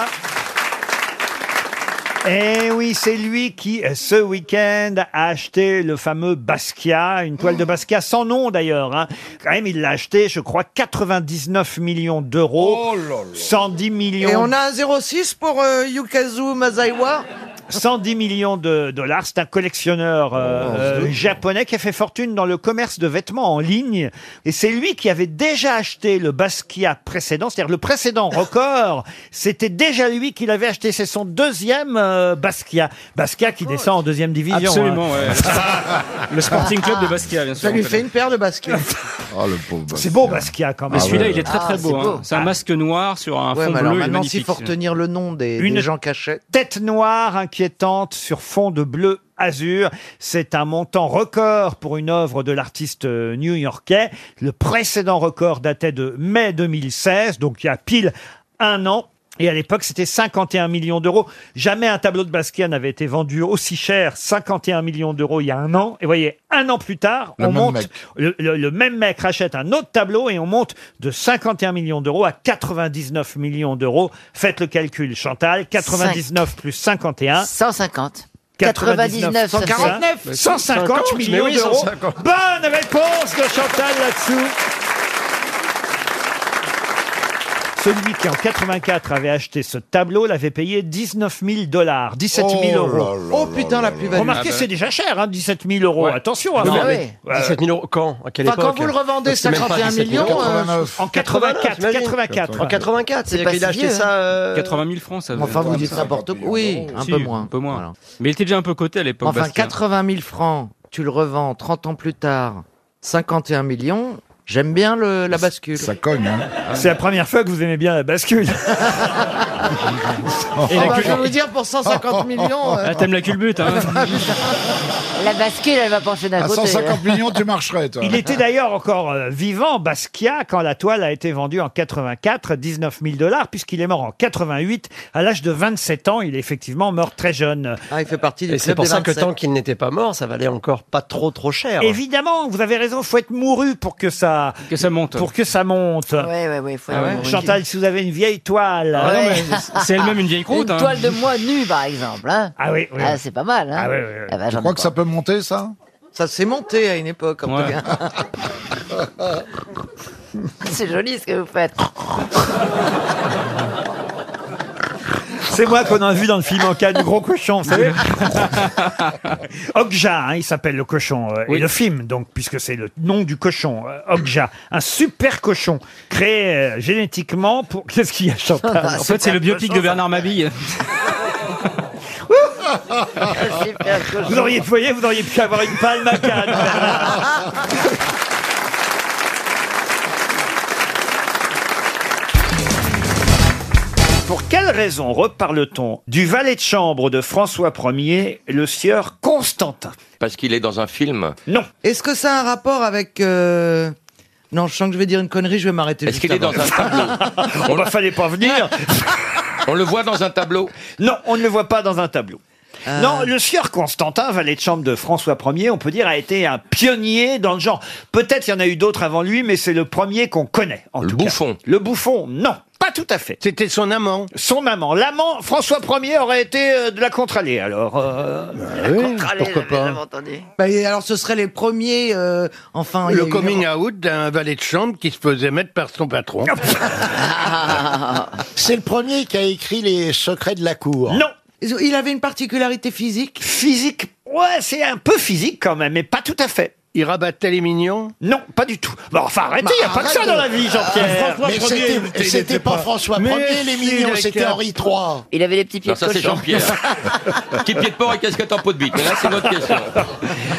Speaker 3: Eh oui, c'est lui qui, euh, ce week-end, a acheté le fameux Basquiat, une toile de Basquiat sans nom d'ailleurs. hein. Quand même, il l'a acheté, je crois, 99 millions
Speaker 9: Oh
Speaker 3: d'euros, 110
Speaker 5: Et
Speaker 3: millions,
Speaker 5: on a un 06 pour euh, Yukazu Mazaiwa
Speaker 3: 110 millions de dollars. C'est un collectionneur euh,
Speaker 1: Oh,
Speaker 3: euh, japonais qui a fait fortune dans le commerce de vêtements en ligne. Et c'est lui qui avait déjà acheté le Basquiat précédent, c'est-à-dire le précédent record. C'était déjà lui qui l'avait acheté. C'est son deuxième euh, Basquiat. Basquiat qui descend en deuxième division.
Speaker 1: Absolument,
Speaker 3: hein.
Speaker 1: ouais. le Sporting Club de Basquiat, bien sûr.
Speaker 5: Ça lui
Speaker 1: on
Speaker 5: fait une paire de baskets.
Speaker 2: Ah,
Speaker 16: Oh, le pauvre
Speaker 3: C'est beau Basquiat quand
Speaker 1: Mais
Speaker 3: même.
Speaker 1: celui-là, il est très très
Speaker 5: Ah,
Speaker 1: beau.
Speaker 5: c'est
Speaker 1: hein.
Speaker 5: beau.
Speaker 1: C'est un masque noir sur un
Speaker 5: ouais,
Speaker 1: fond
Speaker 5: mais
Speaker 1: bleu.
Speaker 5: alors
Speaker 1: il est
Speaker 5: maintenant, s'il
Speaker 1: magnifique.
Speaker 5: faut retenir le nom des,
Speaker 3: Une-
Speaker 5: des gens cachés.
Speaker 3: Tête noire hein, qui inquiétante sur fond de bleu azur. C'est un montant record pour une œuvre de l'artiste euh, new-yorkais. Le précédent record datait de mai 2016, donc il y a pile un an. Et à l'époque, c'était 51 millions d'euros. Jamais un tableau de Basquiat n'avait été vendu aussi cher, 51 millions d'euros il y a un an. Et voyez, un an plus tard,
Speaker 7: Le
Speaker 3: on
Speaker 7: même
Speaker 3: monte,
Speaker 7: mec.
Speaker 3: le, le- le même mec rachète un autre tableau et on monte de 51 millions d'euros à 99 millions d'euros. Faites le calcul, Chantal. 99 plus 51.
Speaker 5: 150.
Speaker 3: 99, 149, 150 millions d'euros. Bonne réponse de Chantal là-dessous. Celui qui en 84 avait acheté ce tableau l'avait payé 19 000 dollars, 17 000
Speaker 1: Oh
Speaker 3: euros.
Speaker 1: là là Oh putain, là la là plus-value. là.
Speaker 3: Remarquez,
Speaker 1: Ah bah.
Speaker 3: c'est déjà cher, hein, 17 000 euros. Attention, hein. avant.
Speaker 1: Non, mais 17 000 euros, quand À quelle
Speaker 3: Enfin,
Speaker 1: époque
Speaker 3: quand vous le revendez
Speaker 1: C'est même pas
Speaker 3: 51
Speaker 1: 17 000 euros.
Speaker 3: millions, euh, en 84,
Speaker 1: j'imagine.
Speaker 3: 84.
Speaker 1: En 84,
Speaker 5: C'est
Speaker 1: c'est-à-dire
Speaker 5: pas
Speaker 1: qu'il
Speaker 5: si
Speaker 1: a acheté
Speaker 5: vieux,
Speaker 1: ça.
Speaker 5: hein.
Speaker 1: euh,
Speaker 5: 80
Speaker 9: 000 francs, ça
Speaker 5: Enfin, vous dites n'importe quoi. Oui, un
Speaker 9: Si,
Speaker 5: peu moins.
Speaker 9: Un peu moins. Mais il était déjà un peu coté à l'époque.
Speaker 5: Enfin,
Speaker 9: Basquiat.
Speaker 5: 80 000 francs, tu le revends 30 ans plus tard, 51 millions. J'aime bien le- la bascule. Ça
Speaker 16: cogne,
Speaker 3: Ah, C'est la première fois que vous aimez bien la bascule.
Speaker 5: Et la cul- Ah, bah, je vais vous dire, pour 150 millions, euh, Ah, bah, t'aimes
Speaker 3: la culbute, hein
Speaker 5: La bascule, elle va pencher d'un
Speaker 16: À
Speaker 5: côté.
Speaker 16: 150 millions, tu marcherais, toi.
Speaker 3: Il était d'ailleurs encore euh, vivant, Basquiat, quand la toile a été vendue en 84, 19 000 dollars, puisqu'il est mort en 88, à l'âge de 27 ans. Il est effectivement mort très jeune.
Speaker 1: Ah, il fait partie
Speaker 3: du
Speaker 1: Et
Speaker 3: club
Speaker 1: c'est pour
Speaker 3: des
Speaker 1: ça que
Speaker 3: 27.
Speaker 1: tant qu'il n'était pas mort, ça valait encore pas trop trop cher.
Speaker 3: Évidemment, vous avez raison, faut être mouru pour que ça, que ça monte. Pour que ça monte.
Speaker 5: Ouais, ouais, ouais, faut être mouru.
Speaker 3: Chantal, si vous avez une vieille toile.
Speaker 5: Ah non, mais
Speaker 9: c'est elle-même hein. une vieille hein.
Speaker 5: Une toile de moi nue, par exemple. hein.
Speaker 3: hein. Ah oui, oui.
Speaker 5: Ah, c'est pas mal. Hein.
Speaker 3: Ah oui, oui, oui.
Speaker 5: Ah bah,
Speaker 3: Tu
Speaker 5: j'en
Speaker 3: crois
Speaker 5: ai
Speaker 3: que
Speaker 5: pas.
Speaker 16: Ça peut monter, ça
Speaker 5: Ça s'est monté à une époque, en
Speaker 16: Ouais.
Speaker 5: tout cas. c'est joli ce que vous faites.
Speaker 3: C'est moi qu'on a vu dans le film en cas du gros cochon, vous savez. Okja, hein, il s'appelle le cochon. euh, Et le film, donc, puisque c'est le nom du cochon, euh, Okja. Un super cochon créé euh, génétiquement pour... Qu'est-ce qu'il y a, Chantal
Speaker 9: Ah, En fait, c'est le biopic de Bernard Mabille.
Speaker 3: Vous auriez, vous voyez, vous auriez pu avoir une palme à Cannes. Pour quelle raison reparle-t-on du valet de chambre de François Ier, le sieur Constantin
Speaker 13: Parce qu'il est dans un film.
Speaker 3: Non.
Speaker 5: Est-ce que ça a un rapport avec. euh, Non, je sens que je vais dire une connerie, je vais m'arrêter.
Speaker 13: Est-ce
Speaker 5: juste
Speaker 13: qu'il est
Speaker 5: avant.
Speaker 13: dans un tableau
Speaker 3: On ne fallait pas venir.
Speaker 13: On le voit dans un tableau
Speaker 3: Non, on ne le voit pas dans un tableau. Non, le sieur Constantin, valet de chambre de François Ier, on peut dire, a été un pionnier dans le genre. Peut-être il y en a eu d'autres avant lui, mais c'est le premier qu'on connaît. En le bouffon. Le bouffon, non, pas tout à fait. C'était son amant. Son amant. L'amant, François Ier aurait été euh, de la contre-allée, alors. euh,
Speaker 5: Bah, et alors, ce serait les premiers. euh, Enfin. il y a
Speaker 7: Le
Speaker 5: eu-
Speaker 7: coming out d'un valet de chambre qui se faisait mettre par son patron.
Speaker 2: C'est le premier qui a écrit Les secrets de la cour.
Speaker 3: Non.
Speaker 5: Il avait une particularité physique
Speaker 3: Physique Ouais, c'est un peu physique quand même, mais pas tout à fait.
Speaker 7: Il rabattait les mignons
Speaker 3: Non, pas du tout. Bah, enfin, arrêtez, il n'y a pas que ça dans la vie, Jean-Pierre.
Speaker 2: Mais c'était- c'était pas François Ier, les mignons, c'était Henri III.
Speaker 5: Il avait les petits
Speaker 13: Non, ça c'est Jean-Pierre. Petit pied de porc et casquette en peau de bite. Mais là, c'est votre question.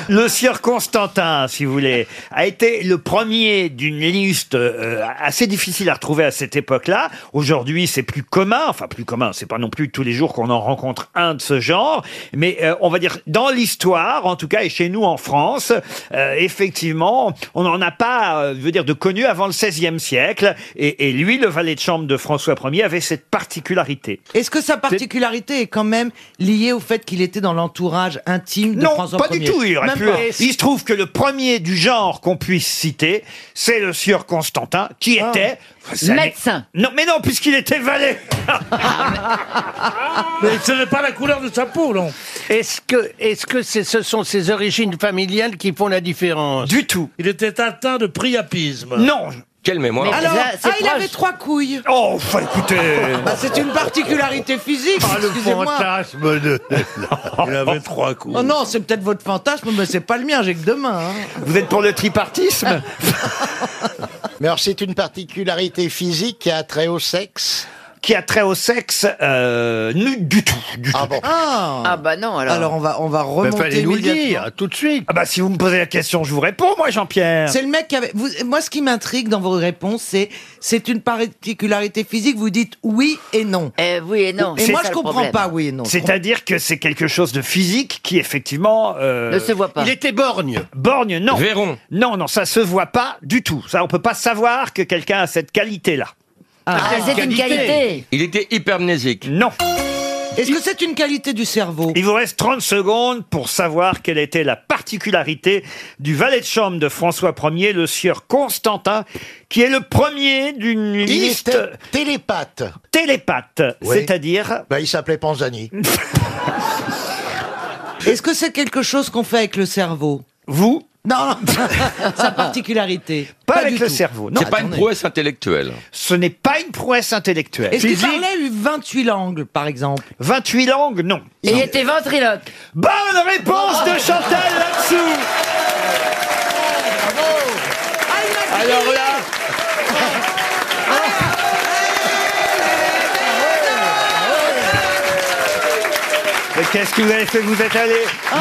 Speaker 3: Le sieur Constantin, si vous voulez, a été le premier d'une liste euh, assez difficile à retrouver à cette époque-là. Aujourd'hui, c'est plus commun, enfin plus commun, c'est pas non plus tous les jours qu'on en rencontre un de ce genre, mais euh, on va dire dans l'histoire, en tout cas, et chez nous en France, euh, effectivement, on n'en a pas, euh, je veux dire, de connu avant le XVIe siècle. Et, et lui, le valet de chambre de François Ier, avait cette particularité.
Speaker 5: Est-ce que sa particularité est quand même liée au fait qu'il était dans l'entourage intime de
Speaker 3: non,
Speaker 5: François
Speaker 3: pas du
Speaker 5: Ier
Speaker 3: tout. Il, aurait
Speaker 5: Même
Speaker 3: pu- hein.
Speaker 5: pas.
Speaker 3: il se trouve que le premier du genre qu'on puisse citer, c'est le sieur Constantin, qui était
Speaker 9: Bah,
Speaker 3: Ça n'est-
Speaker 5: Médecin.
Speaker 3: Non, mais non, puisqu'il était valet.
Speaker 35: Mais ce n'est pas la couleur de sa peau, non
Speaker 7: Est-ce que, est-ce que c'est- ce sont ses origines familiales qui font la différence
Speaker 3: Du tout.
Speaker 35: Il était atteint de priapisme.
Speaker 3: Non.
Speaker 13: Quelle mémoire
Speaker 5: Alors, ah, il avait trois couilles.
Speaker 3: Oh, enfin, écoutez.
Speaker 5: Bah, c'est une particularité physique.
Speaker 7: Ah, le
Speaker 5: excusez-moi.
Speaker 7: fantasme de... Il avait trois coups.
Speaker 5: Oh non, c'est peut-être votre fantasme, mais c'est pas le mien, j'ai que deux mains. hein.
Speaker 3: Vous êtes pour le tripartisme
Speaker 2: Mais alors, c'est une particularité physique qui a trait au sexe
Speaker 3: qui a trait au sexe euh, nude du tout. Du ah bon
Speaker 2: Ah, bah non, alors.
Speaker 3: on va, on va
Speaker 2: remonter
Speaker 3: fallait Bah, nous le
Speaker 2: immédiatement.
Speaker 3: dire tout de suite. Ah bah si vous me posez la question, je vous réponds, moi, Jean-Pierre.
Speaker 5: C'est le mec qui avait. vous- moi, ce qui m'intrigue dans vos réponses, c'est c'est une particularité physique. Vous dites oui et non.
Speaker 9: Eh, oui et non.
Speaker 5: Et moi, je comprends pas oui et non.
Speaker 3: C'est-à-dire que c'est quelque chose de physique qui, effectivement... euh,
Speaker 5: Ne se voit pas. Il
Speaker 3: était borgne. Borgne, non.
Speaker 13: Véron.
Speaker 3: Non, non, ça se voit pas du tout. Ça, on peut pas savoir que quelqu'un a cette qualité-là.
Speaker 5: Ah, c'est une qualité.
Speaker 13: Il était hypermnésique.
Speaker 3: Non.
Speaker 5: Est-ce que c'est une qualité du cerveau
Speaker 3: Il vous reste 30 secondes pour savoir quelle était la particularité du valet de chambre de François Ier, le sieur Constantin, qui est le premier d'une liste...
Speaker 36: Télépathe.
Speaker 3: Télépathe,
Speaker 36: Oui.
Speaker 3: c'est-à-dire...
Speaker 36: Bah, il s'appelait Panzani.
Speaker 5: Est-ce que c'est quelque chose qu'on fait avec le cerveau
Speaker 3: Vous
Speaker 5: Non, non. sa particularité.
Speaker 3: Pas, avec
Speaker 5: du
Speaker 3: le
Speaker 5: tout.
Speaker 3: cerveau, non.
Speaker 13: C'est pas une prouesse intellectuelle.
Speaker 3: Ce n'est pas une prouesse intellectuelle.
Speaker 5: Est-ce qu'il
Speaker 3: Physique
Speaker 5: parlait 28 langues, par exemple
Speaker 3: 28 langues, non.
Speaker 5: Il était ventriloque.
Speaker 3: Bonne réponse de Chantal là-dessous
Speaker 13: Alors là,
Speaker 3: Mais qu'est-ce que vous avez fait Vous êtes allé,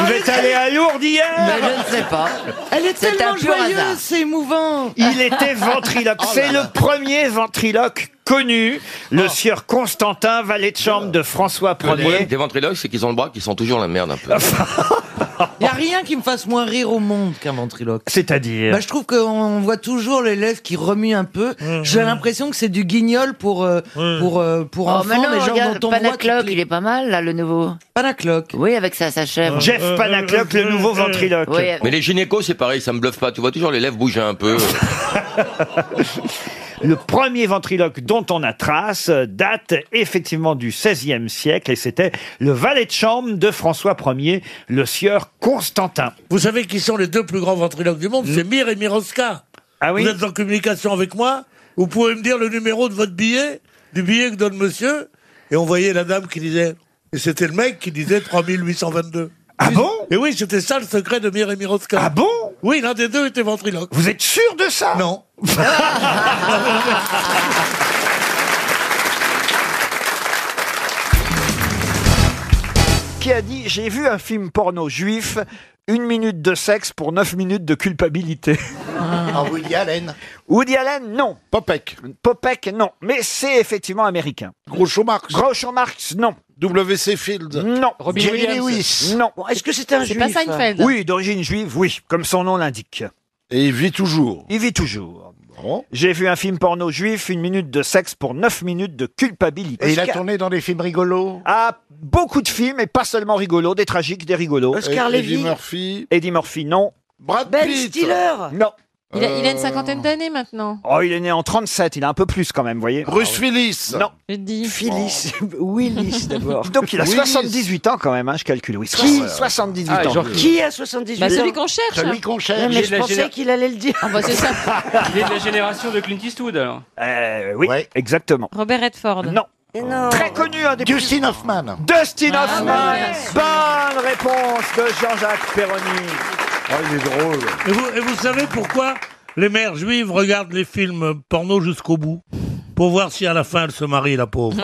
Speaker 3: vous êtes allé à Lourdes hier
Speaker 5: Oh, Mais je ne sais pas. Elle est
Speaker 36: C'est
Speaker 5: tellement
Speaker 36: un pur hasard.
Speaker 5: joyeuse, c'est émouvant. Oh
Speaker 3: Il était ventriloque. C'est le premier ventriloque connu,
Speaker 5: Oh.
Speaker 3: le sieur Constantin, valet de chambre de François
Speaker 13: le problème
Speaker 3: Ier.
Speaker 13: des ventriloques, c'est qu'ils ont le bras qui sent toujours la merde un peu.
Speaker 3: Ah,
Speaker 5: Il n'y a rien qui me fasse moins rire au monde qu'un ventriloque.
Speaker 3: C'est-à-dire
Speaker 5: Bah, je trouve qu'on voit toujours les lèvres qui remuent un peu.
Speaker 3: Mmh,
Speaker 5: J'ai l'impression que c'est du guignol pour, euh, pour, euh, pour
Speaker 9: Oh,
Speaker 5: enfants,
Speaker 9: mais non,
Speaker 5: mais genre
Speaker 9: regarde,
Speaker 5: dont on voit
Speaker 9: Panacloc, il est pas mal, là, le nouveau.
Speaker 5: Panacloc.
Speaker 9: Oui, avec sa, sa chèvre.
Speaker 3: Jeff
Speaker 13: Euh,
Speaker 3: Panacloc, le nouveau ventriloque.
Speaker 9: Oui,
Speaker 13: Mais les gynécos, c'est pareil, ça me bluffe pas. Tu vois toujours les lèvres bouger un peu.
Speaker 3: Oh Le premier ventriloque dont on a trace euh, date effectivement du XVIe siècle et c'était le valet de chambre de François Ier, le sieur Constantin.
Speaker 7: Vous savez qui sont les deux plus grands ventriloques du monde C'est Mir et Miroska.
Speaker 3: Ah oui
Speaker 7: Vous êtes en communication avec moi Vous pouvez me dire le numéro de votre billet, du billet que donne monsieur Et on voyait la dame qui disait... Et c'était le mec qui disait 3822.
Speaker 3: Ah bon
Speaker 7: Et oui, c'était ça le secret de Mir et Miroska. Ah
Speaker 3: bon
Speaker 7: Oui, l'un des deux était ventriloque.
Speaker 3: Vous êtes sûr de ça
Speaker 7: Non.
Speaker 3: Qui a dit J'ai vu un film porno juif, une minute de sexe pour neuf minutes de culpabilité.
Speaker 36: Ah, Woody Allen.
Speaker 3: Woody Allen, non. Popek. Popek, non. Mais c'est effectivement américain. Groucho Marx. Groucho Marx, non. W.C. Fields. Non.
Speaker 36: Robin Jerry Williams. Lewis.
Speaker 3: Non. Est-ce que c'est un
Speaker 36: C'est pas
Speaker 3: juif
Speaker 36: Seinfeld.
Speaker 3: Oui, d'origine juive, oui, comme son nom l'indique. Et il vit toujours. Il vit toujours. J'ai vu un film porno juif, une minute de sexe pour neuf minutes de culpabilité.
Speaker 36: Et il a tourné dans des films rigolos.
Speaker 3: Ah, beaucoup de films, et pas seulement rigolos, des tragiques, des rigolos.
Speaker 36: Oscar Et- Eddie Levy.
Speaker 3: Murphy. Eddie Murphy, non. Brad
Speaker 15: Ben Pitt. Stiller.
Speaker 3: Non.
Speaker 15: Il a, il
Speaker 3: Euh.
Speaker 36: Euh.
Speaker 15: a une cinquantaine d'années maintenant.
Speaker 3: Oh, il est né en 37, il a un peu plus quand même, vous voyez. Bruce Willis. Ah Non.
Speaker 15: Je dis.
Speaker 3: Phyllis. Willis d'abord. Donc il a
Speaker 15: Willis.
Speaker 3: 78 ans quand même, hein, je calcule. Oui,
Speaker 15: Qui
Speaker 3: 78
Speaker 15: Ah,
Speaker 3: ans.
Speaker 15: genre-
Speaker 37: Qui a 78
Speaker 15: Bah,
Speaker 37: ans
Speaker 15: celui qu'on cherche.
Speaker 9: hein.
Speaker 15: Celui qu'on cherche.
Speaker 37: Non,
Speaker 1: Il
Speaker 37: mais
Speaker 1: est de
Speaker 37: je
Speaker 1: la
Speaker 37: pensais
Speaker 1: géné-
Speaker 37: qu'il allait le dire. Ah.
Speaker 15: c'est ça.
Speaker 1: Il est de la génération de Clint Eastwood, alors.
Speaker 3: Euh, oui, exactement.
Speaker 15: Robert Redford.
Speaker 3: Non. Très connu, un des Dustin Hoffman. Dustin
Speaker 15: Ah,
Speaker 3: Hoffman.
Speaker 15: bah, bien
Speaker 3: Bonne réponse de Jean-Jacques Perroni.
Speaker 2: Ah,
Speaker 7: Oh, il est drôle. Et vous, et vous savez pourquoi les mères juives regardent les films porno jusqu'au bout Pour voir si à la fin elles se marient, la pauvre.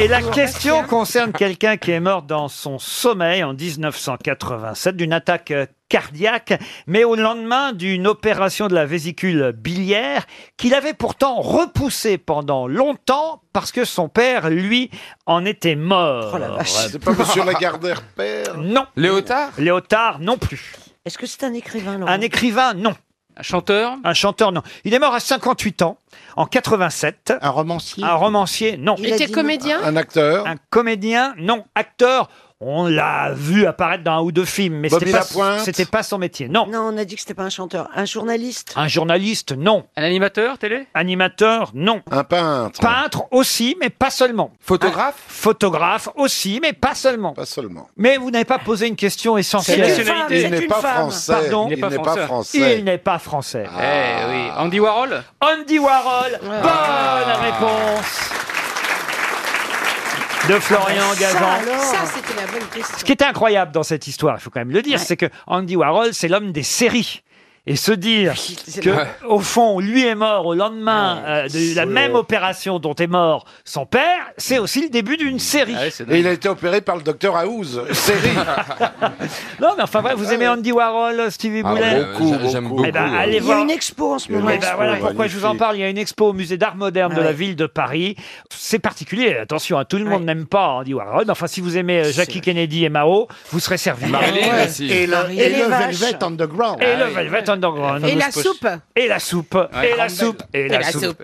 Speaker 3: Et la question concerne quelqu'un qui est mort dans son sommeil en 1987 d'une attaque euh, cardiaque, mais au lendemain d'une opération de la vésicule biliaire qu'il avait pourtant repoussée pendant longtemps parce que son père, lui, en était mort.
Speaker 16: Oh la vache. C'est pas monsieur Lagardère
Speaker 3: père Non. Léotard Léotard non plus.
Speaker 37: Est-ce que c'est un écrivain, Laurent
Speaker 3: Un écrivain, non. Un chanteur Un chanteur, non. Il est mort à 58 ans, en 87. Un romancier Un romancier, non.
Speaker 15: Il Il a était dit non. comédien Un
Speaker 3: acteur Un comédien, non. Acteur, on l'a vu apparaître dans un ou deux films, mais
Speaker 37: Bobby
Speaker 3: c'était pas,
Speaker 37: Lapointe
Speaker 3: c'était pas son métier, non.
Speaker 37: Non, on a dit que c'était pas un chanteur. Un journaliste.
Speaker 3: Un journaliste, non. Un animateur, télé Animateur, non. Un peintre Peintre aussi, mais pas seulement. Photographe Photographe aussi, mais pas seulement. Pas seulement. Mais vous n'avez pas posé une question essentielle.
Speaker 1: C'est une femme, Il c'est n'est une pas femme. français.
Speaker 3: Pardon
Speaker 1: Il n'est pas Il n'est pas français. français.
Speaker 3: Il n'est pas français.
Speaker 1: Eh oui. Andy Warhol
Speaker 3: Andy Warhol. Bonne réponse de Florian Gazan.
Speaker 15: Ça, c'était la bonne question.
Speaker 3: Ce qui est incroyable dans cette histoire, il faut quand même le dire, c'est que Andy Warhol, c'est l'homme des séries. et se dire que,
Speaker 16: Ouais.
Speaker 3: au fond, lui est mort au lendemain euh, de la
Speaker 16: Ouais.
Speaker 3: même opération dont est mort son père, c'est aussi le début d'une série.
Speaker 16: Et il a été opéré par le docteur House. Série.
Speaker 3: non, mais enfin, voilà, vous aimez Andy Warhol, Stevie
Speaker 16: Ah,
Speaker 3: Boulet
Speaker 16: beaucoup,
Speaker 3: Eh ben,
Speaker 16: j'aime beaucoup.
Speaker 3: allez
Speaker 16: Il y a
Speaker 3: voir.
Speaker 16: une expo en ce
Speaker 3: Eh ben,
Speaker 16: moment. Une
Speaker 3: voilà
Speaker 16: expo,
Speaker 3: pourquoi je vous en
Speaker 16: magnifique.
Speaker 3: parle. Il y a une expo au musée d'art moderne de
Speaker 16: Ah
Speaker 3: la
Speaker 16: ouais.
Speaker 3: ville de Paris. C'est particulier, attention, hein, tout le monde n'aime pas Andy Warhol. mais Enfin, si vous aimez euh, Jackie Kennedy et Mao, vous serez servi.
Speaker 16: Marilyn Ouais. aussi. Et le- et Et les le vaches. Velvet Underground.
Speaker 3: Et
Speaker 16: Ah
Speaker 3: le
Speaker 16: oui.
Speaker 3: Velvet Underground.
Speaker 16: Et la soupe.
Speaker 3: Et la soupe.
Speaker 16: Ouais,
Speaker 3: Et la
Speaker 16: grande
Speaker 3: soupe.
Speaker 16: belle.
Speaker 3: Et la soupe.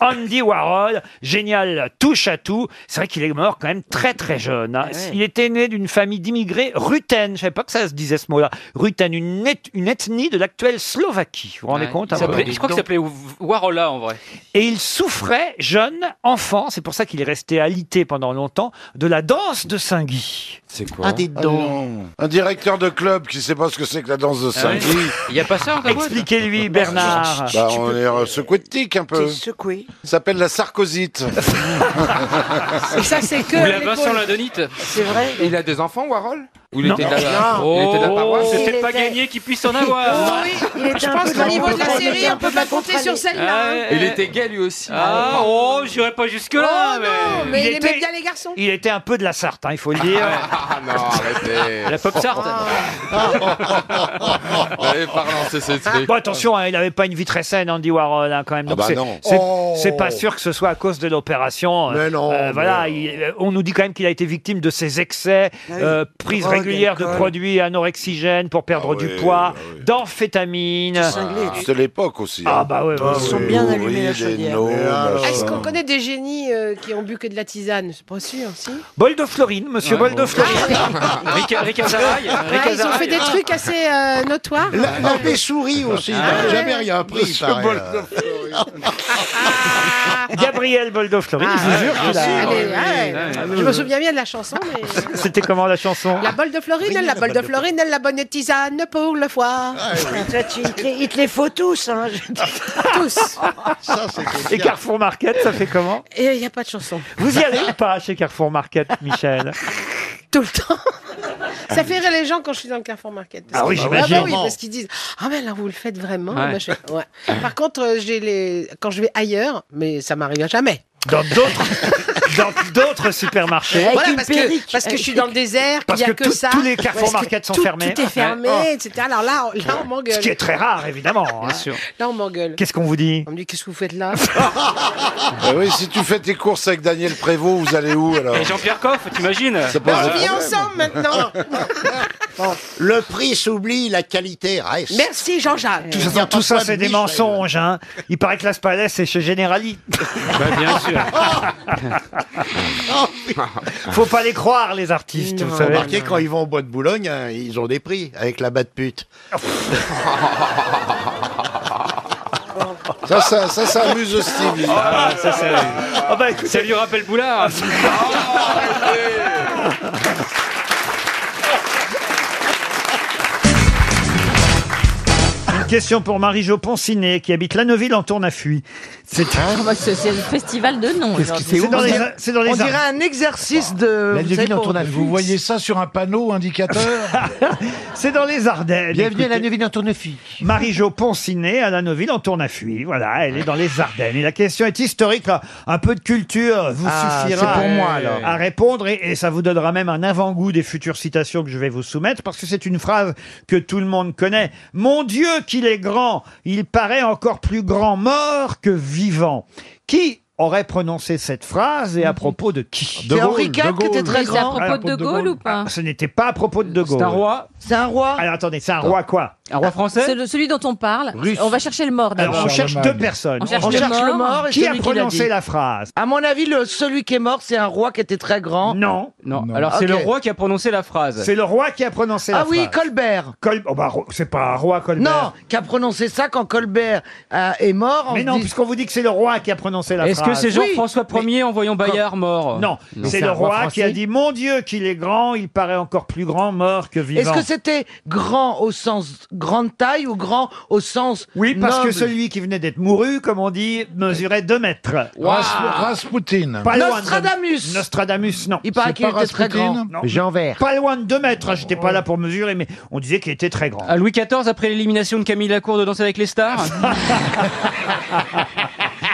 Speaker 3: Andy Warhol, génial, touche à tout. C'est vrai qu'il est mort quand même très très jeune. hein.
Speaker 16: ouais.
Speaker 3: Il était né d'une famille d'immigrés rutènes. Je ne savais pas que ça se disait ce mot-là. Rutènes, une, eth- une ethnie de l'actuelle Slovaquie. Vous vous rendez
Speaker 11: Ouais,
Speaker 3: compte
Speaker 11: il
Speaker 3: hein,
Speaker 11: s'appelait-
Speaker 3: Bob
Speaker 11: Je crois qu'il s'appelait Warola en vrai.
Speaker 3: Et il souffrait, jeune, enfant, c'est pour ça qu'il est resté alité pendant longtemps, de la danse de Saint-Guy. C'est quoi Ah
Speaker 16: Ah, non. Un directeur de club qui sait pas ce que c'est que la danse de Saint-Guy.
Speaker 3: Ah Il n'y a pas ça Expliquez-lui, Bernard.
Speaker 16: Bah, on est euh, secoué de tic un peu.
Speaker 3: T'es
Speaker 16: secoué. Ça s'appelle la sarcosite.
Speaker 4: Et ça, c'est que.
Speaker 16: Ou la
Speaker 4: à l'épaule.
Speaker 16: Vincent
Speaker 4: C'est vrai. Il a deux enfants, Warhol
Speaker 1: Ou il était de la-
Speaker 4: Non.
Speaker 1: il était de la paroisse.
Speaker 4: Il
Speaker 11: C'était Oh. pas
Speaker 4: était-
Speaker 11: gagné qu'il puisse en
Speaker 3: Oh,
Speaker 11: avoir.
Speaker 4: Oui, il était
Speaker 11: Je
Speaker 4: un
Speaker 11: pense
Speaker 4: peu
Speaker 11: qu'au niveau de la
Speaker 4: mal-
Speaker 11: série, on peut
Speaker 4: mal
Speaker 11: pas compter
Speaker 4: contrôlé.
Speaker 11: sur celle-là, hein.
Speaker 1: Il était gay lui aussi.
Speaker 11: Ah, oh, j'irai pas
Speaker 3: Oh,
Speaker 11: jusque-là,
Speaker 4: non,
Speaker 11: mais.
Speaker 4: mais il
Speaker 3: était-
Speaker 4: aimait bien les garçons.
Speaker 3: Il était un peu de la Sarthe, hein, il faut le dire.
Speaker 1: Ah non, arrêtez.
Speaker 3: La pop Sarthe.
Speaker 1: Allez, parle en CCC.
Speaker 3: Bon, attention, hein, il n'avait pas une vie très saine, Andy Warhol, hein, quand même.
Speaker 1: Ah
Speaker 3: Donc
Speaker 1: bah
Speaker 3: c'est-
Speaker 1: non.
Speaker 3: c'est
Speaker 1: Oh.
Speaker 3: c'est pas sûr que ce soit à cause de l'opération.
Speaker 1: Mais non, mais
Speaker 3: voilà,
Speaker 1: non.
Speaker 3: il- euh, on nous dit quand même qu'il a été victime de ses excès,
Speaker 1: Ah oui.
Speaker 3: euh, prise
Speaker 1: Drogue,
Speaker 3: régulière de
Speaker 1: alcool.
Speaker 3: produits anorexigènes pour perdre
Speaker 1: Ah
Speaker 3: du
Speaker 16: ouais,
Speaker 3: poids, d'amphétamines.
Speaker 16: C'était l'époque aussi. hein.
Speaker 3: Ah bah ouais, ouais, ouais. Ah,
Speaker 16: euh.
Speaker 4: Est-ce qu'on connaît des génies euh, qui ont bu que de la tisane C'est pas sûr, si.
Speaker 3: Bol de Florine, monsieur Bol de Florine. Rica- Ricazaraï,
Speaker 4: Ah, Ouais, Ah, ils ont fait des trucs assez euh, notoires.
Speaker 2: La, la péchouris aussi, il n'a
Speaker 4: Ah ouais.
Speaker 2: jamais rien pris. il
Speaker 3: Monsieur
Speaker 2: paraît,
Speaker 3: Bolt-
Speaker 2: euh.
Speaker 3: Gabriel Bol de Florine.
Speaker 4: Ah,
Speaker 3: je vous jure
Speaker 4: bien
Speaker 3: qu'il a- Ah,
Speaker 4: sûr. Allez, ouais. Je me souviens bien de la chanson, mais.
Speaker 3: C'était comment la chanson
Speaker 4: La bolle de Florine, la, bolle de Ah, Florine, la bonne tisane pour le foie.
Speaker 38: Ça, tu- il, te les, il te les faut tous. Hein. je te-
Speaker 4: Tous.
Speaker 3: Et Carrefour Market, ça fait comment
Speaker 4: Et il n'y a pas de chanson.
Speaker 3: Vous y allez ou pas chez Carrefour Market, Michel
Speaker 4: Tout le temps. Ça fait rire les gens quand je suis dans le Carrefour Market.
Speaker 3: Ah oui, j'imagine.
Speaker 4: bah oui, parce qu'ils disent Ah, mais là, vous le faites vraiment.
Speaker 3: Ouais.
Speaker 4: machin. Ouais. Par contre, euh, j'ai les... quand je vais ailleurs, mais ça m'arrive jamais.
Speaker 3: Dans d'autres, dans d'autres supermarchés.
Speaker 4: Voilà, parce que, parce que je suis dans le désert, qu'il
Speaker 3: Parce
Speaker 4: n'y a
Speaker 3: que
Speaker 4: Euh, que,
Speaker 3: tout-
Speaker 4: ça.
Speaker 3: tous les Carrefour
Speaker 4: Parce que
Speaker 3: Market sont
Speaker 4: tout-
Speaker 3: fermés.
Speaker 4: Tout est fermé,
Speaker 3: Ouais.
Speaker 4: etc. Alors là, on- là on m'engueule.
Speaker 3: Ce qui est très rare, évidemment. hein.
Speaker 4: Là, on m'engueule.
Speaker 3: Qu'est-ce qu'on vous dit
Speaker 4: On me dit Qu'est-ce que vous faites là
Speaker 16: Bah oui, si tu fais tes courses avec Daniel Prévost, vous allez où alors
Speaker 11: Et Jean-Pierre Coff, t'imagines
Speaker 16: C'est pas
Speaker 4: On
Speaker 16: un
Speaker 4: vit
Speaker 16: problème.
Speaker 4: ensemble
Speaker 32: Ah,
Speaker 4: maintenant.
Speaker 2: Le prix s'oublie, la qualité reste.
Speaker 4: Merci Jean-Jacques.
Speaker 3: Tout ça, tout ça, c'est des mensonges. hein. Il paraît que Las Palais, c'est chez Generali.
Speaker 11: Bah, bien sûr.
Speaker 3: Faut pas les croire, les artistes, vous
Speaker 2: Vous
Speaker 3: savez.
Speaker 2: remarquez, quand ils vont au bois de Boulogne, hein, ils ont des prix avec la batte pute.
Speaker 16: Ça, ça, ça, ça amuse Stevie.
Speaker 11: Ah, ça, c'est-
Speaker 3: bah,
Speaker 11: ça lui rappelle Boulard.
Speaker 3: Ah, Une question pour Marie-Jo Poncinet, qui habite Laneuville en Tournafuit. C'est
Speaker 5: Ah, bah, C'est c'est le festival de noms.
Speaker 3: Qu'est-ce que
Speaker 5: aujourd'hui.
Speaker 3: c'est dans les- c'est dans les
Speaker 5: On
Speaker 3: ar-
Speaker 5: dirait un exercice de.
Speaker 39: La
Speaker 5: vous savez,
Speaker 39: devine en
Speaker 5: pour-
Speaker 39: tournage. Vous voyez ça sur un panneau indicateur
Speaker 3: C'est dans les Ardennes.
Speaker 39: Bienvenue à
Speaker 3: Neuville en Tournefuit. Marie-Jo Poncinet à la Neuville en Tournefuit. Voilà, elle est dans les Ardennes. Et la question est historique. là. Un peu de culture vous
Speaker 40: Ah,
Speaker 3: suffira Euh,
Speaker 40: c'est pour
Speaker 3: à-
Speaker 40: moi, alors.
Speaker 3: à répondre et, et ça vous donnera même un avant-goût des futures citations que je vais vous soumettre parce que c'est une phrase que tout le monde connaît. Mon Dieu qu'il est grand, il paraît encore plus grand mort que vivant. Qui aurait prononcé cette phrase et à propos de qui
Speaker 5: De C'est Gaulle, Henri IV de Gaulle. qui était très grand. C'est à propos de De Gaulle ou pas
Speaker 3: Ah, Ce n'était pas à propos de De Gaulle.
Speaker 5: C'est un roi Ah,
Speaker 3: C'est un roi. Alors attendez, c'est un roi quoi Un roi
Speaker 5: C'est le- celui dont on parle.
Speaker 3: Russe.
Speaker 5: On va chercher le mort
Speaker 3: Alors,
Speaker 5: d'abord.
Speaker 3: on cherche deux personnes.
Speaker 5: On cherche, le, mort. et
Speaker 3: Qui a
Speaker 5: celui l'a
Speaker 3: prononcé
Speaker 5: dit.
Speaker 3: la phrase
Speaker 5: À mon avis, le, celui qui est mort, c'est un roi qui était très grand.
Speaker 3: Non.
Speaker 11: Non, alors c'est
Speaker 5: Ok.
Speaker 11: le roi qui a prononcé la phrase.
Speaker 3: C'est le roi qui a prononcé la
Speaker 5: Ah oui,
Speaker 3: phrase.
Speaker 5: Colbert.
Speaker 3: Col- oh bah, ro- c'est pas un roi Colbert.
Speaker 5: Non, qui a prononcé ça quand Colbert euh, est mort.
Speaker 3: Mais non, puisqu'on vous dit que c'est le roi qui a prononcé la phrase.
Speaker 9: que c'est Jean-François Ier en voyant Bayard
Speaker 3: Quand-
Speaker 9: mort
Speaker 3: Non,
Speaker 9: Non.
Speaker 3: c'est
Speaker 9: C'est un
Speaker 3: le
Speaker 9: roi
Speaker 3: roi
Speaker 9: français.
Speaker 3: qui a dit Mon Dieu, qu'il est grand, il paraît encore plus grand mort que vivant.
Speaker 5: Est-ce que c'était grand au sens grande taille ou grand au sens
Speaker 3: Oui, parce
Speaker 5: noble
Speaker 3: que celui qui venait d'être mouru, comme on dit, mesurait 2 mètres.
Speaker 5: Wow. Ah.
Speaker 3: Rasputin. Pas loin de-
Speaker 5: Nostradamus.
Speaker 3: Nostradamus, non.
Speaker 5: Il paraît C'est qu'il pas était très Rasputin grand.
Speaker 3: Non.
Speaker 5: Jean Vert.
Speaker 3: Pas loin de 2 mètres, hein, j'étais pas là pour mesurer, mais on disait qu'il était très
Speaker 5: Ah,
Speaker 3: grand.
Speaker 9: À Louis XIV, après l'élimination de Camille Lacour de Danser avec les stars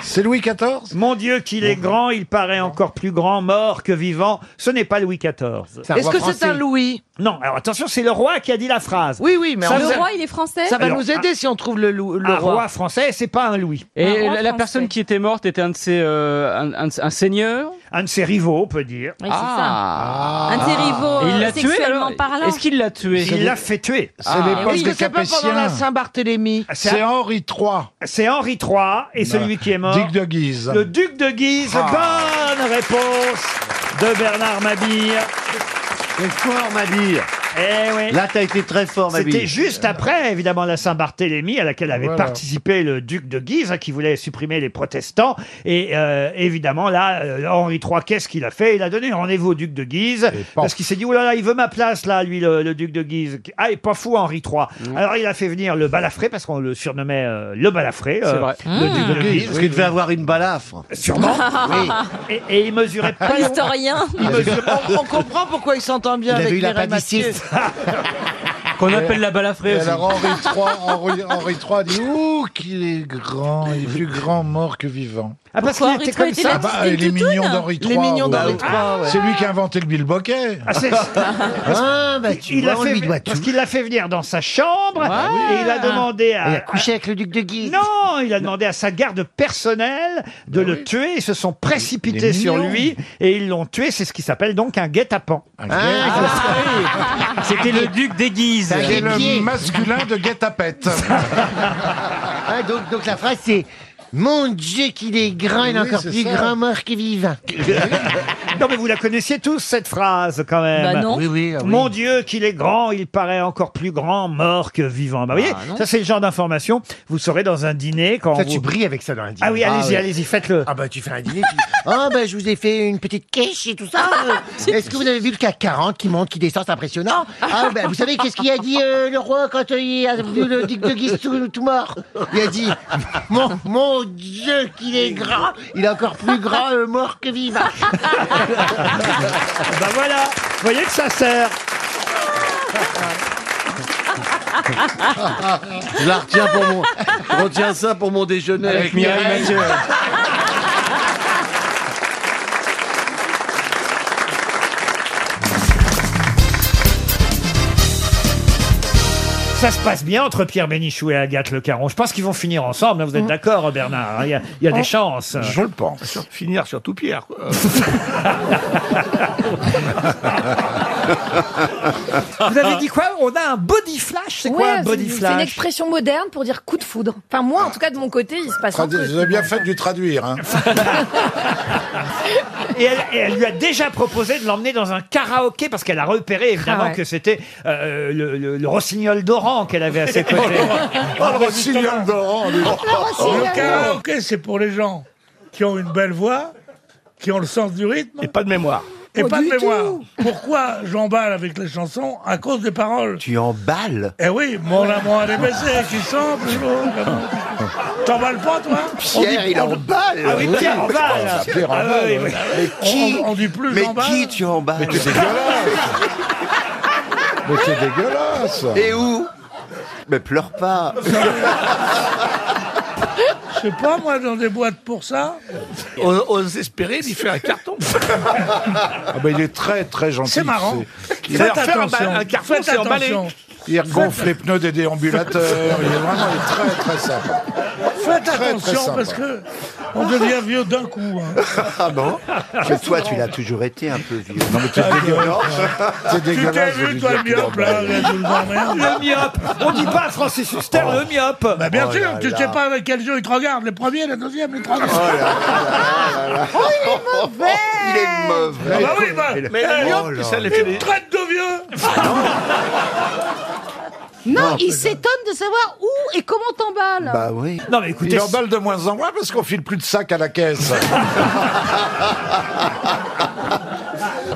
Speaker 3: C'est Louis XIV Mon Dieu, qu'il est grand, il paraît encore plus grand, mort que vivant. Ce n'est pas Louis XIV.
Speaker 5: Est-ce que c'est un Louis
Speaker 3: Non, alors attention, c'est le roi qui a dit la phrase.
Speaker 5: Oui, oui, mais
Speaker 3: Ça
Speaker 5: on-
Speaker 3: vous-
Speaker 5: le roi, il est français Ça va
Speaker 3: Alors, ah.
Speaker 5: nous aider si on trouve le, lou- le
Speaker 3: un
Speaker 5: roi.
Speaker 3: roi français, c'est pas un Louis.
Speaker 9: Ah, Et
Speaker 5: Un roi
Speaker 9: la, la personne qui était morte était un de ses. euh, un, un de- un seigneur
Speaker 3: Un de ses rivaux, on peut dire.
Speaker 11: Oui, c'est
Speaker 1: Ah.
Speaker 11: ça. Un de ses rivaux,
Speaker 3: Ah.
Speaker 9: Et il l'a
Speaker 11: euh,
Speaker 9: tué,
Speaker 11: sexuellement
Speaker 9: alors
Speaker 11: parlant.
Speaker 9: Est-ce qu'il l'a tué
Speaker 3: Il l'a fait tuer.
Speaker 9: C'est Ah. l'époque
Speaker 5: Est-ce que
Speaker 9: des
Speaker 5: c'est pas pendant la
Speaker 9: Capétiens.
Speaker 5: Saint-Barthélemy
Speaker 3: C'est Henri III. C'est Henri III et celui qui est mort.
Speaker 16: Duc de Guise. Ah.
Speaker 3: Le duc de Guise. Bonne réponse de Bernard Mabille. C'est fort, Mabille.
Speaker 9: Ah.
Speaker 3: Eh oui.
Speaker 1: Là, t'as été très fort, Mabille.
Speaker 3: C'était juste après, évidemment, la Saint-Barthélemy, à laquelle avait
Speaker 1: Voilà.
Speaker 3: participé le duc de Guise, hein, qui voulait supprimer les protestants. Et euh, évidemment, là, euh, Henri III, qu'est-ce qu'il a fait Il a donné rendez-vous au duc de Guise, parce qu'il s'est dit, oh là là, il veut ma place, là, lui, le, le duc de Guise. Ah, il est pas fou, Henri III.
Speaker 1: Mm.
Speaker 3: Alors, il a fait venir le balafré, parce qu'on le surnommait euh, le balafré.
Speaker 1: C'est vrai.
Speaker 3: Le
Speaker 1: Mmh.
Speaker 3: duc de Guise.
Speaker 1: Parce qu'il devait
Speaker 3: avoir une balafre. Sûrement.
Speaker 1: Oui.
Speaker 3: Et, et il mesurait pas...
Speaker 11: L'historien.
Speaker 3: Il mesurait-
Speaker 5: on, on comprend pourquoi il s'entend bien
Speaker 3: Il a
Speaker 5: avec
Speaker 3: vu la
Speaker 5: Mireille Mathieu.
Speaker 3: pâtisserie.
Speaker 9: Qu'on appelle la balafrée
Speaker 16: Et
Speaker 9: aussi.
Speaker 16: alors Henri III, Henri, Henri III a dit Ouh, qu'il est grand, il est plus grand mort que vivant.
Speaker 3: Ah, parce Pourquoi qu'il était Henri III comme ça était
Speaker 16: Ah, bah,
Speaker 3: Baptiste
Speaker 16: Les
Speaker 3: Toutoune
Speaker 16: mignons d'Henri
Speaker 3: Les
Speaker 16: III.
Speaker 3: mignons
Speaker 16: ouais.
Speaker 3: d'Henri III, ouais.
Speaker 16: C'est lui qui a inventé le billboquet.
Speaker 3: Ah, c'est-
Speaker 16: bah,
Speaker 3: Il- il l'a fait, parce qu'il l'a fait venir dans sa chambre et Ah. il a demandé à.
Speaker 1: Il a
Speaker 3: couché avec le duc de Guise. Bah Non, il a demandé à sa garde personnelle de le tuer. Ils se sont précipités
Speaker 1: Des
Speaker 3: sur
Speaker 1: millions.
Speaker 3: lui et ils l'ont tué. C'est ce qui s'appelle donc un guet-apens. Ah.
Speaker 9: C'était le duc des Guises.
Speaker 16: C'est Ah. le masculin de guet-apette.
Speaker 1: Ah, donc, donc la phrase c'est Mon Dieu qu'il est grand, il est
Speaker 3: Oui,
Speaker 1: encore
Speaker 3: c'est
Speaker 1: plus
Speaker 3: ça.
Speaker 1: grand mort que vivant.
Speaker 3: Non, mais vous la connaissiez tous, cette phrase, quand même.
Speaker 1: Bah non. Oui, oui, ah oui.
Speaker 3: Mon Dieu, qu'il est grand, il paraît encore plus grand, mort que vivant. Bah, vous voyez,
Speaker 1: Ah, non.
Speaker 3: ça, c'est le genre d'information, vous saurez dans un dîner quand.
Speaker 1: Ça,
Speaker 3: vous...
Speaker 1: tu brilles avec ça dans un dîner.
Speaker 3: Ah oui,
Speaker 1: Ah
Speaker 3: allez-y,
Speaker 1: ouais.
Speaker 3: allez-y, faites-le.
Speaker 1: Ah bah tu fais un dîner. tu dis, Ah bah je vous ai fait une petite quiche et tout ça. Euh, Est-ce que vous avez vu le CAC 40 qui monte, qui descend, c'est impressionnant. Ah bah vous savez qu'est-ce qu'il a dit euh, le roi quand euh, il a vu le duc de Guise tout, tout mort Il a dit mon, mon Dieu qu'il est grand, il est encore plus grand euh, mort que vivant.
Speaker 3: bah Ben voilà, vous voyez que ça sert.
Speaker 2: Je la retiens pour mon. Je retiens ça pour mon déjeuner
Speaker 9: Avec Mireille Mathieu.
Speaker 3: Ça se passe bien entre Pierre Bénichou et Agathe Le Caron. Je pense qu'ils vont finir ensemble. hein,
Speaker 11: Mm.
Speaker 3: Vous êtes d'accord, Bernard hein, Il y a, il y a
Speaker 11: Oh.
Speaker 3: des chances.
Speaker 16: Je le pense.
Speaker 7: Finir surtout Pierre. quoi.
Speaker 3: Ah. Vous avez dit quoi On a un body flash. C'est quoi un body
Speaker 11: C'est une
Speaker 3: flash
Speaker 11: expression moderne pour dire coup de foudre. Enfin, moi, en tout cas, de mon côté, il se passe un
Speaker 16: Tradu-
Speaker 11: truc.
Speaker 16: Vous avez bien fait de lui traduire. Hein.
Speaker 3: et elle, et elle lui a déjà proposé de l'emmener dans un karaoké parce qu'elle a repéré évidemment
Speaker 11: Ah ouais.
Speaker 3: que c'était euh, le, le- le rossignol d'Oran qu'elle avait à ses côtés.
Speaker 7: Oh, le rossignol
Speaker 16: d'Oran.
Speaker 3: lui. Oh, le rossignol.
Speaker 7: Le karaoké, c'est pour les gens qui ont une belle voix, qui ont le sens du rythme. Et pas de mémoire. Et
Speaker 2: Pas
Speaker 7: pas de
Speaker 2: du
Speaker 7: mémoire. Pourquoi j'emballe avec les chansons À cause des paroles.
Speaker 2: Tu emballes
Speaker 7: Eh oui, mon amour à des baisers qui semble. T'emballes pas, toi
Speaker 2: Pierre, il emballe
Speaker 7: Ah oui, Pierre emballe
Speaker 2: Pierre
Speaker 7: Ah
Speaker 2: emballe,
Speaker 7: oui, oui.
Speaker 2: ouais. Mais qui
Speaker 7: On, on dit plus
Speaker 2: Mais
Speaker 7: j'emballe.
Speaker 2: qui tu emballes
Speaker 16: Mais c'est dégueulasse Mais c'est dégueulasse
Speaker 2: Et où Mais pleure pas
Speaker 7: Je sais pas, moi, dans des boîtes pour ça.
Speaker 2: On, espérait d'y faire un carton
Speaker 16: Ah bah, il est très très gentil.
Speaker 7: C'est marrant.
Speaker 16: Il
Speaker 7: Faites
Speaker 16: a fait un,
Speaker 7: attention.
Speaker 16: ba- un carton,
Speaker 7: Faites
Speaker 16: c'est emballé.
Speaker 7: attention.
Speaker 16: Il gonfle les pneus des déambulateurs. Il est vraiment il est très très sympa.
Speaker 7: Faites
Speaker 16: Très, très
Speaker 7: attention,
Speaker 16: sympa.
Speaker 7: parce que on devient vieux d'un coup. hein.
Speaker 2: Ah bon Mais toi, tu l'as toujours été un peu vieux. Ah Non, mais
Speaker 16: t'es dégueulasse. T'es
Speaker 7: Ah, Tu t'es
Speaker 16: dégueulasse. de
Speaker 7: vu,
Speaker 16: lui
Speaker 7: toi,
Speaker 16: dire
Speaker 7: le
Speaker 16: qu'il
Speaker 7: myope, là,
Speaker 16: emballe.
Speaker 7: là, je vous emmerde.
Speaker 3: Le myope On dit pas à Francis Huster
Speaker 2: Oh.
Speaker 3: le myope
Speaker 7: Bah, bien
Speaker 16: Oh
Speaker 7: sûr,
Speaker 16: là
Speaker 7: tu
Speaker 16: là. Oh
Speaker 7: sais pas avec quel jeu il te regarde, le premier, le deuxième, le troisième. Oh,
Speaker 2: il est mauvais
Speaker 7: Ah bah oui, bah, mais
Speaker 2: Oh
Speaker 7: la
Speaker 2: là
Speaker 7: myope, ça les
Speaker 2: là.
Speaker 16: Ah
Speaker 7: Ah, fait des- traite de vieux
Speaker 11: Non,
Speaker 4: Non,
Speaker 11: il
Speaker 4: c'est-
Speaker 11: s'étonne de savoir où et comment t'emballes.
Speaker 16: Bah,
Speaker 4: oui.
Speaker 9: Non, mais écoutez,
Speaker 4: Il emballe de moins en moins parce qu'on file plus de sacs à la caisse.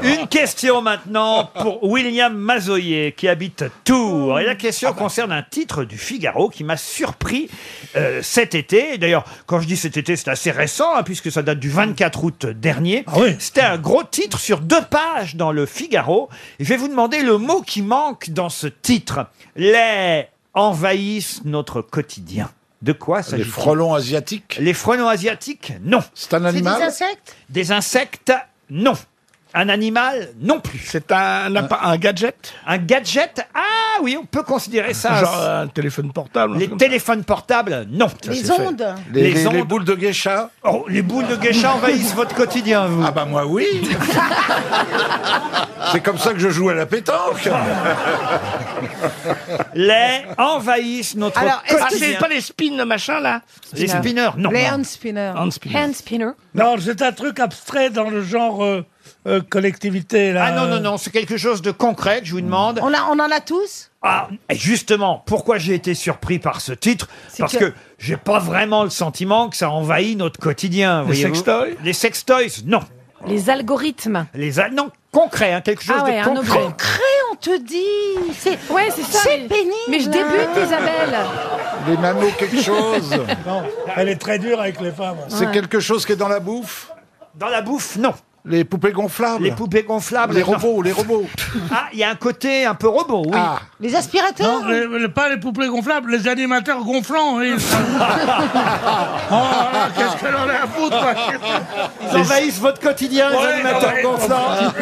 Speaker 3: Une question maintenant pour William Mazoyer qui habite Tours. Et la question concerne un titre du Figaro qui m'a surpris euh, cet été. Et D'ailleurs, quand je dis cet été, c'est assez récent hein, puisque ça date du 24 août dernier. C'était un gros titre sur deux pages dans le Figaro. Et je vais vous demander le mot qui manque dans ce titre. Les envahissent notre quotidien. De quoi s'agit-il Les frelons asiatiques Les frelons asiatiques, non. C'est un
Speaker 11: C'est des insectes
Speaker 3: des insectes, non. Un animal, non plus. C'est un, un,
Speaker 7: Euh.
Speaker 3: gadget Un gadget Ah oui, on peut considérer ça.
Speaker 7: Genre un téléphone portable.
Speaker 3: Les téléphones portables, non.
Speaker 7: Les c'est fait. ondes. Les- les- les
Speaker 3: boules de geisha Oh, Les boules de geisha envahissent votre quotidien, vous Ah bah moi, oui
Speaker 4: C'est comme ça que je joue à la pétanque.
Speaker 3: Les envahissent notre
Speaker 11: Alors, est-ce que
Speaker 3: quotidien.
Speaker 11: c'est pas
Speaker 3: les spins, machin, là Les spinners, non.
Speaker 11: Les
Speaker 3: non.
Speaker 11: hand spinners.
Speaker 3: Hand spinners.
Speaker 7: Non, c'est un truc abstrait dans le genre euh, euh, collectivité. Là.
Speaker 3: Ah non, non, non, c'est quelque chose de concret que je vous demande.
Speaker 11: On, a- on en a tous
Speaker 3: Ah, et justement, pourquoi j'ai été surpris par ce titre Parce
Speaker 11: que-
Speaker 3: que, j'ai pas vraiment le sentiment que ça envahit notre quotidien.
Speaker 7: Les
Speaker 3: voyez-vous.
Speaker 7: sextoys
Speaker 3: Les sextoys, non.
Speaker 11: Les algorithmes.
Speaker 3: Les a- non, concret, hein, quelque chose
Speaker 11: Ah ouais,
Speaker 3: de
Speaker 11: un
Speaker 3: concret.
Speaker 11: objet. Cré, on te dit C'est ouais, c'est ça. C'est pénible. Mais je débute, Isabelle.
Speaker 4: Les mamots quelque chose.
Speaker 7: Non, elle est très dure avec les femmes.
Speaker 4: C'est quelque chose qui est dans la bouffe
Speaker 3: Dans la bouffe, non.
Speaker 4: Les poupées gonflables
Speaker 3: Les poupées gonflables.
Speaker 4: Les
Speaker 3: non.
Speaker 4: robots, les robots. Ah.
Speaker 3: Ah, il y a un côté un peu robot, oui.
Speaker 11: Les aspirateurs
Speaker 7: Non, les- les- pas les poupées gonflables, les animateurs gonflants. oui. oh, là, qu'est-ce qu'elle en a à foutre quoi.
Speaker 3: Ils envahissent votre quotidien, les
Speaker 7: Ouais,
Speaker 3: animateurs
Speaker 7: ouais.
Speaker 3: gonflants.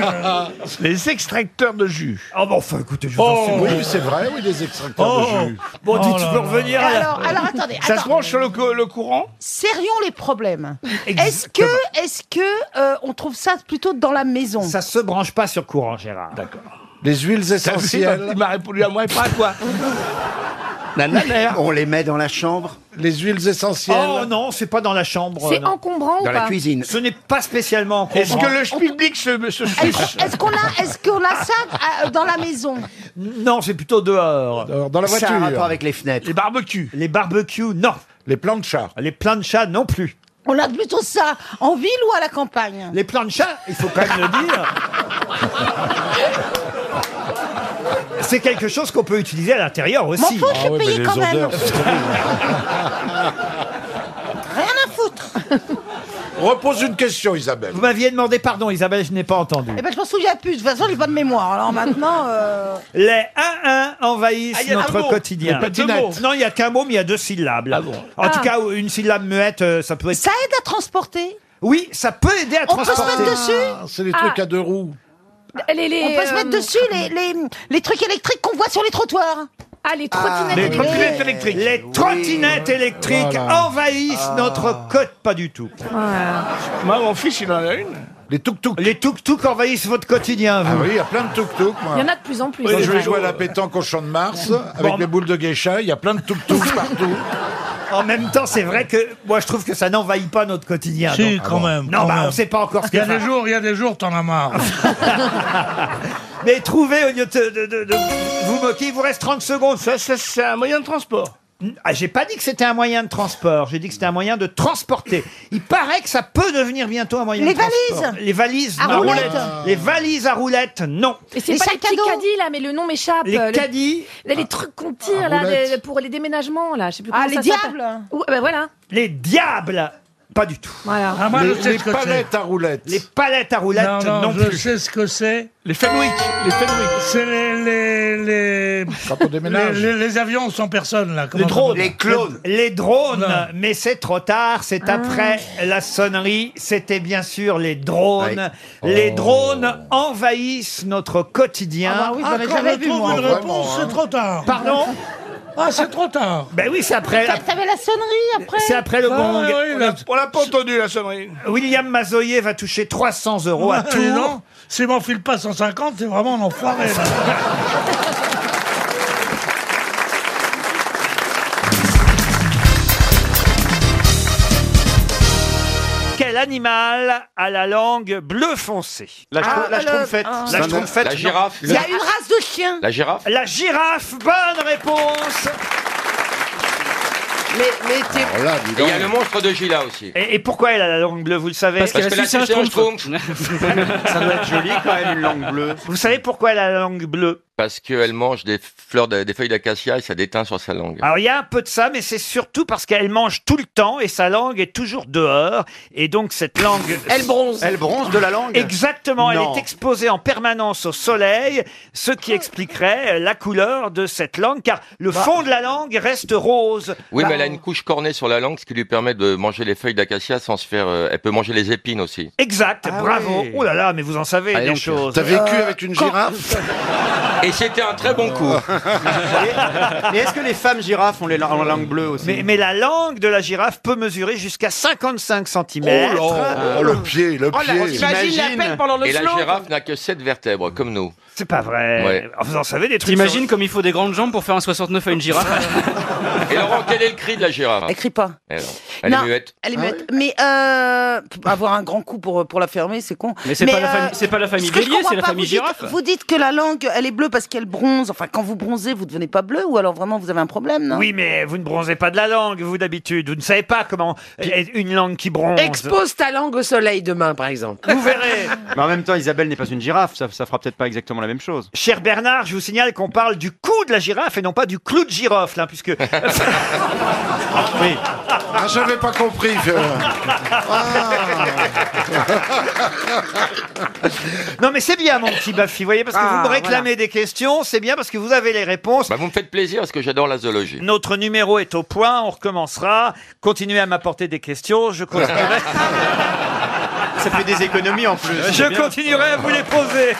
Speaker 12: Les extracteurs de jus.
Speaker 3: Oh, bah enfin, écoutez, je
Speaker 12: oh,
Speaker 4: Oui, c'est vrai, oui, les extracteurs de jus.
Speaker 3: Oh. Bon,
Speaker 12: dites,
Speaker 3: tu peux revenir à la-
Speaker 11: Alors, alors attendez,
Speaker 12: Ça se
Speaker 11: attends.
Speaker 12: branche sur le, co- le courant
Speaker 11: Sérions les problèmes. Est-ce que, est-ce que euh, on trouve ça plutôt dans la maison
Speaker 3: Ça se branche pas sur courant, Gérard.
Speaker 12: D'accord.
Speaker 4: Les huiles essentielles.
Speaker 12: Il m'a répondu à moi et pas à toi. Nanana.
Speaker 25: On les met dans la chambre.
Speaker 4: Les huiles essentielles.
Speaker 3: Oh non, c'est pas dans la chambre.
Speaker 11: C'est
Speaker 3: non.
Speaker 11: encombrant ou
Speaker 25: Dans la
Speaker 11: pas
Speaker 25: cuisine.
Speaker 3: Ce n'est pas spécialement encombrant.
Speaker 12: Est-ce que le public se, se suce
Speaker 11: Est-ce est-ce qu'on a, est-ce qu'on a ça euh, dans la maison
Speaker 3: Non, c'est plutôt dehors.
Speaker 4: dans la
Speaker 25: Ça a un
Speaker 4: voiture.
Speaker 25: rapport avec les fenêtres.
Speaker 12: Les barbecues.
Speaker 3: Les barbecues, non.
Speaker 4: Les planchas.
Speaker 3: Les planchas, non plus.
Speaker 11: On a plutôt ça en ville ou à la campagne
Speaker 3: Les planchas, il faut quand même le dire. C'est quelque chose qu'on peut utiliser à l'intérieur
Speaker 11: M'en
Speaker 3: aussi.
Speaker 11: fous, je suis payé quand même. Rien à foutre.
Speaker 4: Repose une question, Isabelle.
Speaker 3: Vous m'aviez demandé pardon, Isabelle, je n'ai pas entendu.
Speaker 11: Eh ben, je m'en souviens plus. De toute façon, j'ai pas de mémoire. Alors maintenant, euh,
Speaker 3: Les 1-1 envahissent
Speaker 12: Ah, il y a un
Speaker 3: notre
Speaker 12: mot.
Speaker 3: quotidien.
Speaker 12: Les patinettes. Deux mots.
Speaker 3: Non, il n'y a qu'un mot, mais il y a deux syllabes. là. En
Speaker 11: Ah.
Speaker 3: tout cas, une syllabe muette, euh, ça peut être...
Speaker 11: ça aide à transporter.
Speaker 3: Oui, ça peut aider à
Speaker 11: On peut se
Speaker 3: transporter.
Speaker 11: mettre dessus
Speaker 4: C'est les
Speaker 11: Ah.
Speaker 4: trucs à deux roues.
Speaker 11: On peut se
Speaker 26: euh,
Speaker 11: mettre dessus les, les, les trucs électriques qu'on voit sur les trottoirs. Ah, les trottinettes
Speaker 12: Les trottinettes électriques.
Speaker 3: Les trottinettes électriques
Speaker 12: Voilà.
Speaker 3: envahissent
Speaker 7: Ah.
Speaker 3: notre côte. Pas du tout.
Speaker 12: Moi, mon fils, il en a une.
Speaker 4: Les tuk-tuk.
Speaker 3: Les tuk-tuk envahissent votre quotidien, vous.
Speaker 4: Ah oui, il y a plein de tuk-tuk. moi.
Speaker 26: de plus en plus.
Speaker 4: Quand je vais jouer à la pétanque au champ de Mars, avec
Speaker 3: Bon.
Speaker 4: des boules de geisha, il y a plein de tuk-tuk partout.
Speaker 3: En même temps, c'est vrai que moi, je trouve que ça n'envahit pas notre quotidien.
Speaker 7: Si,
Speaker 3: Ah non.
Speaker 7: quand même.
Speaker 3: Non,
Speaker 7: quand
Speaker 3: bah, on
Speaker 7: même.
Speaker 3: sait pas encore ce
Speaker 7: Il y
Speaker 3: qu'il
Speaker 7: a des jours, il y a des jours, t'en as marre.
Speaker 3: Mais trouvez, au lieu de, de- de- de vous moquer, il vous reste 30 secondes.
Speaker 12: Ça, ça, c'est un moyen de transport.
Speaker 3: Ah, j'ai pas dit que c'était un moyen de transport, j'ai dit que c'était un moyen de transporter. Il paraît que ça peut devenir bientôt un moyen
Speaker 11: Les
Speaker 3: de transport.
Speaker 11: valises
Speaker 3: Les valises
Speaker 11: À
Speaker 3: non.
Speaker 11: roulettes.
Speaker 3: Les valises à roulettes, non.
Speaker 26: Et c'est
Speaker 11: Les
Speaker 26: pas
Speaker 11: sacs
Speaker 26: les petits
Speaker 11: à dos.
Speaker 26: caddies là, mais le nom m'échappe.
Speaker 3: Les
Speaker 26: Euh,
Speaker 3: caddies
Speaker 26: les, les trucs qu'on tire là
Speaker 3: roulette.
Speaker 26: les- pour les déménagements là, je sais plus
Speaker 11: Ah,
Speaker 26: comment
Speaker 11: les
Speaker 26: ça s'appelle.
Speaker 11: diables
Speaker 26: Ouais, ben voilà.
Speaker 3: Les diables Pas du tout.
Speaker 26: Voilà.
Speaker 7: Ah, moi,
Speaker 4: Les,
Speaker 7: je sais
Speaker 4: les
Speaker 7: ce que c'est.
Speaker 4: palettes à roulettes.
Speaker 3: Les palettes à roulettes,
Speaker 7: Non, non,
Speaker 3: non,
Speaker 7: je
Speaker 3: plus.
Speaker 7: sais ce que c'est.
Speaker 12: Les Fenwick. Les Fenwick.
Speaker 7: C'est les, les, les,
Speaker 4: Quand on
Speaker 7: les,
Speaker 4: déménage.
Speaker 7: les- les avions sans personne, là.
Speaker 3: Les
Speaker 7: Comment ça
Speaker 3: drones.
Speaker 7: s'appelle
Speaker 3: Les, les drones.
Speaker 7: Non.
Speaker 3: Mais c'est trop tard, c'est
Speaker 7: Ah.
Speaker 3: après la sonnerie. C'était bien sûr les drones. Les drones envahissent notre quotidien.
Speaker 11: Ah bah oui, j'en ai
Speaker 7: Quand
Speaker 11: jamais
Speaker 7: je
Speaker 11: vu,
Speaker 7: trouve
Speaker 11: moi.
Speaker 7: une réponse, c'est trop tard.
Speaker 3: Pardon
Speaker 7: Ah, c'est trop tard.
Speaker 3: Ben oui, c'est après,
Speaker 11: T'a- T'avais la sonnerie après
Speaker 3: c'est après le
Speaker 7: Ah,
Speaker 3: gong.
Speaker 7: oui, là,
Speaker 12: On l'a pas entendu, la sonnerie.
Speaker 3: William Mazoyer va toucher 300 euros à
Speaker 7: Ah, mais
Speaker 3: Tours.
Speaker 7: non, s'il m'enfile pas 150, c'est vraiment un enfoiré. là.
Speaker 3: Quel l'animal à la langue bleu foncé La,
Speaker 25: Ah, la le- schtroumpfette. ah.
Speaker 3: La schtroumpfette,
Speaker 25: La
Speaker 3: non.
Speaker 25: girafe. Il y a une race de chiens.
Speaker 13: La girafe
Speaker 3: La girafe, bonne réponse mais, mais
Speaker 13: Et il y a le monstre de Gila aussi.
Speaker 3: et, et pourquoi elle a la langue bleue, vous le savez
Speaker 13: Parce qu'elle Parce que a la sucé un sucé un schtroumpf.
Speaker 3: Ça doit être joli quand même, une langue bleue. Vous savez pourquoi elle a la langue bleue
Speaker 13: Parce qu'elle mange des fleurs, de- des feuilles d'acacia et ça déteint sur sa langue.
Speaker 3: Alors il y a un peu de ça, mais c'est surtout parce qu'elle mange tout le temps et sa langue est toujours dehors. Et donc cette langue...
Speaker 25: Elle bronze. Elle bronze de la langue
Speaker 3: Exactement,
Speaker 25: Non.
Speaker 3: elle est exposée en permanence au soleil, ce qui expliquerait la couleur de cette langue, car le fond de la langue reste rose.
Speaker 13: Bah. Oui,
Speaker 3: Bah,
Speaker 13: mais elle a une couche cornée sur la langue, ce qui lui permet de manger les feuilles d'acacia sans se faire. euh, elle peut manger les épines aussi.
Speaker 3: Exact, bravo.
Speaker 13: oui.
Speaker 3: Oh là là, mais vous en savez
Speaker 13: Ah Allez
Speaker 3: des
Speaker 13: donc,
Speaker 3: choses. Euh,
Speaker 13: t'as vécu avec
Speaker 3: une girafe
Speaker 13: Et c'était un très bon coup.
Speaker 24: Et est-ce que les femmes girafes ont les la- ont la langue bleue aussi
Speaker 3: mais, mais la langue de la girafe peut mesurer jusqu'à 55 cm.
Speaker 13: Oh
Speaker 24: Ah.
Speaker 13: là, oh, le pied, le Oh là, pied.
Speaker 3: J'imagine
Speaker 13: Et la girafe n'a que 7 vertèbres, comme nous.
Speaker 3: C'est pas vrai.
Speaker 13: Ouais.
Speaker 3: Vous Euh, en savez des trucs
Speaker 6: T'imagines comme il faut des grandes jambes pour faire un 69 à une girafe
Speaker 13: Et Laurent, quel est le cri de la girafe
Speaker 6: Elle
Speaker 13: crie pas. Elle,
Speaker 6: Non.
Speaker 13: est muette.
Speaker 6: Ah
Speaker 11: Elle est muette. Mais euh, avoir un grand coup pour, pour la fermer, c'est con. euh,
Speaker 6: Mais c'est pas la famille- c'est pas la famille
Speaker 11: ce que je
Speaker 6: bélier,
Speaker 11: comprends
Speaker 6: c'est la
Speaker 11: pas,
Speaker 6: famille
Speaker 11: vous dites-
Speaker 6: girafe.
Speaker 11: vous dites que la langue, elle est bleue parce qu'elle bronze. Enfin, quand vous bronzez, vous devenez pas bleu ou alors vraiment vous avez un problème, non
Speaker 3: Oui, mais vous ne bronzez pas de la langue, vous d'habitude. Vous ne savez pas comment est une langue qui bronze.
Speaker 32: Expose ta langue au soleil demain, par exemple.
Speaker 3: Vous verrez.
Speaker 24: Mais en même temps, Isabelle n'est pas une girafe, ça, ça fera peut-être pas exactement la même chose.
Speaker 3: Cher Bernard, je vous signale qu'on parle du cou de la girafe et non pas du clou de girofle, hein, puisque. oui.
Speaker 4: Ah, j'avais pas compris. que-
Speaker 3: Non, mais c'est bien, mon petit Bafi, vous voyez, parce que
Speaker 13: Ah,
Speaker 3: vous me réclamez des questions, c'est bien parce que vous avez les réponses.
Speaker 13: Bah, vous me faites plaisir parce que j'adore la zoologie.
Speaker 3: Notre numéro est au point, on recommencera. Continuez à m'apporter des questions, je continuerai.
Speaker 24: Ça fait des économies en plus.
Speaker 3: Je continuerai à vous les poser.